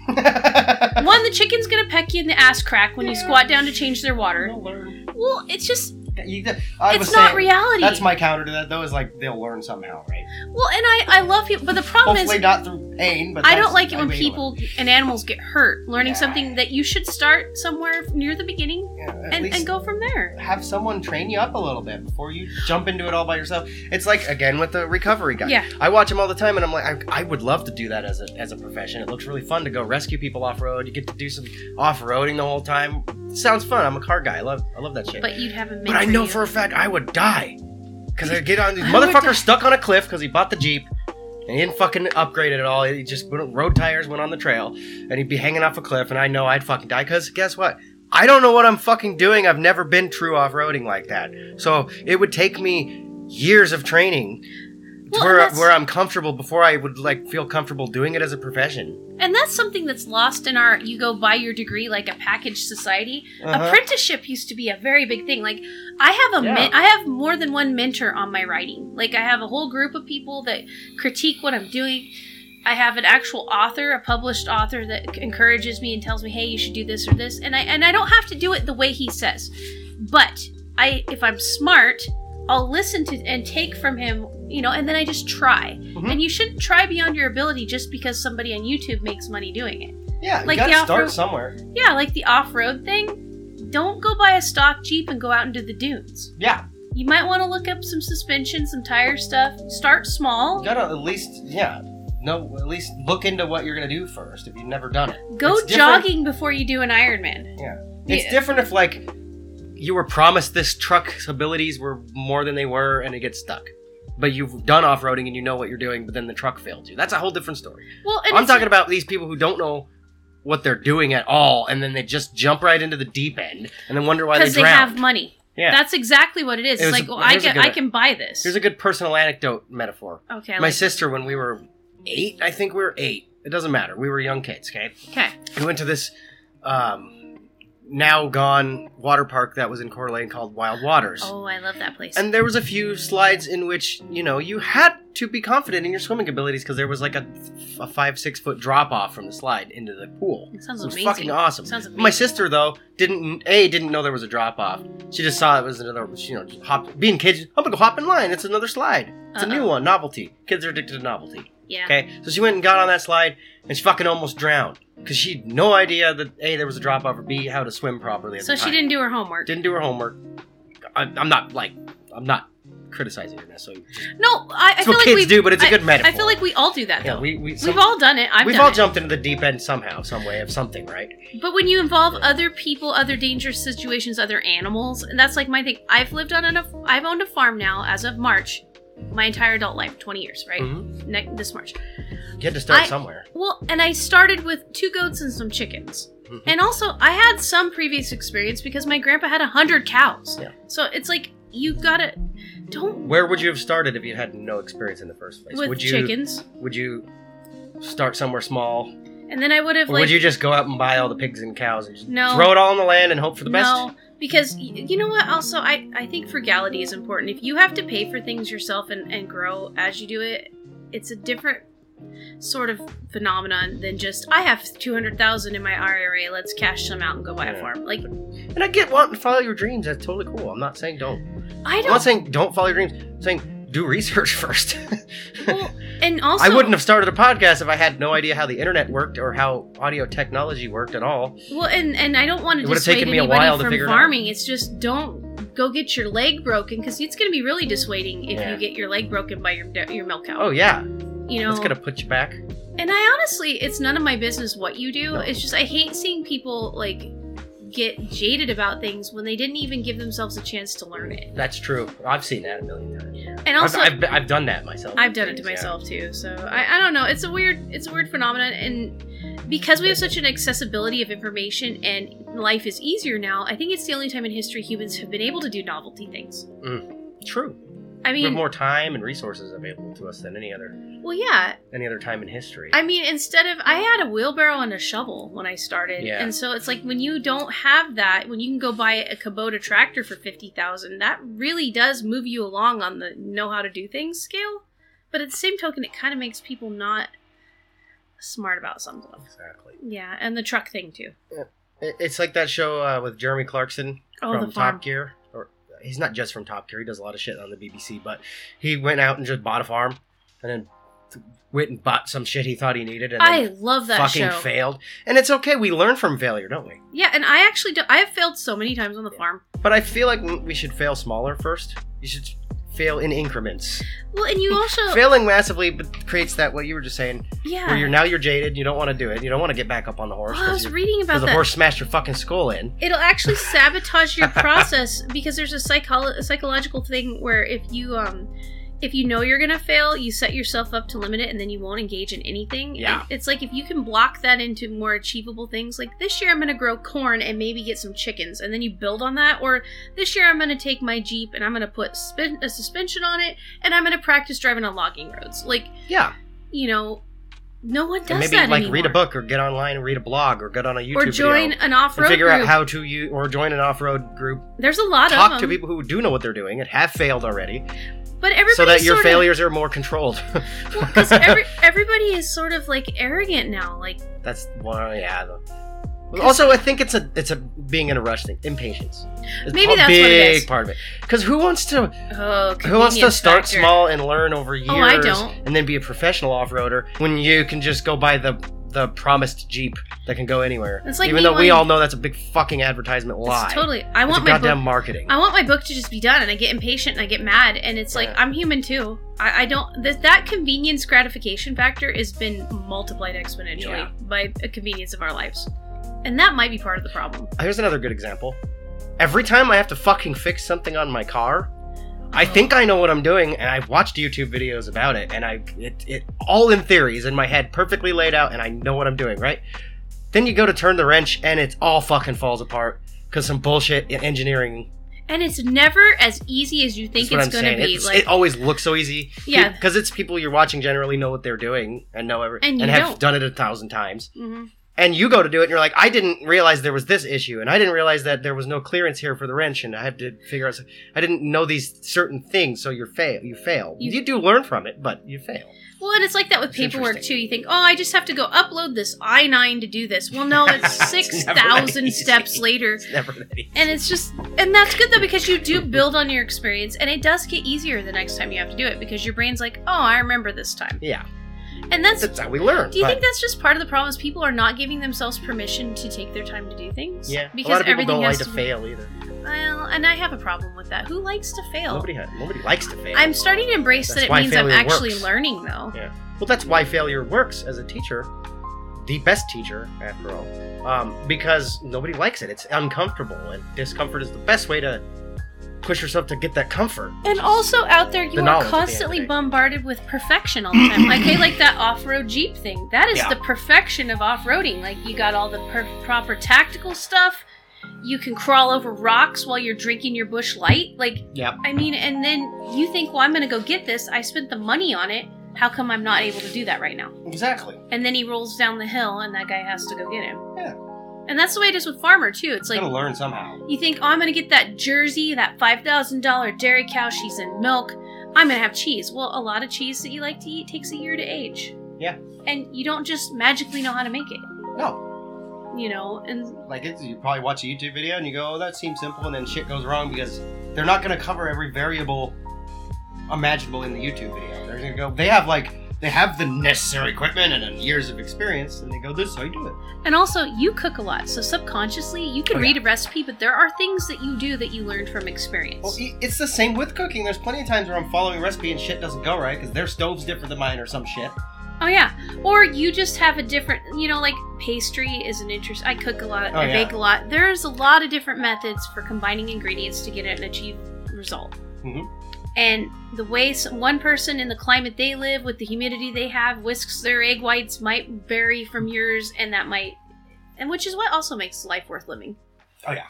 [SPEAKER 3] One, the chicken's gonna peck you in the ass crack when you squat down to change their water.
[SPEAKER 1] They'll learn.
[SPEAKER 3] Well, it's just
[SPEAKER 1] You- I was
[SPEAKER 3] it's not
[SPEAKER 1] saying-
[SPEAKER 3] reality.
[SPEAKER 1] That's my counter to that, though. Is like they'll learn somehow, right?
[SPEAKER 3] well, and I I love you, but the problem
[SPEAKER 1] Hopefully
[SPEAKER 3] is
[SPEAKER 1] not through pain, but
[SPEAKER 3] I
[SPEAKER 1] that's-
[SPEAKER 3] don't like it when
[SPEAKER 1] mean,
[SPEAKER 3] people and animals get hurt. Learning something that you should start somewhere near the beginning
[SPEAKER 1] yeah, at
[SPEAKER 3] and,
[SPEAKER 1] least
[SPEAKER 3] and go from there.
[SPEAKER 1] have someone train you up a little bit before you jump into it all by yourself. It's like again with the recovery guy.
[SPEAKER 3] Yeah.
[SPEAKER 1] I watch him all the time, and I'm like, I, I would love to do that as a as a profession. It looks really fun to go rescue people off road. You get to do some off roading the whole time. Sounds fun. I'm a car guy. I love I love that shit.
[SPEAKER 3] But you'd have a
[SPEAKER 1] But I know for a fact I would die. Because I get on this
[SPEAKER 3] I would die.
[SPEAKER 1] motherfucker stuck on a cliff because he bought the Jeep and he didn't fucking upgrade it at all. He just went, road tires went on the trail and he'd be hanging off a cliff and I know I'd fucking die because guess what? I don't know what I'm fucking doing. I've never been true off roading like that. So it would take me years of training
[SPEAKER 3] Well, and
[SPEAKER 1] where,
[SPEAKER 3] that's-
[SPEAKER 1] where I'm comfortable before I would like feel comfortable doing it as a profession.
[SPEAKER 3] and that's something that's lost in our you go buy your degree like a package society.
[SPEAKER 1] Uh-huh.
[SPEAKER 3] Apprenticeship used to be a very big thing. Like I have a
[SPEAKER 1] Yeah.
[SPEAKER 3] men- I have more than one mentor on my writing. Like I have a whole group of people that critique what I'm doing. I have an actual author, a published author that c- encourages me and tells me, "Hey, you should do this or this." And I and I don't have to do it the way he says. But I if I'm smart, I'll listen to and take from him, you know, and then I just try.
[SPEAKER 1] Mhm.
[SPEAKER 3] And you shouldn't try beyond your ability just because somebody on YouTube makes money doing it.
[SPEAKER 1] yeah, you
[SPEAKER 3] Like
[SPEAKER 1] gotta
[SPEAKER 3] the
[SPEAKER 1] start
[SPEAKER 3] off-road-
[SPEAKER 1] somewhere.
[SPEAKER 3] Yeah, like the off road thing. Don't go buy a stock Jeep and go out into the dunes.
[SPEAKER 1] Yeah,
[SPEAKER 3] You might want to look up some suspension, some tire stuff. Start
[SPEAKER 1] you
[SPEAKER 3] small.
[SPEAKER 1] gotta at least, yeah. No, at least look into what you're gonna do first if you've never done it.
[SPEAKER 3] Go
[SPEAKER 1] It's different-
[SPEAKER 3] jogging before you do an Ironman.
[SPEAKER 1] It's
[SPEAKER 3] Yeah.
[SPEAKER 1] different if like you were promised this truck's abilities were more than they were and it gets stuck. But you've done off roading and you know what you're doing, but then the truck failed you. That's a whole different story.
[SPEAKER 3] Well, and
[SPEAKER 1] I'm
[SPEAKER 3] it's-
[SPEAKER 1] talking about these people who don't know what they're doing at all, and then they just jump right into the deep end and then wonder why they
[SPEAKER 3] because they,
[SPEAKER 1] drowned.
[SPEAKER 3] have money.
[SPEAKER 1] yeah.
[SPEAKER 3] That's exactly what it is.
[SPEAKER 1] It
[SPEAKER 3] it's
[SPEAKER 1] was-
[SPEAKER 3] like, well, I
[SPEAKER 1] here's a
[SPEAKER 3] can,
[SPEAKER 1] good-
[SPEAKER 3] I can buy this.
[SPEAKER 1] Here's a good personal anecdote metaphor.
[SPEAKER 3] okay, I
[SPEAKER 1] My
[SPEAKER 3] like,
[SPEAKER 1] sister, when we were eight, I think we were eight. It doesn't matter. We were young kids, okay?
[SPEAKER 3] okay,
[SPEAKER 1] We went to this um, now gone water park that was in Coeur d'Alene called Wild Waters.
[SPEAKER 3] oh, I love that place.
[SPEAKER 1] And there was a few slides in which you know you had to be confident in your swimming abilities because there was like a, a five six foot drop off from the slide into the pool.
[SPEAKER 3] it sounds
[SPEAKER 1] It was
[SPEAKER 3] amazing.
[SPEAKER 1] fucking awesome.
[SPEAKER 3] Sounds amazing.
[SPEAKER 1] My sister though didn't a didn't know there was a drop off. She just saw it was another you know just hop being kids. I'm gonna go hop in line. It's another slide. It's a new
[SPEAKER 3] Uh-oh.
[SPEAKER 1] one. Novelty. Kids are addicted to novelty.
[SPEAKER 3] Yeah.
[SPEAKER 1] Okay, so she went and got on that slide, and she fucking almost drowned because she had no idea that a there was a drop off or b how to swim properly. At
[SPEAKER 3] So
[SPEAKER 1] the
[SPEAKER 3] she
[SPEAKER 1] time.
[SPEAKER 3] didn't do her homework.
[SPEAKER 1] didn't do her homework. I, I'm not like I'm not criticizing her necessarily.
[SPEAKER 3] no, I, I
[SPEAKER 1] It's
[SPEAKER 3] feel
[SPEAKER 1] what
[SPEAKER 3] like
[SPEAKER 1] kids
[SPEAKER 3] we
[SPEAKER 1] do, but it's a good metaphor.
[SPEAKER 3] I feel like we all do that.
[SPEAKER 1] yeah,
[SPEAKER 3] though.
[SPEAKER 1] we we
[SPEAKER 3] We've all done it. I've
[SPEAKER 1] we've
[SPEAKER 3] done
[SPEAKER 1] all
[SPEAKER 3] it.
[SPEAKER 1] jumped into the deep end somehow, some way of something, right?
[SPEAKER 3] But when you involve other people, other dangerous situations, other animals, and that's like my thing. I've lived on enough. I've owned a farm now as of March, my entire adult life, twenty years, right?
[SPEAKER 1] Mhm.
[SPEAKER 3] Ne- this March.
[SPEAKER 1] You had to start
[SPEAKER 3] I-
[SPEAKER 1] somewhere.
[SPEAKER 3] Well, and I started with two goats and some chickens.
[SPEAKER 1] Mhm.
[SPEAKER 3] And also, I had some previous experience because my grandpa had a hundred cows.
[SPEAKER 1] Yeah.
[SPEAKER 3] So it's like you gotta don't
[SPEAKER 1] Where would you have started if you had no experience in the first place?
[SPEAKER 3] with
[SPEAKER 1] would you
[SPEAKER 3] chickens.
[SPEAKER 1] would you start somewhere small,
[SPEAKER 3] And then I would have
[SPEAKER 1] or
[SPEAKER 3] like
[SPEAKER 1] would you just go out and buy all the pigs and cows and just
[SPEAKER 3] No.
[SPEAKER 1] throw it all on the land and hope for the best?
[SPEAKER 3] No, because y- you know what? Also, I, I think frugality is important. If you have to pay for things yourself and, and grow as you do it, it's a different sort of phenomenon than just I have two hundred thousand in my IRA. Let's cash some out and go buy a
[SPEAKER 1] Yeah.
[SPEAKER 3] farm. Like
[SPEAKER 1] And I get wanting to follow your dreams. That's totally cool. I'm not saying don't.
[SPEAKER 3] I
[SPEAKER 1] I'm not
[SPEAKER 3] don't.
[SPEAKER 1] saying don't follow your dreams. I'm saying do research first.
[SPEAKER 3] Well, and also,
[SPEAKER 1] I wouldn't have started a podcast if I had no idea how the internet worked or how audio technology worked at all.
[SPEAKER 3] Well, and and I don't want
[SPEAKER 1] It
[SPEAKER 3] to
[SPEAKER 1] would've
[SPEAKER 3] dissuade
[SPEAKER 1] taken me a
[SPEAKER 3] anybody
[SPEAKER 1] while to
[SPEAKER 3] from
[SPEAKER 1] figure it out.
[SPEAKER 3] farming. It's just don't go get your leg broken because it's going to be really dissuading if
[SPEAKER 1] Yeah.
[SPEAKER 3] you get your leg broken by your your milk cow.
[SPEAKER 1] Oh yeah,
[SPEAKER 3] you know,
[SPEAKER 1] that's gonna put you back.
[SPEAKER 3] And I honestly, it's none of my business what you do.
[SPEAKER 1] No.
[SPEAKER 3] It's just I hate seeing people like get jaded about things when they didn't even give themselves a chance to learn it.
[SPEAKER 1] That's true. I've seen that a million times.
[SPEAKER 3] And also,
[SPEAKER 1] I've,
[SPEAKER 3] I've,
[SPEAKER 1] I've, I've done that myself.
[SPEAKER 3] done it to
[SPEAKER 1] Yeah.
[SPEAKER 3] myself too. So I, I don't know. It's a weird, it's a weird phenomenon, and because we have such an accessibility of information and life is easier now, I think it's the only time in history humans have been able to do novelty things.
[SPEAKER 1] True.
[SPEAKER 3] I
[SPEAKER 1] we have
[SPEAKER 3] mean,
[SPEAKER 1] more time and resources available to us than any other
[SPEAKER 3] well, yeah.
[SPEAKER 1] any other time in history.
[SPEAKER 3] I mean, instead of I had a wheelbarrow and a shovel when I started,
[SPEAKER 1] Yeah.
[SPEAKER 3] and so it's like when you don't have that, when you can go buy a Kubota tractor for fifty thousand, that really does move you along on the know how to do things scale. But at the same token, it kind of makes people not smart about some stuff.
[SPEAKER 1] exactly.
[SPEAKER 3] Yeah, and the truck thing too.
[SPEAKER 1] It- It's like that show uh, with Jeremy Clarkson
[SPEAKER 3] Oh,
[SPEAKER 1] from
[SPEAKER 3] the farm.
[SPEAKER 1] Top Gear. Or he's not just from Top Gear. He does a lot of shit on the BBC, but he went out and just bought a farm and then went and bought some shit he thought he needed and
[SPEAKER 3] I
[SPEAKER 1] then
[SPEAKER 3] love that
[SPEAKER 1] fucking
[SPEAKER 3] show.
[SPEAKER 1] failed. And it's okay. We learn from failure, don't we?
[SPEAKER 3] Yeah, and I actually do. I've failed so many times on the farm.
[SPEAKER 1] But I feel like we should fail smaller first. You should fail in increments.
[SPEAKER 3] Well, and you also
[SPEAKER 1] Failing massively but creates that what you were just saying,
[SPEAKER 3] yeah.
[SPEAKER 1] where you're now you're jaded. You don't want to do it. You don't want to get back up on the horse
[SPEAKER 3] well, I was
[SPEAKER 1] you-
[SPEAKER 3] reading about
[SPEAKER 1] the
[SPEAKER 3] that.
[SPEAKER 1] horse smashed your fucking skull in.
[SPEAKER 3] It'll actually sabotage your process because there's a, psycholo- a psychological thing where if you um if you know you're gonna fail, you set yourself up to limit it, and then you won't engage in anything.
[SPEAKER 1] Yeah.
[SPEAKER 3] It- it's like if you can block that into more achievable things, like this year I'm gonna grow corn and maybe get some chickens, and then you build on that. Or this year I'm gonna take my jeep and I'm gonna put spin- a suspension on it, and I'm gonna practice driving on logging roads. Like
[SPEAKER 1] Yeah,
[SPEAKER 3] you know, no one does
[SPEAKER 1] and maybe
[SPEAKER 3] that
[SPEAKER 1] like
[SPEAKER 3] anymore.
[SPEAKER 1] read a book or get online and read a blog or get on a YouTube
[SPEAKER 3] or join
[SPEAKER 1] video
[SPEAKER 3] an off-road
[SPEAKER 1] and figure
[SPEAKER 3] group.
[SPEAKER 1] out how to you or join an off-road group.
[SPEAKER 3] There's a lot of
[SPEAKER 1] Talk to
[SPEAKER 3] them.
[SPEAKER 1] people who do know what they're doing and have failed already,
[SPEAKER 3] But everybody
[SPEAKER 1] so that your
[SPEAKER 3] sort of,
[SPEAKER 1] failures are more controlled.
[SPEAKER 3] because every, everybody is sort of like arrogant now. Like
[SPEAKER 1] That's one. Yeah. the- Also, I think it's a it's a being in a rush thing, impatience. It's
[SPEAKER 3] Maybe
[SPEAKER 1] a
[SPEAKER 3] that's what
[SPEAKER 1] big
[SPEAKER 3] it is.
[SPEAKER 1] part of it. Because who wants to
[SPEAKER 3] oh,
[SPEAKER 1] who wants to
[SPEAKER 3] convenience
[SPEAKER 1] start
[SPEAKER 3] factor.
[SPEAKER 1] small and learn over years?
[SPEAKER 3] Oh, I don't.
[SPEAKER 1] And then be a professional off roader when you can just go buy the the promised jeep that can go anywhere.
[SPEAKER 3] It's like
[SPEAKER 1] even though
[SPEAKER 3] me
[SPEAKER 1] we
[SPEAKER 3] wanting-
[SPEAKER 1] all know that's a big fucking advertisement
[SPEAKER 3] It's
[SPEAKER 1] lie.
[SPEAKER 3] Totally. I
[SPEAKER 1] It's
[SPEAKER 3] want my
[SPEAKER 1] goddamn
[SPEAKER 3] book.
[SPEAKER 1] marketing.
[SPEAKER 3] I want my book to just be done, and I get impatient and I get mad, and it's like
[SPEAKER 1] Yeah.
[SPEAKER 3] I'm human too. I, I don't that that convenience gratification factor has been multiplied exponentially
[SPEAKER 1] Yeah.
[SPEAKER 3] by the convenience of our lives, and that might be part of the problem.
[SPEAKER 1] Here's another good example. Every time I have to fucking fix something on my car, I think I know what I'm doing, and I've watched YouTube videos about it, and I it, it all in theories in my head, perfectly laid out, and I know what I'm doing, right? Then you go to turn the wrench, and it all fucking falls apart because some bullshit e- engineering.
[SPEAKER 3] And it's never as easy as you think
[SPEAKER 1] is what
[SPEAKER 3] it's
[SPEAKER 1] I'm
[SPEAKER 3] going to
[SPEAKER 1] saying.
[SPEAKER 3] be.
[SPEAKER 1] It's-
[SPEAKER 3] like
[SPEAKER 1] it always looks so easy.
[SPEAKER 3] Yeah.
[SPEAKER 1] because it's people you're watching generally know what they're doing and know every
[SPEAKER 3] And you
[SPEAKER 1] have
[SPEAKER 3] don't.
[SPEAKER 1] done it a thousand times
[SPEAKER 3] mhm.
[SPEAKER 1] and you go to do it and you're like i didn't realize there was this issue and i didn't realize that there was no clearance here for the wrench and i had to figure out some- i didn't know these certain things so you're fail you fail you,
[SPEAKER 3] You-
[SPEAKER 1] do learn from it but you fail
[SPEAKER 3] Well, and it's like that with
[SPEAKER 1] It's
[SPEAKER 3] paperwork
[SPEAKER 1] interesting.
[SPEAKER 3] too. You think, oh, I just have to go upload this I nine to do this. Well, no, it's
[SPEAKER 1] It's
[SPEAKER 3] six
[SPEAKER 1] never that
[SPEAKER 3] thousand
[SPEAKER 1] easy.
[SPEAKER 3] steps later,
[SPEAKER 1] it's never that e-, easy
[SPEAKER 3] and it's just, and that's good though because you do build on your experience, and it does get easier the next time you have to do it because your brain's like, oh, I remember this time,
[SPEAKER 1] yeah
[SPEAKER 3] and that's.
[SPEAKER 1] that's how we learn
[SPEAKER 3] do you
[SPEAKER 1] but-
[SPEAKER 3] think that's just part of the problem? Is people are not giving themselves permission to take their time to do things?
[SPEAKER 1] yeah
[SPEAKER 3] because
[SPEAKER 1] a lot of people
[SPEAKER 3] everything
[SPEAKER 1] don't like
[SPEAKER 3] has
[SPEAKER 1] to
[SPEAKER 3] to
[SPEAKER 1] fail either
[SPEAKER 3] Well, and I have a problem with that. Who likes to fail?
[SPEAKER 1] nobody ha- nobody likes to fail
[SPEAKER 3] I'm starting to embrace
[SPEAKER 1] That's
[SPEAKER 3] that it
[SPEAKER 1] why
[SPEAKER 3] means I'm
[SPEAKER 1] failure
[SPEAKER 3] actually
[SPEAKER 1] works.
[SPEAKER 3] learning though.
[SPEAKER 1] well that's why failure works as a teacher the best teacher after all um, because nobody likes it it's uncomfortable and discomfort is the best way to push yourself to get that comfort
[SPEAKER 3] And also out there, you
[SPEAKER 1] the knowledge at the end of
[SPEAKER 3] are
[SPEAKER 1] the
[SPEAKER 3] constantly
[SPEAKER 1] day.
[SPEAKER 3] bombarded with perfection all the time. like, hey, like that off-road Jeep thing. That is
[SPEAKER 1] Yeah.
[SPEAKER 3] the perfection of off-roading. Like, you got all the per- proper tactical stuff. You can crawl over rocks while you're drinking your bush light. Like,
[SPEAKER 1] yep
[SPEAKER 3] I mean, and then you think, well, I'm going to go get this. I spent the money on it. How come I'm not able to do that right now?
[SPEAKER 1] exactly
[SPEAKER 3] And then he rolls down the hill, and that guy has to go get him.
[SPEAKER 1] Yeah.
[SPEAKER 3] And that's the way it is with Farmer too. It's like
[SPEAKER 1] gotta learn somehow.
[SPEAKER 3] You think, oh, I'm gonna get that jersey, that $5,000 dairy cow, she's in milk. I'm gonna have cheese. Well, a lot of cheese that you like to eat takes a year to age.
[SPEAKER 1] Yeah.
[SPEAKER 3] And you don't just magically know how to make it,
[SPEAKER 1] No,
[SPEAKER 3] you know? And
[SPEAKER 1] like it's, you probably watch a YouTube video and you go, "Oh, that seems simple," and then shit goes wrong because they're not gonna cover every variable imaginable in the YouTube video. They're gonna go, they have like they have the necessary equipment and years of experience, and they go, "This is how you do it."
[SPEAKER 3] and also, you cook a lot, so subconsciously, you can
[SPEAKER 1] Oh, yeah.
[SPEAKER 3] read a recipe, but there are things that you do that you learn from experience.
[SPEAKER 1] Well, i- it's the same with cooking. There's plenty of times where I'm following a recipe and shit doesn't go right because their stove's different than mine or some shit.
[SPEAKER 3] oh yeah, or you just have a different, you know, like pastry is an interest. I cook a lot,
[SPEAKER 1] Oh,
[SPEAKER 3] I
[SPEAKER 1] yeah.
[SPEAKER 3] bake a lot. There's a lot of different methods for combining ingredients to get an achieved result.
[SPEAKER 1] Mhm.
[SPEAKER 3] and the way some, one person in the climate they live with the humidity they have whisks their egg whites might vary from yours and that might and which is what also makes life worth living
[SPEAKER 1] Oh, yeah.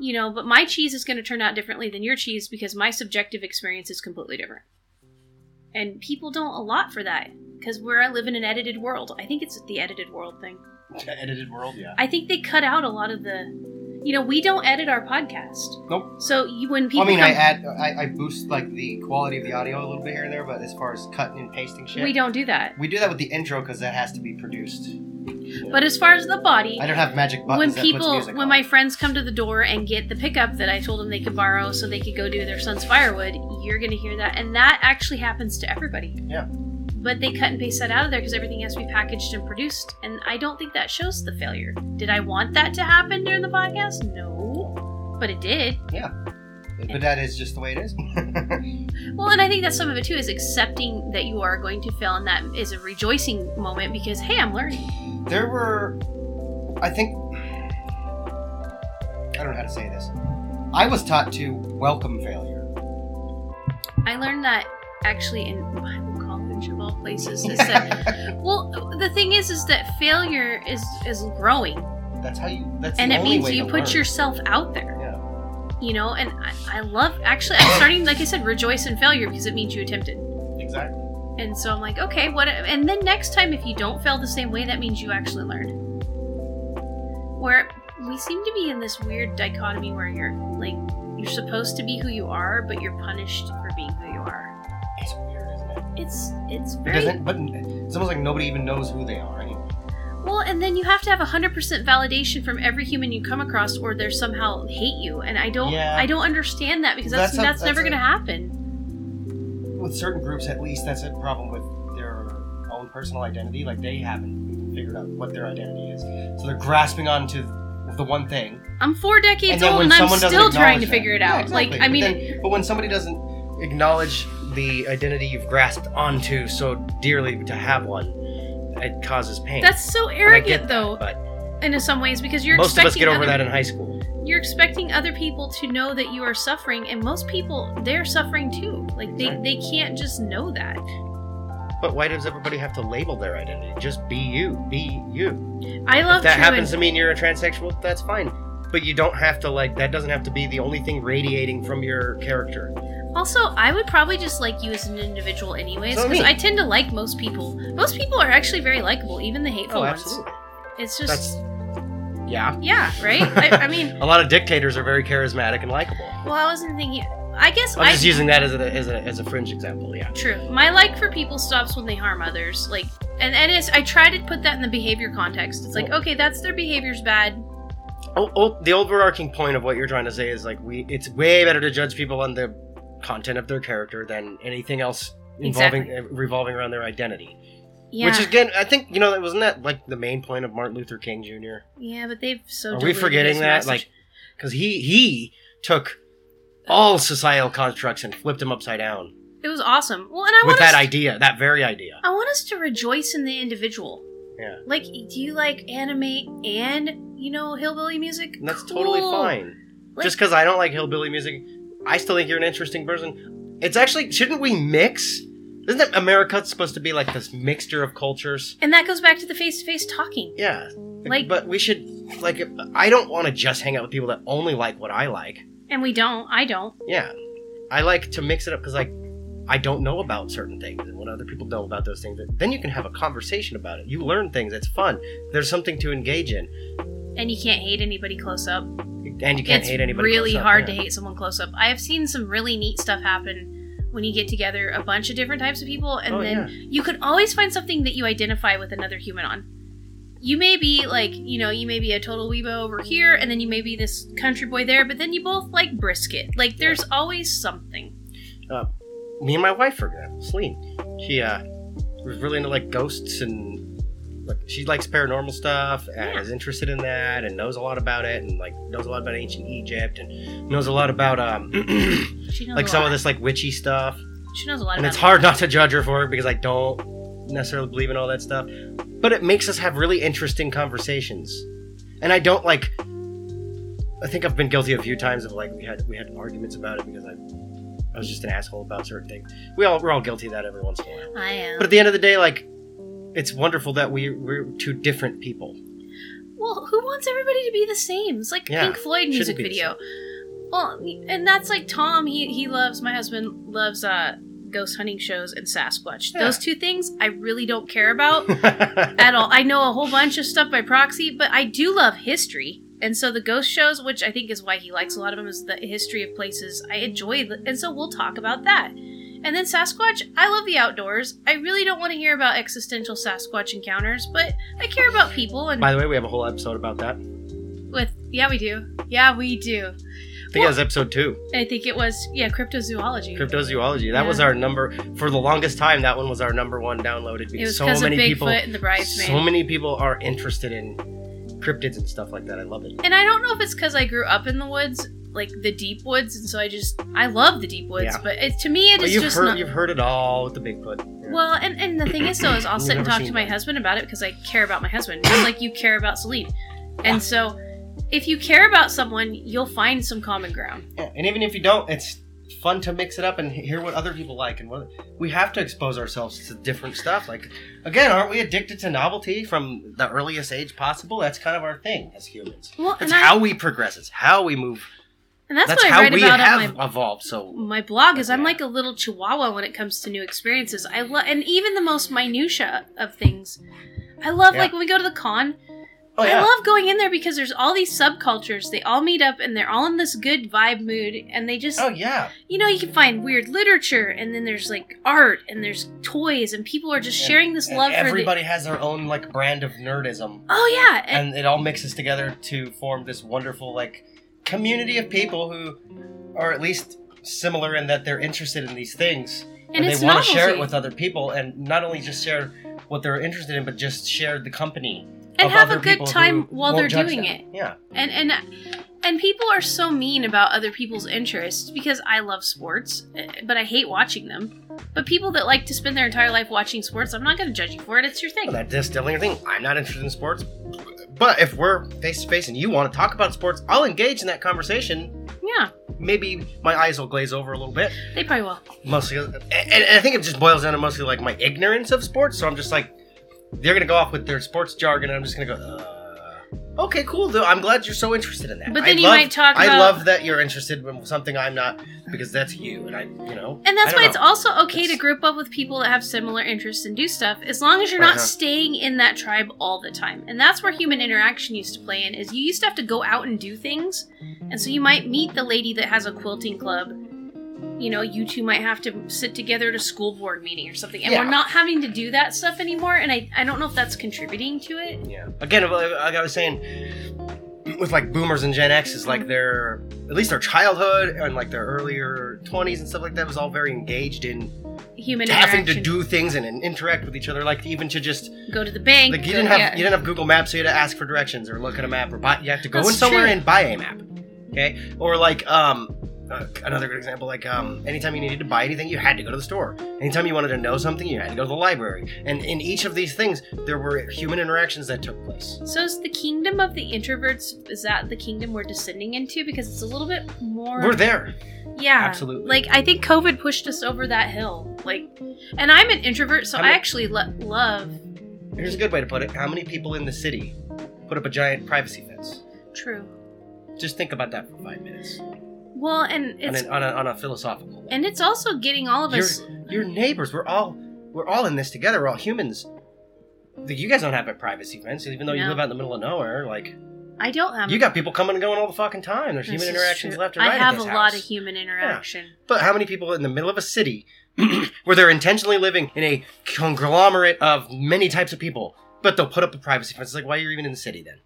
[SPEAKER 3] you know but my cheese is going to turn out differently than your cheese because my subjective experience is completely different and people don't allot for that because we're I live in an edited world i think it's the edited world thing
[SPEAKER 1] Edited world, yeah.
[SPEAKER 3] i think they cut out a lot of the you know we don't edit our podcast
[SPEAKER 1] Nope.
[SPEAKER 3] so you, when people
[SPEAKER 1] Well, I mean, I
[SPEAKER 3] come-
[SPEAKER 1] add, I, I boost like the quality of the audio a little bit here and there, but as far as cutting and pasting shit,
[SPEAKER 3] we don't do that
[SPEAKER 1] We do that with the intro because that has to be produced.
[SPEAKER 3] but as far as the body
[SPEAKER 1] I don't have magic buttons.
[SPEAKER 3] when
[SPEAKER 1] that puts
[SPEAKER 3] people
[SPEAKER 1] music
[SPEAKER 3] when
[SPEAKER 1] on.
[SPEAKER 3] my friends come to the door and get the pickup that i told them they could borrow so they could go do their son's firewood you're gonna hear that and that actually happens to everybody
[SPEAKER 1] Yeah.
[SPEAKER 3] but they cut and paste that out of there because everything has to be packaged and produced. And I don't think that shows the failure. Did I want that to happen during the podcast? No, but it did.
[SPEAKER 1] But that is just the way it is.
[SPEAKER 3] Well, and I think that's some of it too is accepting that you are going to fail, and that is a rejoicing moment because hey, I'm learning.
[SPEAKER 1] there were, I think, I don't know how to say this. I was taught to welcome failure.
[SPEAKER 3] I learned that actually in Bible college of all places. Is that, well, the thing is, is that failure is is growing,
[SPEAKER 1] That's how you. That's
[SPEAKER 3] and
[SPEAKER 1] the
[SPEAKER 3] it
[SPEAKER 1] only
[SPEAKER 3] means
[SPEAKER 1] way
[SPEAKER 3] you
[SPEAKER 1] to
[SPEAKER 3] put
[SPEAKER 1] learn.
[SPEAKER 3] yourself out there.
[SPEAKER 1] Yeah.
[SPEAKER 3] You know, and I, I love actually. I'm starting, like I said, rejoice in failure because it means you attempted.
[SPEAKER 1] Exactly.
[SPEAKER 3] And so I'm like, okay, what? And then next time, if you don't fail the same way, that means you actually learned. Where we seem to be in this weird dichotomy where you're like, you're supposed to be who you are, but you're punished for being who you are.
[SPEAKER 1] It's weird, isn't it?
[SPEAKER 3] It's it's
[SPEAKER 1] It
[SPEAKER 3] very
[SPEAKER 1] doesn't. But it's almost like nobody even knows who they are anyway.
[SPEAKER 3] well, and then you have to have hundred percent validation from every human you come across, or they are somehow hate you. And I don't,
[SPEAKER 1] Yeah.
[SPEAKER 3] I don't understand that because that's
[SPEAKER 1] That's
[SPEAKER 3] that's,
[SPEAKER 1] a- that's
[SPEAKER 3] never
[SPEAKER 1] a-
[SPEAKER 3] going to happen.
[SPEAKER 1] With certain groups, at least, that's a problem with their own personal identity. Like they haven't figured out what their identity is, so they're grasping onto the one thing.
[SPEAKER 3] I'm four decades
[SPEAKER 1] then
[SPEAKER 3] old,
[SPEAKER 1] when
[SPEAKER 3] and I'm
[SPEAKER 1] someone doesn't
[SPEAKER 3] still
[SPEAKER 1] acknowledge
[SPEAKER 3] trying to
[SPEAKER 1] that-
[SPEAKER 3] figure it
[SPEAKER 1] Yeah,
[SPEAKER 3] out.
[SPEAKER 1] exactly.
[SPEAKER 3] Like, I
[SPEAKER 1] But
[SPEAKER 3] mean,
[SPEAKER 1] then- but, when somebody doesn't acknowledge the identity you've grasped onto so dearly to have one, it causes pain.
[SPEAKER 3] that's so
[SPEAKER 1] And I
[SPEAKER 3] arrogant,
[SPEAKER 1] get that,
[SPEAKER 3] though.
[SPEAKER 1] But
[SPEAKER 3] in some ways because you're
[SPEAKER 1] most of
[SPEAKER 3] expecting
[SPEAKER 1] us get over
[SPEAKER 3] other,
[SPEAKER 1] that in high school.
[SPEAKER 3] you're expecting other people to know that you are suffering and most people they're suffering too like they, they can't just know that
[SPEAKER 1] But why does everybody have to label their identity? Just be you. Be you.
[SPEAKER 3] i love
[SPEAKER 1] if that
[SPEAKER 3] True
[SPEAKER 1] happens to
[SPEAKER 3] and,
[SPEAKER 1] mean you're a transsexual, that's fine. But you don't have to like that doesn't have to be the only thing radiating from your character.
[SPEAKER 3] also i would probably just like you as an individual anyways
[SPEAKER 1] So do
[SPEAKER 3] because
[SPEAKER 1] me.
[SPEAKER 3] i tend to like most people most people are actually very likable even the hateful
[SPEAKER 1] Oh,
[SPEAKER 3] ones
[SPEAKER 1] absolutely.
[SPEAKER 3] it's just
[SPEAKER 1] That's yeah.
[SPEAKER 3] yeah right I, I mean
[SPEAKER 1] A lot of dictators are very charismatic and likable.
[SPEAKER 3] well i wasn't thinking i guess
[SPEAKER 1] I'm
[SPEAKER 3] i
[SPEAKER 1] just using that as a, as a, as a fringe example, yeah.
[SPEAKER 3] True. My like for people stops when they harm others. Like, and and it's, I try to put that in the behavior context. It's like, okay, that's their behavior's bad.
[SPEAKER 1] Oh, oh, the overarching point of what you're trying to say is like we it's way better to judge people on the content of their character than anything else involving uh, revolving around their identity.
[SPEAKER 3] Yeah.
[SPEAKER 1] Which is again, I think you know that wasn't that like the main point of Martin Luther King Jr.
[SPEAKER 3] yeah, but they've so.
[SPEAKER 1] Are we
[SPEAKER 3] diluted
[SPEAKER 1] forgetting
[SPEAKER 3] his
[SPEAKER 1] that?
[SPEAKER 3] message.
[SPEAKER 1] Like cuz he he took all societal constructs and flipped them upside down
[SPEAKER 3] it was awesome. Well, and I
[SPEAKER 1] with
[SPEAKER 3] want
[SPEAKER 1] that
[SPEAKER 3] us.
[SPEAKER 1] idea, that very idea.
[SPEAKER 3] I want us to rejoice in the individual.
[SPEAKER 1] Yeah.
[SPEAKER 3] Like, do you like anime and you know hillbilly music?
[SPEAKER 1] And that's totally
[SPEAKER 3] Cool.
[SPEAKER 1] fine.
[SPEAKER 3] Like,
[SPEAKER 1] just because I don't like hillbilly music, I still think you're an interesting person. It's actually shouldn't we mix? Isn't that America supposed to be like this mixture of cultures?
[SPEAKER 3] And that goes back to the face-to-face talking.
[SPEAKER 1] Yeah,
[SPEAKER 3] Like-
[SPEAKER 1] but we should like. I don't want to just hang out with people that only like what I like.
[SPEAKER 3] And we don't. I don't.
[SPEAKER 1] Yeah, I like to mix it up because like I don't know about certain things and what other people know about those things. Then you can have a conversation about it. You learn things. It's fun. There's something to engage in,
[SPEAKER 3] And you can't hate anybody close up.
[SPEAKER 1] and you can't
[SPEAKER 3] it's
[SPEAKER 1] hate anybody.
[SPEAKER 3] really
[SPEAKER 1] close up,
[SPEAKER 3] hard
[SPEAKER 1] yeah.
[SPEAKER 3] to hate someone close up. I have seen some really neat stuff happen when you get together a bunch of different types of people, and
[SPEAKER 1] Oh,
[SPEAKER 3] then
[SPEAKER 1] yeah.
[SPEAKER 3] you could always find something that you identify with another human on. You may be like, you know, you may be a total weebo over here, and then you may be this country boy there, but then you both like brisket. Like, there's always something.
[SPEAKER 1] uh, me and my wife, for example, Celine, she uh, was really into like ghosts and like she likes paranormal stuff and
[SPEAKER 3] Yeah.
[SPEAKER 1] is interested in that and knows a lot about it and like knows a lot about ancient Egypt and knows a lot about um
[SPEAKER 3] She knows
[SPEAKER 1] like
[SPEAKER 3] a
[SPEAKER 1] some
[SPEAKER 3] lot.
[SPEAKER 1] of this like witchy stuff.
[SPEAKER 3] She knows a lot
[SPEAKER 1] And
[SPEAKER 3] about
[SPEAKER 1] it's
[SPEAKER 3] it.
[SPEAKER 1] hard not to judge her for it because I don't necessarily believe in all that stuff. But it makes us have really interesting conversations. And I don't like I think I've been guilty a few times of like we had we had arguments about it because I I was just an asshole about certain things. We all we're all guilty of that every once in a while.
[SPEAKER 3] I am.
[SPEAKER 1] But at the end of the day, like it's wonderful that we we're two different people.
[SPEAKER 3] Well, who wants everybody to be the same? It's like
[SPEAKER 1] Yeah,
[SPEAKER 3] Pink Floyd music
[SPEAKER 1] shouldn't be the
[SPEAKER 3] video. Well, and that's like Tom. He he loves my husband loves uh ghost hunting shows and Sasquatch.
[SPEAKER 1] Yeah.
[SPEAKER 3] Those two things I really don't care about at all. I know a whole bunch of stuff by proxy, but I do love history. And so the ghost shows, which I think is why he likes a lot of them, is the history of places. I enjoy, the- and so we'll talk about that. And then Sasquatch, I love the outdoors. I really don't want to hear about existential Sasquatch encounters, but I care about people and
[SPEAKER 1] By the way, we have a whole episode about that.
[SPEAKER 3] with yeah we do yeah we do
[SPEAKER 1] I think that was episode two,
[SPEAKER 3] I think it was yeah, cryptozoology.
[SPEAKER 1] cryptozoology. That was
[SPEAKER 3] Yeah.
[SPEAKER 1] our number for the longest time. That one was our number one downloaded
[SPEAKER 3] it was
[SPEAKER 1] because so
[SPEAKER 3] because
[SPEAKER 1] many
[SPEAKER 3] of Bigfoot
[SPEAKER 1] people,
[SPEAKER 3] and the bridesmaid.
[SPEAKER 1] so many people are interested in cryptids and stuff like that. I love it.
[SPEAKER 3] and I don't know if it's because I grew up in the woods, like the deep woods, and so I just I love the deep woods.
[SPEAKER 1] Yeah.
[SPEAKER 3] But it, to me, it
[SPEAKER 1] But
[SPEAKER 3] is
[SPEAKER 1] you've
[SPEAKER 3] just
[SPEAKER 1] heard
[SPEAKER 3] not.
[SPEAKER 1] you've heard it all with the Bigfoot. Yeah.
[SPEAKER 3] Well, and, and the thing is, though, is I'll
[SPEAKER 1] You've
[SPEAKER 3] sit and
[SPEAKER 1] never
[SPEAKER 3] talk
[SPEAKER 1] seen
[SPEAKER 3] to my
[SPEAKER 1] that.
[SPEAKER 3] husband about it because I care about my husband, just like you care about Celine. And so, if you care about someone, you'll find some common ground.
[SPEAKER 1] Yeah, and even if you don't, it's fun to mix it up and hear what other people like and what we have to expose ourselves to different stuff. Like again, aren't we addicted to novelty from the earliest age possible? That's kind of our thing as humans.
[SPEAKER 3] Well,
[SPEAKER 1] That's
[SPEAKER 3] and, I,
[SPEAKER 1] how we progress. It's how we move.
[SPEAKER 3] and that's,
[SPEAKER 1] That's
[SPEAKER 3] what
[SPEAKER 1] how
[SPEAKER 3] I write
[SPEAKER 1] we
[SPEAKER 3] about on
[SPEAKER 1] have
[SPEAKER 3] my
[SPEAKER 1] evolved. So
[SPEAKER 3] my blog is I'm
[SPEAKER 1] Yeah.
[SPEAKER 3] like a little chihuahua when it comes to new experiences. I love and even the most minutia of things. I love
[SPEAKER 1] Yeah.
[SPEAKER 3] like when we go to the con.
[SPEAKER 1] oh
[SPEAKER 3] I
[SPEAKER 1] yeah,
[SPEAKER 3] love going in there because there's all these subcultures. They all meet up and they're all in this good vibe mood and they just
[SPEAKER 1] oh yeah.
[SPEAKER 3] you know, you can find weird literature, and then there's like art, and there's toys, and people are just
[SPEAKER 1] And-
[SPEAKER 3] sharing this
[SPEAKER 1] And
[SPEAKER 3] love for
[SPEAKER 1] everybody has their own like brand of nerdism,
[SPEAKER 3] the. Oh yeah, and,
[SPEAKER 1] and it all mixes together to form this wonderful like community of people who are at least similar in that they're interested in these things
[SPEAKER 3] and,
[SPEAKER 1] and,
[SPEAKER 3] it's
[SPEAKER 1] they want to
[SPEAKER 3] novelty.
[SPEAKER 1] share it with other people and not only just share what they're interested in but just share the company
[SPEAKER 3] and
[SPEAKER 1] of
[SPEAKER 3] have a
[SPEAKER 1] other
[SPEAKER 3] good
[SPEAKER 1] people who
[SPEAKER 3] time while
[SPEAKER 1] won't
[SPEAKER 3] they're
[SPEAKER 1] judge
[SPEAKER 3] doing
[SPEAKER 1] them.
[SPEAKER 3] it.
[SPEAKER 1] yeah
[SPEAKER 3] And and and people are so mean about other people's interests because I love sports, eh, but I hate watching them. But people that like to spend their entire life watching sports, I'm not going to judge you for it. It's your thing.
[SPEAKER 1] well, that distilling your thing i'm not interested in sports but if we're face to face and you want to talk about sports i'll engage in that conversation
[SPEAKER 3] yeah,
[SPEAKER 1] maybe my eyes will glaze over a little bit
[SPEAKER 3] they probably will.
[SPEAKER 1] mostly and, and i think it just boils down to mostly like my ignorance of sports so i'm just like they're gonna go off with their sports jargon and i'm just gonna go uh, okay cool though i'm glad you're so interested in that
[SPEAKER 3] But
[SPEAKER 1] I
[SPEAKER 3] then you
[SPEAKER 1] love-
[SPEAKER 3] might talk
[SPEAKER 1] I
[SPEAKER 3] about-
[SPEAKER 1] love that you're interested in something I'm not because that's you and I, you know.
[SPEAKER 3] And
[SPEAKER 1] I
[SPEAKER 3] that's
[SPEAKER 1] don't
[SPEAKER 3] why it's
[SPEAKER 1] know.
[SPEAKER 3] also okay to
[SPEAKER 1] It's-
[SPEAKER 3] group up with people that have similar interests and do stuff, as long as you're not
[SPEAKER 1] Uh-huh.
[SPEAKER 3] staying in that tribe all the time. And that's where human interaction used to play in, is you used to have to go out and do things. And so you might meet the lady that has a quilting club. You know, you two might have to sit together at a school board meeting or something. And
[SPEAKER 1] Yeah.
[SPEAKER 3] we're not having to do that stuff anymore. And I, I don't know if that's contributing to it.
[SPEAKER 1] Yeah. Again, like like I was saying, with like boomers and Gen X is like their at least their childhood and like their earlier 20s and stuff like that was all very engaged in
[SPEAKER 3] Human
[SPEAKER 1] having
[SPEAKER 3] interaction.
[SPEAKER 1] to do things and, and interact with each other. Like even to just
[SPEAKER 3] go to the bank.
[SPEAKER 1] like you
[SPEAKER 3] go-
[SPEAKER 1] didn't have
[SPEAKER 3] yeah.
[SPEAKER 1] you didn't have Google Maps, so you had to ask for directions or look at a map or buy. You have to go
[SPEAKER 3] That's
[SPEAKER 1] in somewhere
[SPEAKER 3] true.
[SPEAKER 1] and buy a map. Okay. Or like um. Uh, another good example, like um, anytime you needed to buy anything, you had to go to the store. Anytime you wanted to know something, you had to go to the library. And in each of these things, there were human interactions that took place.
[SPEAKER 3] So is the kingdom of the introverts is that the kingdom we're descending into because it's a little bit more
[SPEAKER 1] We're there.
[SPEAKER 3] Yeah.
[SPEAKER 1] Absolutely.
[SPEAKER 3] Like I think COVID pushed us over that hill. Like and I'm an introvert so
[SPEAKER 1] I'm
[SPEAKER 3] I
[SPEAKER 1] a-
[SPEAKER 3] actually lo- love
[SPEAKER 1] Here's a good way to put it: How many people in the city put up a giant privacy fence?
[SPEAKER 3] true.
[SPEAKER 1] Just think about that for five minutes
[SPEAKER 3] Well, and
[SPEAKER 1] on
[SPEAKER 3] it's
[SPEAKER 1] a, on, a, on a philosophical level.
[SPEAKER 3] and it's also getting all of
[SPEAKER 1] You're-
[SPEAKER 3] us
[SPEAKER 1] your neighbors. We're all we're all in this together. We're all humans. Like, You guys don't have a privacy fence, even though you
[SPEAKER 3] No.
[SPEAKER 1] live out in the middle of nowhere. Like
[SPEAKER 3] I don't have
[SPEAKER 1] you got people coming and going all the fucking time. There's
[SPEAKER 3] this
[SPEAKER 1] human
[SPEAKER 3] is
[SPEAKER 1] interactions
[SPEAKER 3] true.
[SPEAKER 1] left and right.
[SPEAKER 3] I
[SPEAKER 1] at
[SPEAKER 3] have
[SPEAKER 1] this
[SPEAKER 3] a
[SPEAKER 1] house.
[SPEAKER 3] lot of human interaction.
[SPEAKER 1] But how many people in the middle of a city, where they're intentionally living in a conglomerate of many types of people, but they'll put up a privacy fence? It's like why are you even in the city then?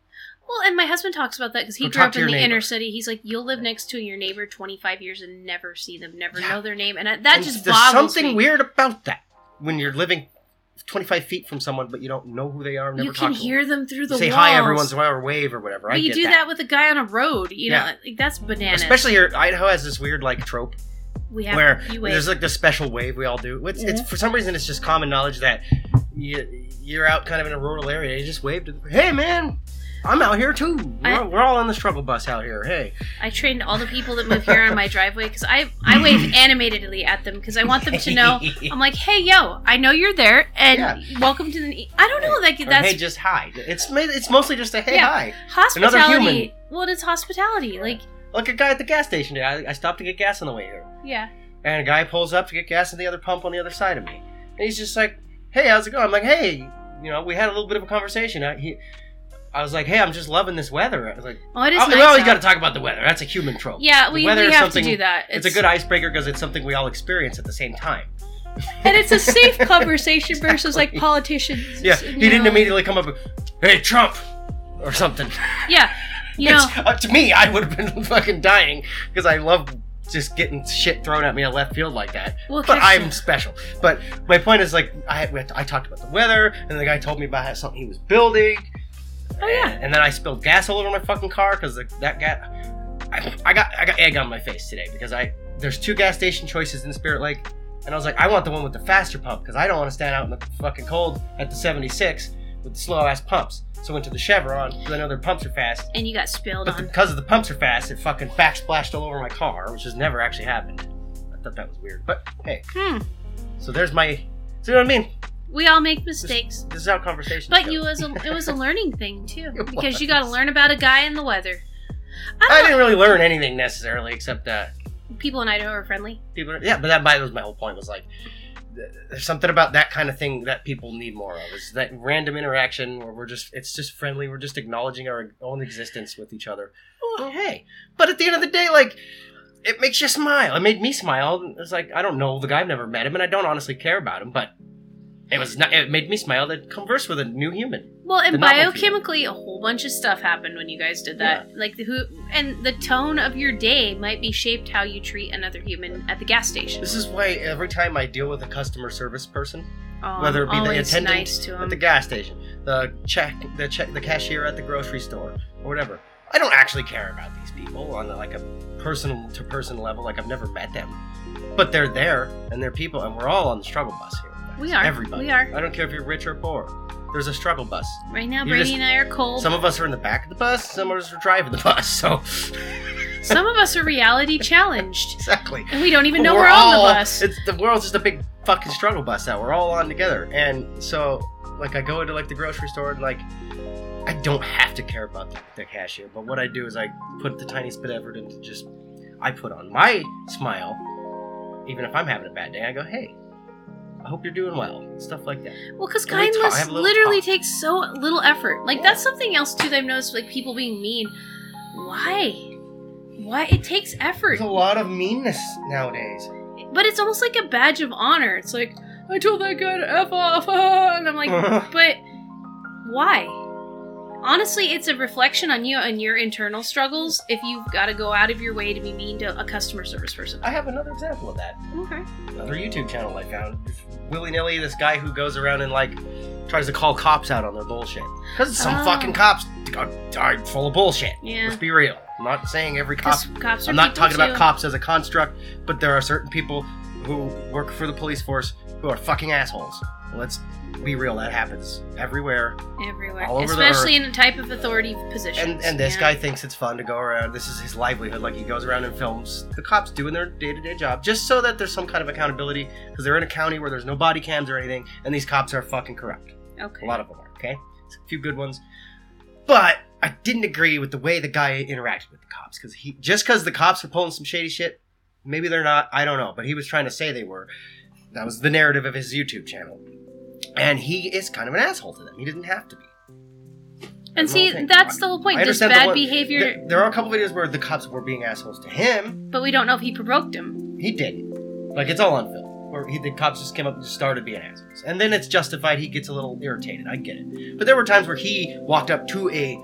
[SPEAKER 3] Well, and my husband talks about that because he
[SPEAKER 1] Go
[SPEAKER 3] grew
[SPEAKER 1] talk
[SPEAKER 3] up
[SPEAKER 1] to
[SPEAKER 3] in
[SPEAKER 1] your
[SPEAKER 3] the
[SPEAKER 1] neighbor.
[SPEAKER 3] inner city. He's like, you'll live next to your neighbor 25 years and never see them, never
[SPEAKER 1] Yeah.
[SPEAKER 3] know their name, and I, that
[SPEAKER 1] And
[SPEAKER 3] just
[SPEAKER 1] there's
[SPEAKER 3] boggles
[SPEAKER 1] something
[SPEAKER 3] me.
[SPEAKER 1] weird about that when you're living 25 feet from someone, but you don't know who they are. Never
[SPEAKER 3] You
[SPEAKER 1] talk
[SPEAKER 3] can
[SPEAKER 1] to them.
[SPEAKER 3] hear them through the
[SPEAKER 1] say
[SPEAKER 3] walls.
[SPEAKER 1] hi every once in a while or wave or whatever. I
[SPEAKER 3] But you
[SPEAKER 1] get
[SPEAKER 3] do that. with a guy on a road, you know,
[SPEAKER 1] Yeah.
[SPEAKER 3] like that's bananas.
[SPEAKER 1] Especially here, Idaho has this weird like trope
[SPEAKER 3] we have
[SPEAKER 1] where
[SPEAKER 3] you wait. Mm-hmm.
[SPEAKER 1] there's like this special wave we all do. It's, it's for some reason it's just common knowledge that you, you're out kind of in a rural area. You just wave to, the, hey man, I'm out here too. We're,
[SPEAKER 3] I-
[SPEAKER 1] we're all on the struggle bus out here. Hey,
[SPEAKER 3] I trained all the people that move here on my driveway because I I wave animatedly at them because I want them to know. I'm like, hey, yo, I know you're there, and
[SPEAKER 1] Yeah.
[SPEAKER 3] welcome to the. I don't know, like
[SPEAKER 1] Or,
[SPEAKER 3] that's
[SPEAKER 1] hey, just hi. It's ma- it's mostly just a hey
[SPEAKER 3] Yeah.
[SPEAKER 1] hi.
[SPEAKER 3] hospitality.
[SPEAKER 1] human.
[SPEAKER 3] Well, it's hospitality, like
[SPEAKER 1] Like a guy at the gas station. today, I, I stopped to get gas on the way here.
[SPEAKER 3] yeah.
[SPEAKER 1] And a guy pulls up to get gas at the other pump on the other side of me. And he's just like, hey, how's it going? I'm like, hey, you know, we had a little bit of a conversation. I, he, I was like, hey, I'm just loving this weather. I was like,
[SPEAKER 3] Oh, it is.
[SPEAKER 1] oh, we
[SPEAKER 3] nice
[SPEAKER 1] always
[SPEAKER 3] out.
[SPEAKER 1] got to talk about the weather. That's a human trope.
[SPEAKER 3] Yeah,
[SPEAKER 1] The
[SPEAKER 3] we,
[SPEAKER 1] weather
[SPEAKER 3] we
[SPEAKER 1] is
[SPEAKER 3] have to
[SPEAKER 1] something-
[SPEAKER 3] do that.
[SPEAKER 1] It's, a good icebreaker because it's something we all experience at the same time.
[SPEAKER 3] and it's a safe conversation versus like
[SPEAKER 1] Exactly.
[SPEAKER 3] politicians.
[SPEAKER 1] Yeah,
[SPEAKER 3] you
[SPEAKER 1] he didn't
[SPEAKER 3] know.
[SPEAKER 1] immediately come up with, hey, Trump, or something.
[SPEAKER 3] Yeah, You know,
[SPEAKER 1] It's- up to me, I would have been fucking dying because I love just getting shit thrown at me in left field like that.
[SPEAKER 3] we'll
[SPEAKER 1] But
[SPEAKER 3] catch
[SPEAKER 1] I'm
[SPEAKER 3] them.
[SPEAKER 1] special. But my point is, like, I we had to- I talked about the weather, and the guy told me about something he was building.
[SPEAKER 3] Oh yeah.
[SPEAKER 1] And, and then I spilled gas all over my fucking car because that gas. I, I got I got egg on my face today because I there's two gas station choices in Spirit Lake, and I was like, I want the one with the faster pump because I don't want to stand out in the fucking cold at the 76 with the slow ass pumps. So I went to the Chevron because I know their pumps are fast.
[SPEAKER 3] And you got spilled
[SPEAKER 1] But
[SPEAKER 3] on.
[SPEAKER 1] because of the pumps are fast, it fucking backsplashed all over my car, which has never actually happened. I thought that was weird, but hey.
[SPEAKER 3] Hmm.
[SPEAKER 1] So there's my. So you know what I mean?
[SPEAKER 3] We all make mistakes.
[SPEAKER 1] This is how conversations.
[SPEAKER 3] But
[SPEAKER 1] go.
[SPEAKER 3] you was a, it was a learning thing too
[SPEAKER 1] It
[SPEAKER 3] because you got to
[SPEAKER 1] was.
[SPEAKER 3] learn about a guy in the weather.
[SPEAKER 1] I
[SPEAKER 3] I
[SPEAKER 1] didn't really learn anything necessarily except uh,
[SPEAKER 3] don't, people in Idaho are friendly.
[SPEAKER 1] people are, yeah but that, that was my whole point was like th- there's something about that kind of thing that people need more of is that random interaction where we're just it's just friendly we're just acknowledging our own existence with each other oh hey but at the end of the day like it makes you smile it made me smile it's like i don't know the guy i've never met him and i don't honestly care about him but it was not it made me smile to converse with a new human
[SPEAKER 3] Well,
[SPEAKER 1] The
[SPEAKER 3] and
[SPEAKER 1] novelty of it.
[SPEAKER 3] biochemically, a whole bunch of stuff happened when you guys did that. Like the who and the tone of your day might be shaped how you treat another human at the gas station.
[SPEAKER 1] this is why every time i deal with a customer service person
[SPEAKER 3] Oh,
[SPEAKER 1] whether it be
[SPEAKER 3] I'm
[SPEAKER 1] the
[SPEAKER 3] always
[SPEAKER 1] attendant
[SPEAKER 3] nice to
[SPEAKER 1] at
[SPEAKER 3] 'em.
[SPEAKER 1] the gas station, the check, the check, the cashier at the grocery store, or whatever. I don't actually care about these people on like a personal to person level. Like I've never met them, but they're there and they're people, and we're all on the struggle bus here.
[SPEAKER 3] We are.
[SPEAKER 1] Everybody.
[SPEAKER 3] We are.
[SPEAKER 1] I don't care if you're rich or poor. There's a struggle bus.
[SPEAKER 3] Right now,
[SPEAKER 1] You
[SPEAKER 3] Brady
[SPEAKER 1] just-
[SPEAKER 3] and I are cold.
[SPEAKER 1] Some of us are in the back of the bus. Some of us are driving the bus. So
[SPEAKER 3] Some of us are reality challenged,
[SPEAKER 1] exactly.
[SPEAKER 3] and we don't even know
[SPEAKER 1] But
[SPEAKER 3] we're, on
[SPEAKER 1] all-
[SPEAKER 3] the bus.
[SPEAKER 1] It's the world's just a big fucking struggle bus that we're all on together. And so, like, I go into like the grocery store and like, I don't have to care about the, the cashier, but what I do is I put the tiniest bit of effort into just, I put on my smile, even if I'm having a bad day. I go, hey, I hope you're doing well, stuff like that.
[SPEAKER 3] Well, because
[SPEAKER 1] Can we talk? I
[SPEAKER 3] kindness
[SPEAKER 1] have a little
[SPEAKER 3] literally
[SPEAKER 1] talk.
[SPEAKER 3] takes so little effort. Like that's something else too that I've noticed. Like people being mean. Why? Why it takes effort?
[SPEAKER 1] There's a lot of meanness nowadays.
[SPEAKER 3] but it's almost like a badge of honor. It's like I told that guy to f off, and I'm like, but why? Honestly, it's a reflection on you and your internal struggles if you've got to go out of your way to be mean to a customer service person.
[SPEAKER 1] I have another example of that.
[SPEAKER 3] Okay.
[SPEAKER 1] another YouTube channel I found. Willy nilly, this guy who goes around and like tries to call cops out on their bullshit. Because some
[SPEAKER 3] Oh.
[SPEAKER 1] fucking cops are, are full of bullshit.
[SPEAKER 3] Yeah.
[SPEAKER 1] Let's be real. I'm not saying every cop.
[SPEAKER 3] 'Cause cops are
[SPEAKER 1] I'm not
[SPEAKER 3] people,
[SPEAKER 1] talking
[SPEAKER 3] too.
[SPEAKER 1] about cops as a construct, but there are certain people who work for the police force who are fucking assholes. Let's be real. That happens everywhere.
[SPEAKER 3] everywhere,
[SPEAKER 1] all over the
[SPEAKER 3] especially in a type of authority position.
[SPEAKER 1] And and this guy thinks it's fun to go around. This is his livelihood. Like he goes around and films the cops doing their day to day job, just so that there's some kind of accountability because they're in a county where there's no body cams or anything, and these cops are fucking corrupt.
[SPEAKER 3] Okay.
[SPEAKER 1] A lot of them are. Okay, a few good ones, but I didn't agree with the way the guy interacted with the cops because he just because the cops are pulling some shady shit. Maybe they're not. I don't know. But he was trying to say they were. That was the narrative of his YouTube channel, and he is kind of an asshole to them. He didn't have to be. the
[SPEAKER 3] and see,
[SPEAKER 1] whole thing.
[SPEAKER 3] that's the whole point.
[SPEAKER 1] I
[SPEAKER 3] Does
[SPEAKER 1] understand the
[SPEAKER 3] bad
[SPEAKER 1] one-
[SPEAKER 3] behavior,
[SPEAKER 1] There, there are a couple videos where the cops were being assholes to him.
[SPEAKER 3] but we don't know if he provoked him.
[SPEAKER 1] He didn't. Like it's all on film. Where he, the cops just came up and just started being assholes, and then it's justified. He gets a little irritated. I get it. But there were times where he walked up to a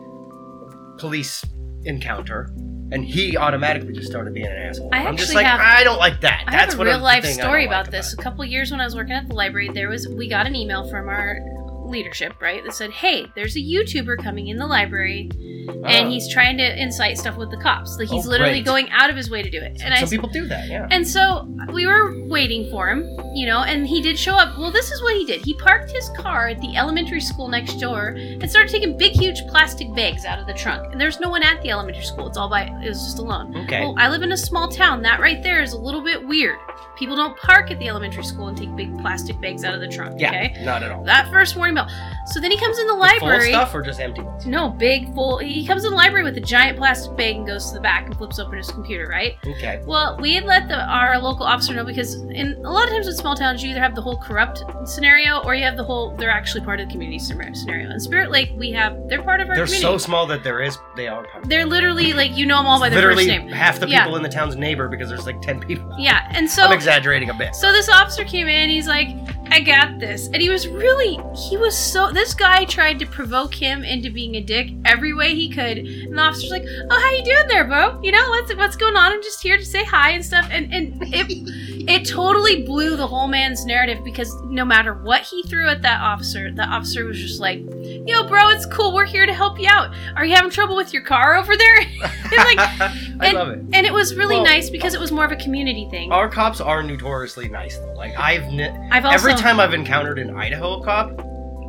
[SPEAKER 1] police encounter, and he automatically just started being an asshole.
[SPEAKER 3] I
[SPEAKER 1] am just
[SPEAKER 3] actually
[SPEAKER 1] like,
[SPEAKER 3] have-
[SPEAKER 1] I don't like that.
[SPEAKER 3] I
[SPEAKER 1] That's
[SPEAKER 3] have a
[SPEAKER 1] what
[SPEAKER 3] real life
[SPEAKER 1] thing I
[SPEAKER 3] story
[SPEAKER 1] don't like
[SPEAKER 3] about this. A couple years when I was working at the library, there was we got an email from our leadership, right, that said, "Hey, there's a YouTuber coming in the library,
[SPEAKER 1] it.
[SPEAKER 3] and
[SPEAKER 1] Uh,
[SPEAKER 3] he's trying to incite stuff with the cops. Like he's
[SPEAKER 1] Oh,
[SPEAKER 3] literally
[SPEAKER 1] great.
[SPEAKER 3] going out of his way to do it." And I
[SPEAKER 1] some people do that. Yeah.
[SPEAKER 3] and so we were waiting for him, you know, and he did show up. Well, this is what he did. He parked his car at the elementary school next door and started taking big, huge plastic bags out of the trunk. And there's no one at the elementary school. It's all by, it was just alone.
[SPEAKER 1] Okay.
[SPEAKER 3] Well, I live in a small town. That right there is a little bit weird. People don't park at the elementary school and take big plastic bags out of the trunk.
[SPEAKER 1] yeah.
[SPEAKER 3] Okay.
[SPEAKER 1] Not at all.
[SPEAKER 3] That first warning bell. So then he comes in the
[SPEAKER 1] Like, full of
[SPEAKER 3] library.
[SPEAKER 1] stuff or just empty ones.
[SPEAKER 3] No, big, full. He comes in the library with a giant plastic bag and goes to the back and flips open his computer, right?
[SPEAKER 1] Okay.
[SPEAKER 3] Well, we had let the, our local officer know because in a lot of times in small towns, you either have the whole corrupt scenario or you have the whole they're actually part of the community scenario. scenario. In Spirit Lake, we have they're part of our
[SPEAKER 1] They're so
[SPEAKER 3] community.
[SPEAKER 1] small that there is they are. part-
[SPEAKER 3] they're literally like you know them all by their
[SPEAKER 1] literally
[SPEAKER 3] first name.
[SPEAKER 1] half the
[SPEAKER 3] Yeah.
[SPEAKER 1] people in the town's neighbor because there's like 10 people.
[SPEAKER 3] Yeah, and so
[SPEAKER 1] I'm exaggerating a bit.
[SPEAKER 3] so this officer came in. He's like, I got this. And he was really, he was so, this guy tried to provoke him into being a dick every way he could. And the officer's like, oh, how you doing there, bro? You know, what's, what's going on? I'm just here to say hi and stuff. And, and it, it totally blew the whole man's narrative because no matter what he threw at that officer, the officer was just like, yo, bro, it's cool. We're here to help you out. Are you having trouble with your car over there? and like,
[SPEAKER 1] I love it.
[SPEAKER 3] and it was really
[SPEAKER 1] Well-
[SPEAKER 3] nice because it was more of a community thing.
[SPEAKER 1] Our cops are notoriously nice though. Like I've ne-
[SPEAKER 3] I've also,
[SPEAKER 1] Every time I've encountered an Idaho cop,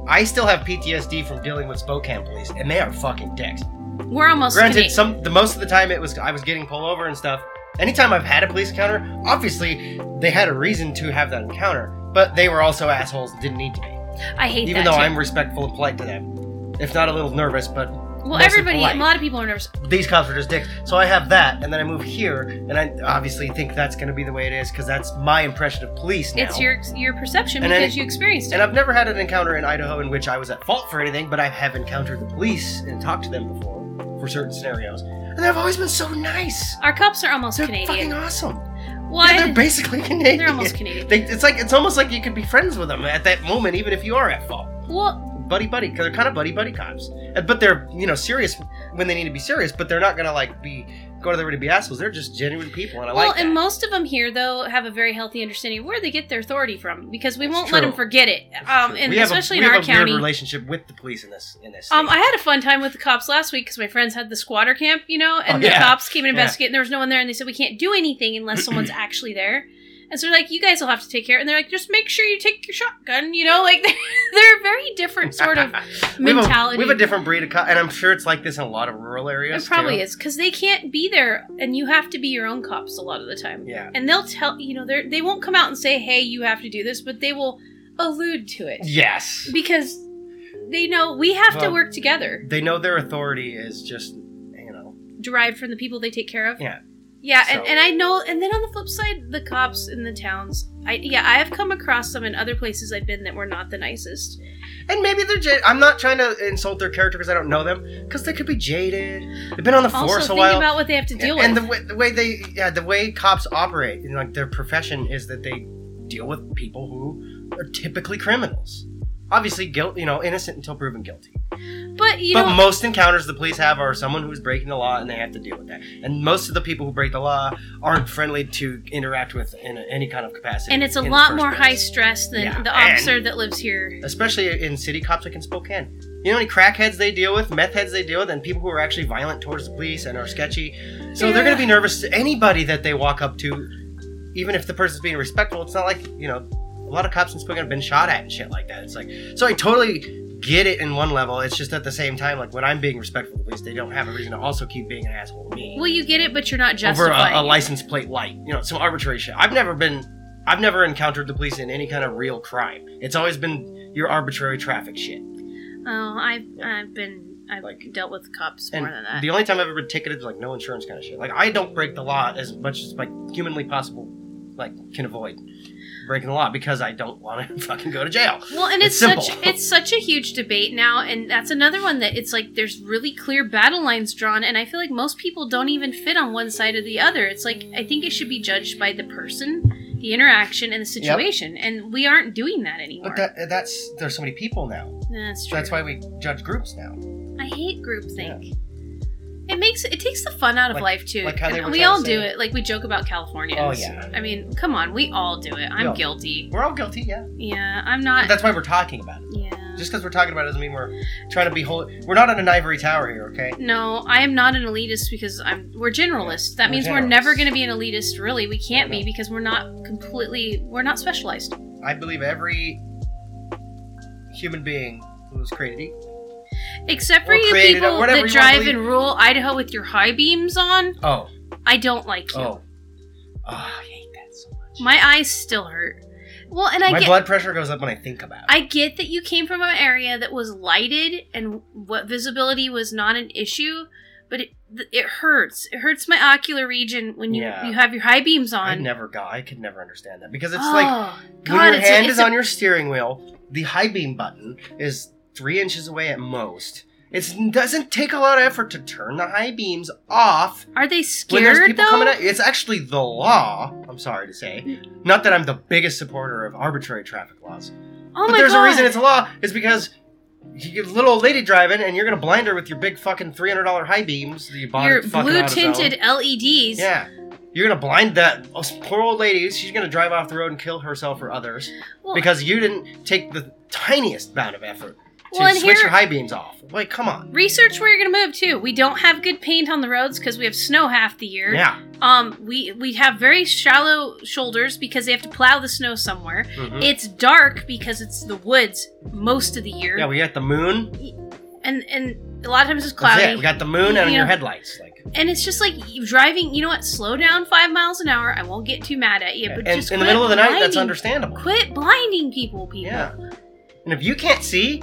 [SPEAKER 1] I still have PTSD from dealing with Spokane police, and they are fucking dicks.
[SPEAKER 3] we're almost
[SPEAKER 1] Granted,
[SPEAKER 3] Canadian.
[SPEAKER 1] some the most of the time it was I was getting pulled over and stuff. Anytime I've had a police encounter, obviously they had a reason to have that encounter, but they were also assholes and didn't need to be.
[SPEAKER 3] I hate
[SPEAKER 1] Even
[SPEAKER 3] that
[SPEAKER 1] though
[SPEAKER 3] too.
[SPEAKER 1] I'm respectful and polite to them, if not a little nervous, but
[SPEAKER 3] Well,
[SPEAKER 1] mostly
[SPEAKER 3] everybody,
[SPEAKER 1] polite.
[SPEAKER 3] a lot of people are nervous.
[SPEAKER 1] these cops are just dicks. So I have that, and then I move here, and I obviously think that's going to be the way it is because that's my impression of police now.
[SPEAKER 3] It's your your perception
[SPEAKER 1] And then
[SPEAKER 3] because
[SPEAKER 1] it-
[SPEAKER 3] you experienced it.
[SPEAKER 1] And I've never had an encounter in Idaho in which I was at fault for anything, but I have encountered the police and talked to them before for certain scenarios. And they've always been so nice.
[SPEAKER 3] Our cops are almost
[SPEAKER 1] They're fucking
[SPEAKER 3] Canadian.
[SPEAKER 1] awesome.
[SPEAKER 3] Well,
[SPEAKER 1] Yeah,
[SPEAKER 3] I-
[SPEAKER 1] they're basically Canadian.
[SPEAKER 3] they're almost Canadian.
[SPEAKER 1] They, it's like it's almost like you could be friends with them at that moment, even if you are at fault.
[SPEAKER 3] well,
[SPEAKER 1] Buddy, buddy, 'cause they're kind of buddy, buddy cops. And- But they're you know serious when they need to be serious, but they're not gonna like be go to their way to be assholes. They're just genuine people, and I
[SPEAKER 3] well,
[SPEAKER 1] like that.
[SPEAKER 3] and most of them here though have a very healthy understanding of where they get their authority from because we
[SPEAKER 1] It's
[SPEAKER 3] won't let
[SPEAKER 1] true.
[SPEAKER 3] them forget it. Um, and
[SPEAKER 1] we have
[SPEAKER 3] especially
[SPEAKER 1] a,
[SPEAKER 3] in
[SPEAKER 1] we
[SPEAKER 3] our
[SPEAKER 1] have a weird
[SPEAKER 3] county.
[SPEAKER 1] relationship with the police in this in this.
[SPEAKER 3] Um,
[SPEAKER 1] state.
[SPEAKER 3] I had a fun time with the cops last week because my friends had the squatter camp, you know, and
[SPEAKER 1] Oh,
[SPEAKER 3] the
[SPEAKER 1] yeah.
[SPEAKER 3] cops came and
[SPEAKER 1] Yeah.
[SPEAKER 3] investigated, and there was no one there, and they said we can't do anything unless someone's actually there. And so they're like, you guys will have to take care, and they're like, just make sure you take your shotgun, you know, like they're, they're a very different sort of
[SPEAKER 1] We have a-
[SPEAKER 3] mentality.
[SPEAKER 1] We have a, different breed of cop, and I'm sure it's like this in a lot of rural areas.
[SPEAKER 3] It probably
[SPEAKER 1] too.
[SPEAKER 3] is because they can't be there, and you have to be your own cops a lot of the time.
[SPEAKER 1] Yeah.
[SPEAKER 3] And they'll tell you know they they won't come out and say, hey, you have to do this, but they will allude to it
[SPEAKER 1] Yes.
[SPEAKER 3] because they know we have to
[SPEAKER 1] Well-
[SPEAKER 3] work together,
[SPEAKER 1] They know their authority is just, you know,
[SPEAKER 3] derived from the people they take care of.
[SPEAKER 1] Yeah.
[SPEAKER 3] Yeah, and,
[SPEAKER 1] So-
[SPEAKER 3] and I know, and then on the flip side, the cops in the towns. I yeah, I have come across some in other places I've been that were not the nicest.
[SPEAKER 1] and maybe they're. J- I'm not trying to insult their character because I don't know them, because they could be jaded. They've been on the
[SPEAKER 3] also,
[SPEAKER 1] force a
[SPEAKER 3] think
[SPEAKER 1] while.
[SPEAKER 3] about what they have to deal
[SPEAKER 1] and
[SPEAKER 3] with.
[SPEAKER 1] the way, the way they, yeah, the way cops operate, and like their profession is that they deal with people who are typically criminals. Obviously, guilt, you know, innocent until proven guilty.
[SPEAKER 3] but you
[SPEAKER 1] but
[SPEAKER 3] know,
[SPEAKER 1] most encounters the police have are someone who's breaking the law and they have to deal with that. And most of the people who break the law aren't friendly to interact with in any kind of capacity.
[SPEAKER 3] and it's a
[SPEAKER 1] in the
[SPEAKER 3] lot
[SPEAKER 1] first
[SPEAKER 3] more
[SPEAKER 1] place.
[SPEAKER 3] high stress than
[SPEAKER 1] Yeah,
[SPEAKER 3] the
[SPEAKER 1] and-
[SPEAKER 3] officer that lives here
[SPEAKER 1] Especially in city cops like in Spokane. You know how many crackheads they deal with, meth heads they deal with, and people who are actually violent towards the police and are sketchy. So they're going to be nervous to anybody that they walk up to, even if the person's being respectful. It's not like, you know, a lot of cops in Spokane have been shot at and shit like that. It's like, so I totally get it in one level. It's just at the same time, like when I'm being respectful to the police, they don't have a reason to also keep being an asshole to me
[SPEAKER 3] Well, you get it, but you're not
[SPEAKER 1] over
[SPEAKER 3] justifying.
[SPEAKER 1] a, a
[SPEAKER 3] it.
[SPEAKER 1] license plate light. You know, some arbitrary shit. I've never been, I've never encountered the police in any kind of real crime. It's always been your arbitrary traffic shit.
[SPEAKER 3] Oh, I've I've been I've
[SPEAKER 1] Like-
[SPEAKER 3] dealt with cops
[SPEAKER 1] And
[SPEAKER 3] more than that.
[SPEAKER 1] the only time I've ever been ticketed is like no insurance kind of shit. Like I don't break the law as much as like humanly possible, like can avoid breaking the law because I don't want to fucking go to jail.
[SPEAKER 3] well, and it's,
[SPEAKER 1] it's
[SPEAKER 3] such
[SPEAKER 1] simple.
[SPEAKER 3] it's such a huge debate now, and that's another one that it's like there's really clear battle lines drawn, and I feel like most people don't even fit on one side or the other. It's like I think it should be judged by the person, the interaction, and the situation, and we aren't doing that anymore.
[SPEAKER 1] But that that's there's so many people now.
[SPEAKER 3] that's true.
[SPEAKER 1] That's why we judge groups now.
[SPEAKER 3] I hate groupthink. It makes it takes the fun out of
[SPEAKER 1] Like-
[SPEAKER 3] life too.
[SPEAKER 1] like how they
[SPEAKER 3] And
[SPEAKER 1] were
[SPEAKER 3] we
[SPEAKER 1] trying
[SPEAKER 3] all
[SPEAKER 1] to
[SPEAKER 3] do
[SPEAKER 1] say-
[SPEAKER 3] it. Like we joke about Californians.
[SPEAKER 1] Oh, yeah.
[SPEAKER 3] I mean, come on, we all do it. I'm
[SPEAKER 1] all do.
[SPEAKER 3] guilty.
[SPEAKER 1] We're all guilty, yeah.
[SPEAKER 3] Yeah, I'm
[SPEAKER 1] But
[SPEAKER 3] not.
[SPEAKER 1] that's why we're talking about it.
[SPEAKER 3] yeah.
[SPEAKER 1] Just because we're talking about it doesn't mean we're trying to be whole. We're not on an ivory tower here, okay?
[SPEAKER 3] No, I am not an elitist because I'm. We're generalists. That
[SPEAKER 1] We're
[SPEAKER 3] means we're
[SPEAKER 1] generalists.
[SPEAKER 3] never going to be an elitist. Really, we can't be
[SPEAKER 1] No.
[SPEAKER 3] because we're not completely. We're not specialized.
[SPEAKER 1] I believe every human being who was created equal.
[SPEAKER 3] Except for
[SPEAKER 1] Or
[SPEAKER 3] you
[SPEAKER 1] created,
[SPEAKER 3] people
[SPEAKER 1] whatever
[SPEAKER 3] that
[SPEAKER 1] you wanna
[SPEAKER 3] drive
[SPEAKER 1] believe.
[SPEAKER 3] in rural Idaho with your high beams on.
[SPEAKER 1] Oh,
[SPEAKER 3] I don't like you.
[SPEAKER 1] oh, oh! I hate that so much.
[SPEAKER 3] My eyes still hurt. Well, and I
[SPEAKER 1] My
[SPEAKER 3] get
[SPEAKER 1] blood pressure goes up when I think about it.
[SPEAKER 3] I get that you came from an area that was lighted and what visibility was not an issue, but it th- it hurts. It hurts my ocular region when you
[SPEAKER 1] Yeah.
[SPEAKER 3] you have your high beams
[SPEAKER 1] I,
[SPEAKER 3] on.
[SPEAKER 1] never got. I could never understand that because it's
[SPEAKER 3] oh,
[SPEAKER 1] like
[SPEAKER 3] God,
[SPEAKER 1] when your
[SPEAKER 3] it's a-
[SPEAKER 1] hand
[SPEAKER 3] it's
[SPEAKER 1] is
[SPEAKER 3] a-
[SPEAKER 1] on your steering wheel, the high beam button is three inches away at most, It doesn't take a lot of effort to turn the high beams off
[SPEAKER 3] Are they
[SPEAKER 1] when there's
[SPEAKER 3] scared
[SPEAKER 1] people
[SPEAKER 3] though?
[SPEAKER 1] coming at you. It's actually the law. I'm sorry to say, not that I'm the biggest supporter of arbitrary traffic laws,
[SPEAKER 3] oh
[SPEAKER 1] but
[SPEAKER 3] my
[SPEAKER 1] there's
[SPEAKER 3] god!
[SPEAKER 1] a reason it's a law. It's because you get a little old lady driving, and you're gonna blind her with your big fucking three hundred dollar high beams. That you bought
[SPEAKER 3] Your
[SPEAKER 1] at fucking
[SPEAKER 3] blue
[SPEAKER 1] AutoZone.
[SPEAKER 3] tinted LEDs.
[SPEAKER 1] Yeah. You're gonna blind that us poor old lady. She's gonna drive off the road and kill herself or others
[SPEAKER 3] Well,
[SPEAKER 1] because you didn't take the tiniest amount of effort to
[SPEAKER 3] Well, and
[SPEAKER 1] switch
[SPEAKER 3] here-
[SPEAKER 1] your high beams off. Like, come on.
[SPEAKER 3] research where you're gonna move to. We don't have good paint on the roads because we have snow half the year.
[SPEAKER 1] Yeah.
[SPEAKER 3] Um, we we have very shallow shoulders because they have to plow the snow somewhere.
[SPEAKER 1] Mhm.
[SPEAKER 3] It's dark because it's the woods most of the year.
[SPEAKER 1] Yeah, we got the moon.
[SPEAKER 3] and and a lot of times it's
[SPEAKER 1] That's
[SPEAKER 3] cloudy.
[SPEAKER 1] it. We got the moon and
[SPEAKER 3] Yeah.
[SPEAKER 1] your headlights. Like,
[SPEAKER 3] and it's just like you driving. You know what? Slow down five miles an hour. I won't get too mad at you. But
[SPEAKER 1] and
[SPEAKER 3] just
[SPEAKER 1] in the
[SPEAKER 3] quit
[SPEAKER 1] middle of the night, that's
[SPEAKER 3] blinding-
[SPEAKER 1] understandable.
[SPEAKER 3] Quit blinding people, people.
[SPEAKER 1] Yeah. And if you can't see,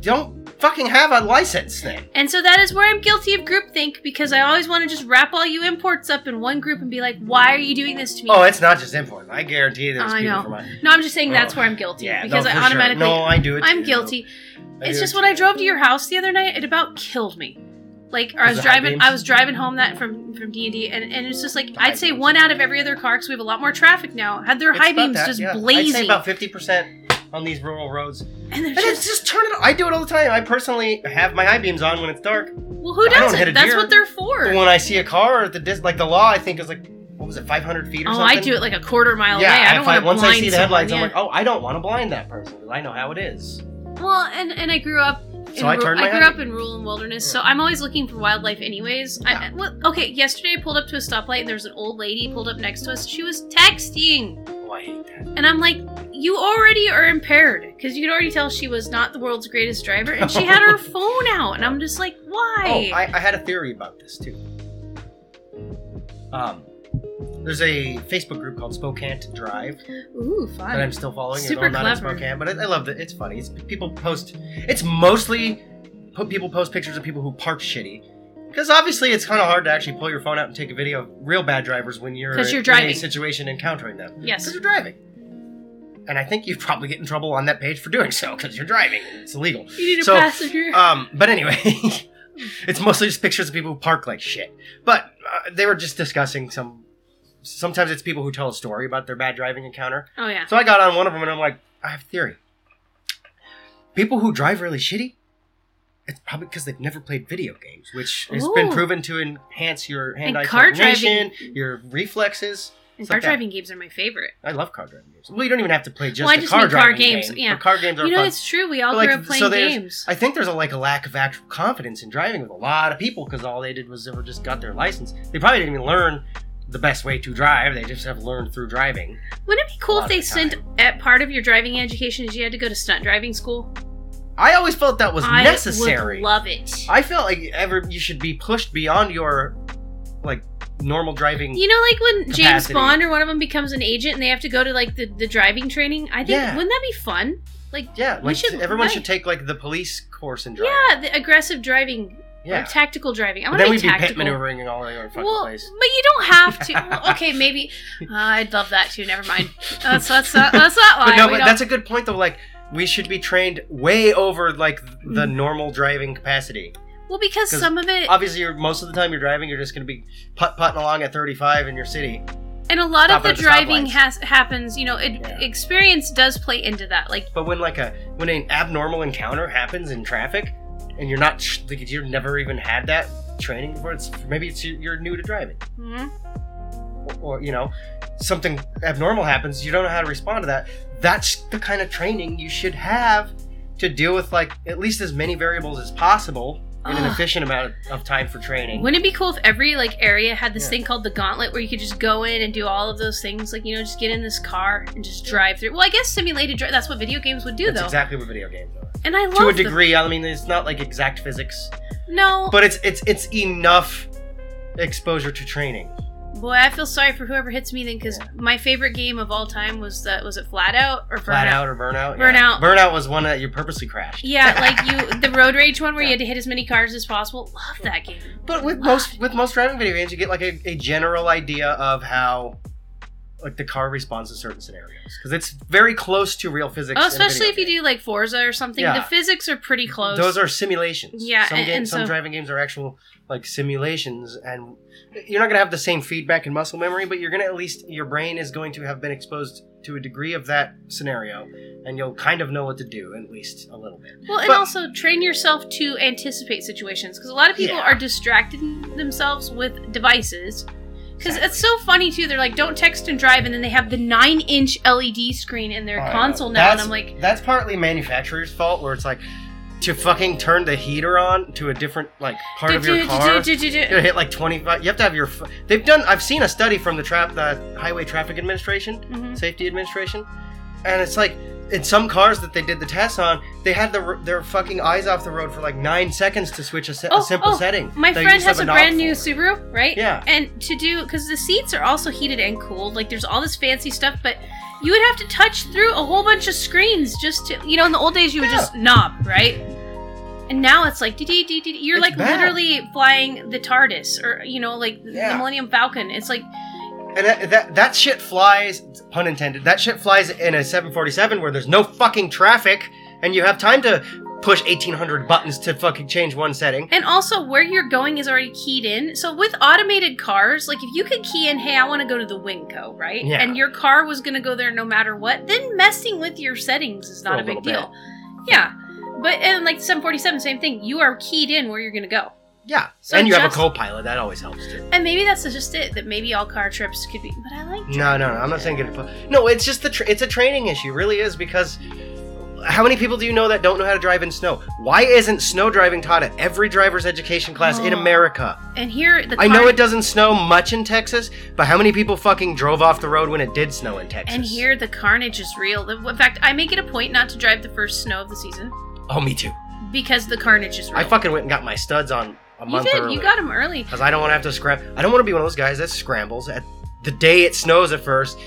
[SPEAKER 1] don't fucking have a license then.
[SPEAKER 3] And so that is where I'm guilty of groupthink because I always want to just wrap all you imports up in one group and be like, "Why are you doing this to me?"
[SPEAKER 1] Oh, it's not just important. I guarantee there's
[SPEAKER 3] I
[SPEAKER 1] people
[SPEAKER 3] know.
[SPEAKER 1] from. my-
[SPEAKER 3] no, I'm just saying that's
[SPEAKER 1] Oh.
[SPEAKER 3] where I'm guilty
[SPEAKER 1] Yeah,
[SPEAKER 3] because
[SPEAKER 1] no,
[SPEAKER 3] I
[SPEAKER 1] for sure.
[SPEAKER 3] automatically
[SPEAKER 1] No, I do it.
[SPEAKER 3] I'm
[SPEAKER 1] too.
[SPEAKER 3] guilty.
[SPEAKER 1] I
[SPEAKER 3] It's
[SPEAKER 1] do
[SPEAKER 3] just
[SPEAKER 1] it
[SPEAKER 3] when I drove to your house the other night, it about killed me. Like, or I
[SPEAKER 1] Was
[SPEAKER 3] was
[SPEAKER 1] it high
[SPEAKER 3] driving,
[SPEAKER 1] beams?
[SPEAKER 3] I was driving home that from from D and D, and it's just like
[SPEAKER 1] The high
[SPEAKER 3] I'd say
[SPEAKER 1] beams.
[SPEAKER 3] one out of every other car because we have a lot more traffic now. Had their
[SPEAKER 1] It's
[SPEAKER 3] high
[SPEAKER 1] about
[SPEAKER 3] beams
[SPEAKER 1] that,
[SPEAKER 3] just
[SPEAKER 1] yeah. I'd say
[SPEAKER 3] blazing,
[SPEAKER 1] about fifty percent on these rural roads.
[SPEAKER 3] and they're
[SPEAKER 1] And it's
[SPEAKER 3] just
[SPEAKER 1] just turn it. I do it all the time. I personally have my high beams on when it's dark.
[SPEAKER 3] well, who
[SPEAKER 1] I don't hit a
[SPEAKER 3] doesn't? That's
[SPEAKER 1] deer.
[SPEAKER 3] what they're
[SPEAKER 1] But
[SPEAKER 3] for.
[SPEAKER 1] when I see a car at the dis, like the law, I think is like, what was it, five hundred feet or
[SPEAKER 3] Oh,
[SPEAKER 1] something?
[SPEAKER 3] I do it like a quarter mile
[SPEAKER 1] yeah,
[SPEAKER 3] away. I don't
[SPEAKER 1] if
[SPEAKER 3] want to blind
[SPEAKER 1] once I see the
[SPEAKER 3] someone,
[SPEAKER 1] headlights, I'm
[SPEAKER 3] yeah.
[SPEAKER 1] like, oh, I don't want to blind that person because I know how it is.
[SPEAKER 3] Well, and and I grew up. In
[SPEAKER 1] So I
[SPEAKER 3] ru-
[SPEAKER 1] turned my
[SPEAKER 3] grew
[SPEAKER 1] head.
[SPEAKER 3] up in rural and wilderness, so I'm always looking for wildlife, anyways. I, well, okay, yesterday I pulled up to a stoplight and there was an old lady pulled up next to us. She was texting,
[SPEAKER 1] Oh, I hate that.
[SPEAKER 3] and I'm like, "You already are impaired," because you could already tell she was not the world's greatest driver, and she had her phone out, and I'm just like, "Why?"
[SPEAKER 1] Oh, I, I had a theory about this too. Um, there's a Facebook group called Spokane to Drive
[SPEAKER 3] Ooh,
[SPEAKER 1] that I'm
[SPEAKER 3] fun.
[SPEAKER 1] still following. even
[SPEAKER 3] Ah, Super
[SPEAKER 1] though I'm not in
[SPEAKER 3] clever.
[SPEAKER 1] Spokane, but I, I love it. It's funny. It's people post. It's mostly put people post pictures of people who park shitty. Because obviously, it's kind of hard to actually pull your phone out and take a video of real bad drivers when you're,
[SPEAKER 3] 'Cause you're
[SPEAKER 1] in a
[SPEAKER 3] driving.
[SPEAKER 1] situation encountering them.
[SPEAKER 3] Yes.
[SPEAKER 1] Because you're driving. And I think you probably get in trouble on that page for doing so because you're driving. It's illegal.
[SPEAKER 3] You need a
[SPEAKER 1] So,
[SPEAKER 3] passenger.
[SPEAKER 1] Um, but anyway, it's mostly just pictures of people who park like shit. But uh, they were just discussing some. Sometimes it's people who tell a story about their bad driving encounter.
[SPEAKER 3] oh yeah.
[SPEAKER 1] So I got on one of them and I'm like, I have a theory. People who drive really shitty, it's probably because they've never played video games, which has been
[SPEAKER 3] Ooh.
[SPEAKER 1] proven to enhance your hand-eye
[SPEAKER 3] And car
[SPEAKER 1] coordination, your reflexes.
[SPEAKER 3] And
[SPEAKER 1] so
[SPEAKER 3] car
[SPEAKER 1] that-
[SPEAKER 3] driving games are my favorite.
[SPEAKER 1] I love car driving games. Well, you don't even have to play just
[SPEAKER 3] Well, I
[SPEAKER 1] the
[SPEAKER 3] just
[SPEAKER 1] car
[SPEAKER 3] mean car
[SPEAKER 1] driving
[SPEAKER 3] games,
[SPEAKER 1] game,
[SPEAKER 3] yeah.
[SPEAKER 1] but car games are
[SPEAKER 3] You know,
[SPEAKER 1] fun.
[SPEAKER 3] it's true. We all
[SPEAKER 1] But, like,
[SPEAKER 3] grew up playing
[SPEAKER 1] so there's-
[SPEAKER 3] games.
[SPEAKER 1] I think there's a, like a lack of actual confidence in driving with a lot of people because all they did was they were just got their license. They probably didn't even learn the best way to drive. They just have learned through driving.
[SPEAKER 3] Wouldn't it be
[SPEAKER 1] A
[SPEAKER 3] cool
[SPEAKER 1] lot
[SPEAKER 3] if they
[SPEAKER 1] of
[SPEAKER 3] sent at part of your driving education is you had to go to stunt driving school?
[SPEAKER 1] I always felt that was
[SPEAKER 3] I
[SPEAKER 1] necessary.
[SPEAKER 3] Would love it.
[SPEAKER 1] I felt like ever you should be pushed beyond your like normal driving.
[SPEAKER 3] you know, like when James
[SPEAKER 1] Capacity.
[SPEAKER 3] Bond or one of them becomes an agent and they have to go to like the, the driving training. I think
[SPEAKER 1] Yeah.
[SPEAKER 3] wouldn't that be fun? Like,
[SPEAKER 1] yeah,
[SPEAKER 3] we
[SPEAKER 1] like
[SPEAKER 3] should-
[SPEAKER 1] everyone
[SPEAKER 3] right.
[SPEAKER 1] should take like the police course in driving.
[SPEAKER 3] yeah, the aggressive driving or
[SPEAKER 1] yeah.
[SPEAKER 3] tactical driving. I
[SPEAKER 1] But
[SPEAKER 3] want to
[SPEAKER 1] then
[SPEAKER 3] be
[SPEAKER 1] we'd be pit
[SPEAKER 3] tactical.
[SPEAKER 1] maneuvering and all over the fucking
[SPEAKER 3] well,
[SPEAKER 1] place.
[SPEAKER 3] but you don't have to. Well, okay, maybe uh, I'd love that too. Never mind. That's that's not, that's not
[SPEAKER 1] But
[SPEAKER 3] why.
[SPEAKER 1] no,
[SPEAKER 3] we
[SPEAKER 1] but
[SPEAKER 3] don't-
[SPEAKER 1] that's a good point though. Like we should be trained way over like th- the
[SPEAKER 3] Mm.
[SPEAKER 1] normal driving capacity.
[SPEAKER 3] well because
[SPEAKER 1] 'cause
[SPEAKER 3] some of it
[SPEAKER 1] Obviously, you're most of the time you're driving, you're just going to be putt putting along at 35 in your city.
[SPEAKER 3] and a lot of
[SPEAKER 1] stop
[SPEAKER 3] the
[SPEAKER 1] at the
[SPEAKER 3] driving
[SPEAKER 1] stoplights.
[SPEAKER 3] has happens. You know, it,
[SPEAKER 1] Yeah.
[SPEAKER 3] experience does play into that. Like.
[SPEAKER 1] But when like a when an abnormal encounter happens in traffic, and you're not tr- like you've never even had that training before, it's maybe it's you're, you're new to driving,
[SPEAKER 3] hmm
[SPEAKER 1] or, or you know something abnormal happens, you don't know how to respond to that. That's the kind of training you should have to deal with like at least as many variables as possible in an
[SPEAKER 3] Ugh.
[SPEAKER 1] efficient amount of time for training.
[SPEAKER 3] Ah. Wouldn't it be cool if every like area had this
[SPEAKER 1] Yeah.
[SPEAKER 3] thing called the gauntlet where you could just go in and do all of those things? Like, you know, just get in this car and just drive through. Well, I guess simulated drive that's what video games would do
[SPEAKER 1] That's
[SPEAKER 3] though.
[SPEAKER 1] exactly what video games are.
[SPEAKER 3] and I love
[SPEAKER 1] To a
[SPEAKER 3] the-
[SPEAKER 1] degree, I mean, it's not like exact physics.
[SPEAKER 3] no
[SPEAKER 1] but it's it's it's enough exposure to training.
[SPEAKER 3] boy, I feel sorry for whoever hits me then because
[SPEAKER 1] Yeah.
[SPEAKER 3] my favorite game of all time was the was it Flat Out or
[SPEAKER 1] Flat
[SPEAKER 3] Burnout?
[SPEAKER 1] out or burnout.
[SPEAKER 3] Burnout.
[SPEAKER 1] Burnout was one that you purposely crashed.
[SPEAKER 3] Yeah, like you the road rage one where you had to hit as many cars as possible. Love that game.
[SPEAKER 1] But with most with most driving video games, you get like a, a general idea of how like the car responds to certain scenarios because it's very close to real physics.
[SPEAKER 3] Oh,
[SPEAKER 1] in a video
[SPEAKER 3] especially if you
[SPEAKER 1] game.
[SPEAKER 3] do like Forza or something.
[SPEAKER 1] Yeah.
[SPEAKER 3] The physics are pretty close.
[SPEAKER 1] Those are simulations.
[SPEAKER 3] Yeah,
[SPEAKER 1] some
[SPEAKER 3] and-
[SPEAKER 1] games,
[SPEAKER 3] and
[SPEAKER 1] some
[SPEAKER 3] so-
[SPEAKER 1] driving games are actual like simulations, and you're not gonna have the same feedback and muscle memory, but you're gonna at least your brain is going to have been exposed to a degree of that scenario, and you'll kind of know what to do at least a little bit.
[SPEAKER 3] well, and
[SPEAKER 1] but-
[SPEAKER 3] also train yourself to anticipate situations because a lot of people
[SPEAKER 1] Yeah.
[SPEAKER 3] are distracting themselves with devices. Because it's so funny too. They're like, "Don't text and drive," and then they have the nine-inch LED E screen in their
[SPEAKER 1] I know.
[SPEAKER 3] console now, and
[SPEAKER 1] Oh, That's-
[SPEAKER 3] I'm like,
[SPEAKER 1] that's partly manufacturer's fault, where it's like to fucking turn the heater on to a different like part of your car.
[SPEAKER 3] "Do-do-do-do-do-do."
[SPEAKER 1] You're gonna hit like 25. You have to have your. f- They've done. I've seen a study from the trap, the Highway Traffic Administration,
[SPEAKER 3] Mhm.
[SPEAKER 1] Safety Administration, and it's like in some cars that they did the tests on, they had the, r- their fucking eyes off the road for like nine seconds to switch a, se-
[SPEAKER 3] Oh,
[SPEAKER 1] a simple
[SPEAKER 3] oh,
[SPEAKER 1] setting.
[SPEAKER 3] My
[SPEAKER 1] that you
[SPEAKER 3] friend
[SPEAKER 1] just have
[SPEAKER 3] has a
[SPEAKER 1] knob
[SPEAKER 3] brand new
[SPEAKER 1] for.
[SPEAKER 3] Subaru, right?
[SPEAKER 1] Yeah.
[SPEAKER 3] And to do because the seats are also heated and cooled. Like there's all this fancy stuff, but you would have to touch through a whole bunch of screens just to you know. In the old days, you would
[SPEAKER 1] Yeah.
[SPEAKER 3] just knob, right? And now it's like dee dee dee dee. You're
[SPEAKER 1] It's
[SPEAKER 3] like
[SPEAKER 1] bad.
[SPEAKER 3] literally flying the TARDIS or you know like
[SPEAKER 1] Yeah.
[SPEAKER 3] the Millennium Falcon. It's like
[SPEAKER 1] And that, that that shit flies, pun intended. That shit flies in a 747 where there's no fucking traffic, and you have time to push 1800 buttons to fucking change one setting.
[SPEAKER 3] and also where you're going is already keyed in. So with automated cars, like if you could key in, hey, I want to go to the Winco, right?
[SPEAKER 1] Yeah.
[SPEAKER 3] And your car was gonna go there no matter what. Then messing with your settings is
[SPEAKER 1] For
[SPEAKER 3] not
[SPEAKER 1] Oh, a
[SPEAKER 3] a big
[SPEAKER 1] little bit.
[SPEAKER 3] deal. Yeah. But and like 747, same thing. You are keyed in where you're gonna go.
[SPEAKER 1] Yeah,
[SPEAKER 3] So
[SPEAKER 1] and you have a
[SPEAKER 3] just-
[SPEAKER 1] co-pilot. That always helps too.
[SPEAKER 3] And maybe that's just it. That maybe all car trips could be. But I like.
[SPEAKER 1] No, no, no. I'm not saying get a No, it's just the tra- it's a training issue. It really is because how many people do you know that don't know how to drive in snow? Why isn't snow driving taught at every driver's education class in
[SPEAKER 3] Oh.
[SPEAKER 1] America?
[SPEAKER 3] And here the. Car,
[SPEAKER 1] I know it doesn't snow much in Texas, but how many people fucking drove off the road when it did snow in Texas?
[SPEAKER 3] And here the carnage is real. In fact, I make it a point not to drive the first snow of the season
[SPEAKER 1] Oh, me too.
[SPEAKER 3] because the carnage is real.
[SPEAKER 1] I fucking went and got my studs on a
[SPEAKER 3] you
[SPEAKER 1] month
[SPEAKER 3] did.
[SPEAKER 1] early.
[SPEAKER 3] You got them early.
[SPEAKER 1] because I don't want to have to scramble. I don't want to be one of those guys that scrambles at the day it snows at first,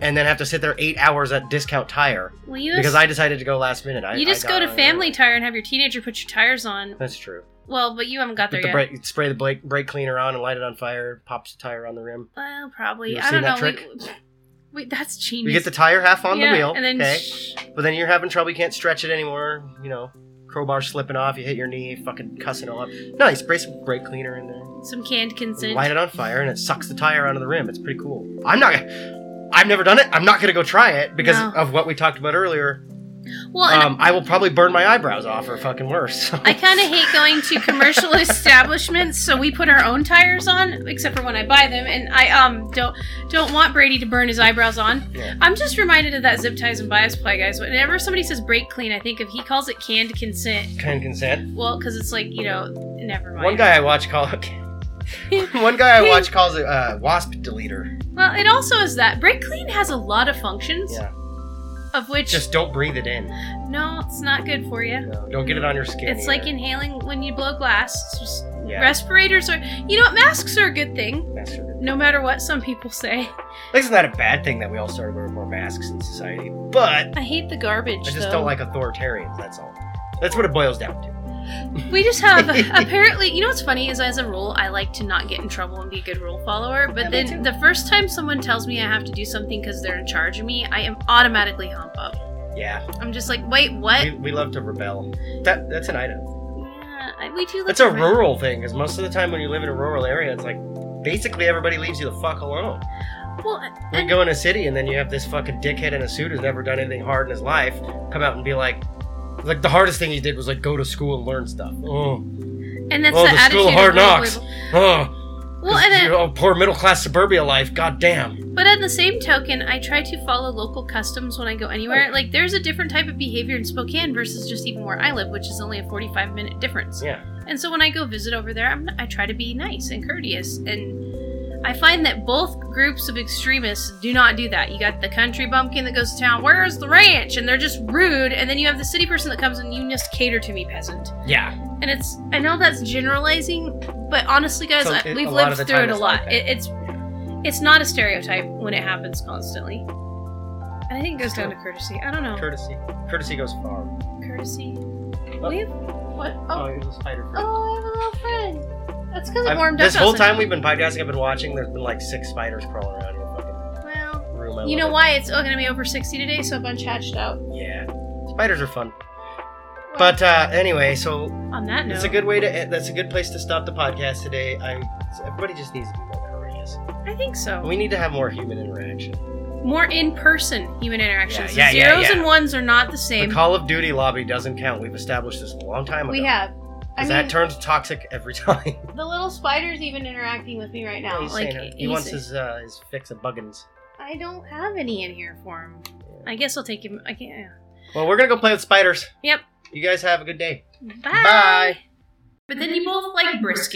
[SPEAKER 1] and then have to sit there eight hours at Discount Tire
[SPEAKER 3] Well, you
[SPEAKER 1] because I decided to go last minute. I,
[SPEAKER 3] you just
[SPEAKER 1] I
[SPEAKER 3] go
[SPEAKER 1] got
[SPEAKER 3] to
[SPEAKER 1] on-
[SPEAKER 3] Family Tire and have your teenager put your tires on.
[SPEAKER 1] That's true.
[SPEAKER 3] Well, but you haven't got there
[SPEAKER 1] Put the
[SPEAKER 3] yet.
[SPEAKER 1] brake, spray the brake, brake cleaner on and light it on fire. Pops the tire on the rim.
[SPEAKER 3] Well, probably.
[SPEAKER 1] You ever
[SPEAKER 3] I
[SPEAKER 1] seen
[SPEAKER 3] don't
[SPEAKER 1] that
[SPEAKER 3] know. We, wait, that's genius.
[SPEAKER 1] You get the tire half on
[SPEAKER 3] Yeah,
[SPEAKER 1] the wheel,
[SPEAKER 3] and then
[SPEAKER 1] okay?
[SPEAKER 3] sh-
[SPEAKER 1] But then you're having trouble. You can't stretch it anymore. You know, crowbar slipping off. You hit your knee. Fucking cussing all up. No, you spray some brake cleaner in there.
[SPEAKER 3] some canned consent.
[SPEAKER 1] light it on fire and it sucks the tire onto the rim. It's pretty cool. I'm not. I've never done it. I'm not gonna go try it because
[SPEAKER 3] No.
[SPEAKER 1] of what we talked about earlier.
[SPEAKER 3] Well, and
[SPEAKER 1] Um, I will probably burn my eyebrows off or fucking worse.
[SPEAKER 3] I kind of hate going to commercial establishments, so we put our own tires on, except for when I buy them. And I um don't don't want Brady to burn his eyebrows on.
[SPEAKER 1] Yeah.
[SPEAKER 3] I'm just reminded of that zip ties and bias ply, guys. Whenever somebody says brake clean, I think of he calls it canned consent.
[SPEAKER 1] Can consent.
[SPEAKER 3] Well, because it's like you know, never mind.
[SPEAKER 1] One guy I watch call. One guy I watch calls it uh, wasp deleter.
[SPEAKER 3] Well, it also is that brake clean has a lot of functions.
[SPEAKER 1] Yeah.
[SPEAKER 3] Of which,
[SPEAKER 1] Just don't breathe it in.
[SPEAKER 3] no, it's not good for you.
[SPEAKER 1] No, don't get it on your skin.
[SPEAKER 3] It's like
[SPEAKER 1] either.
[SPEAKER 3] inhaling when you blow glass. It's just
[SPEAKER 1] Yeah,
[SPEAKER 3] respirators are, you know, what, masks are a good thing,
[SPEAKER 1] that's true.
[SPEAKER 3] no matter what some people say.
[SPEAKER 1] Like, it's not a bad thing that we all started wearing more masks in society, but
[SPEAKER 3] I hate the garbage.
[SPEAKER 1] I just
[SPEAKER 3] though.
[SPEAKER 1] don't like authoritarians. That's all. That's what it boils down to.
[SPEAKER 3] We just have apparently. You know what's funny is as a rule, I like to not get in trouble and be a good rule follower. But
[SPEAKER 1] me
[SPEAKER 3] then the first time someone tells me I have to do something because they're in charge of me, I am automatically hump up.
[SPEAKER 1] Yeah,
[SPEAKER 3] I'm just like, wait, what?
[SPEAKER 1] we, we love to rebel. That that's an item.
[SPEAKER 3] yeah, I- we do. look
[SPEAKER 1] That's a
[SPEAKER 3] different.
[SPEAKER 1] rural thing, because most of the time when you live in a rural area, it's like basically everybody leaves you the fuck alone.
[SPEAKER 3] Well,
[SPEAKER 1] We
[SPEAKER 3] and-
[SPEAKER 1] go in a city, and then you have this fucking dickhead in a suit who's never done anything hard in his life come out and be like, like the hardest thing he did was like go to school and learn stuff. Oh,
[SPEAKER 3] and that's
[SPEAKER 1] Oh,
[SPEAKER 3] the,
[SPEAKER 1] the
[SPEAKER 3] attitude.
[SPEAKER 1] school
[SPEAKER 3] of
[SPEAKER 1] hard
[SPEAKER 3] rule
[SPEAKER 1] knocks.
[SPEAKER 3] people.
[SPEAKER 1] oh,
[SPEAKER 3] Well, and then,
[SPEAKER 1] oh poor middle class suburbia life. God damn.
[SPEAKER 3] But on the same token, I try to follow local customs when I go anywhere. Like, there's a different type of behavior in Spokane versus just even where I live, which is only a 45 minute difference.
[SPEAKER 1] Yeah.
[SPEAKER 3] And so when I go visit over there, I'm, I try to be nice and courteous. And I find that both groups of extremists do not do that. You got the country bumpkin that goes to town, where's the ranch? And they're just rude. And then you have the city person that comes and you just cater to me, peasant.
[SPEAKER 1] Yeah.
[SPEAKER 3] And it's, I know that's generalizing, but honestly, guys,
[SPEAKER 1] So
[SPEAKER 3] I,
[SPEAKER 1] it-
[SPEAKER 3] we've
[SPEAKER 1] a lot
[SPEAKER 3] lived
[SPEAKER 1] of the
[SPEAKER 3] through
[SPEAKER 1] time
[SPEAKER 3] it a
[SPEAKER 1] it's
[SPEAKER 3] lot.
[SPEAKER 1] like that.
[SPEAKER 3] it, it's it's not a stereotype when it happens constantly. And I think it goes down to courtesy. I don't know.
[SPEAKER 1] Courtesy. Courtesy goes far.
[SPEAKER 3] courtesy.
[SPEAKER 1] Oh.
[SPEAKER 3] We have, what?
[SPEAKER 1] Oh,
[SPEAKER 3] Oh,
[SPEAKER 1] it was a spider.
[SPEAKER 3] oh, I have a little friend. That's because it
[SPEAKER 1] I've-
[SPEAKER 3] warmed up.
[SPEAKER 1] this whole
[SPEAKER 3] outside.
[SPEAKER 1] time we've been podcasting, I've been watching. There's been like six spiders crawling around in the fucking
[SPEAKER 3] Well,
[SPEAKER 1] room my
[SPEAKER 3] You know
[SPEAKER 1] life.
[SPEAKER 3] why it's going to be over 60 today, so a bunch hatched out.
[SPEAKER 1] Yeah. Spiders are fun. But uh, anyway, so
[SPEAKER 3] On that note,
[SPEAKER 1] it's a good way to. That's a good place to stop the podcast today. I everybody just needs to be more courageous.
[SPEAKER 3] I think so.
[SPEAKER 1] We need to have more human interaction.
[SPEAKER 3] More in person human interactions.
[SPEAKER 1] Yeah,
[SPEAKER 3] The
[SPEAKER 1] yeah, yeah,
[SPEAKER 3] zeros
[SPEAKER 1] yeah.
[SPEAKER 3] and ones are not the
[SPEAKER 1] The
[SPEAKER 3] same.
[SPEAKER 1] Call of Duty lobby doesn't count. We've established this a long time ago.
[SPEAKER 3] we have. I
[SPEAKER 1] 'Cause
[SPEAKER 3] mean,
[SPEAKER 1] that turns toxic every time.
[SPEAKER 3] the little spider's even interacting with me right now.
[SPEAKER 1] He's
[SPEAKER 3] like
[SPEAKER 1] saying it. he
[SPEAKER 3] he's-
[SPEAKER 1] wants his uh, his fix of buggins.
[SPEAKER 3] I don't have any in here for him. I guess I'll take him. I can't.
[SPEAKER 1] Well, we're gonna go play with spiders.
[SPEAKER 3] Yep.
[SPEAKER 1] You guys have a good day.
[SPEAKER 3] Bye.
[SPEAKER 1] Bye.
[SPEAKER 3] But then you both like brisket.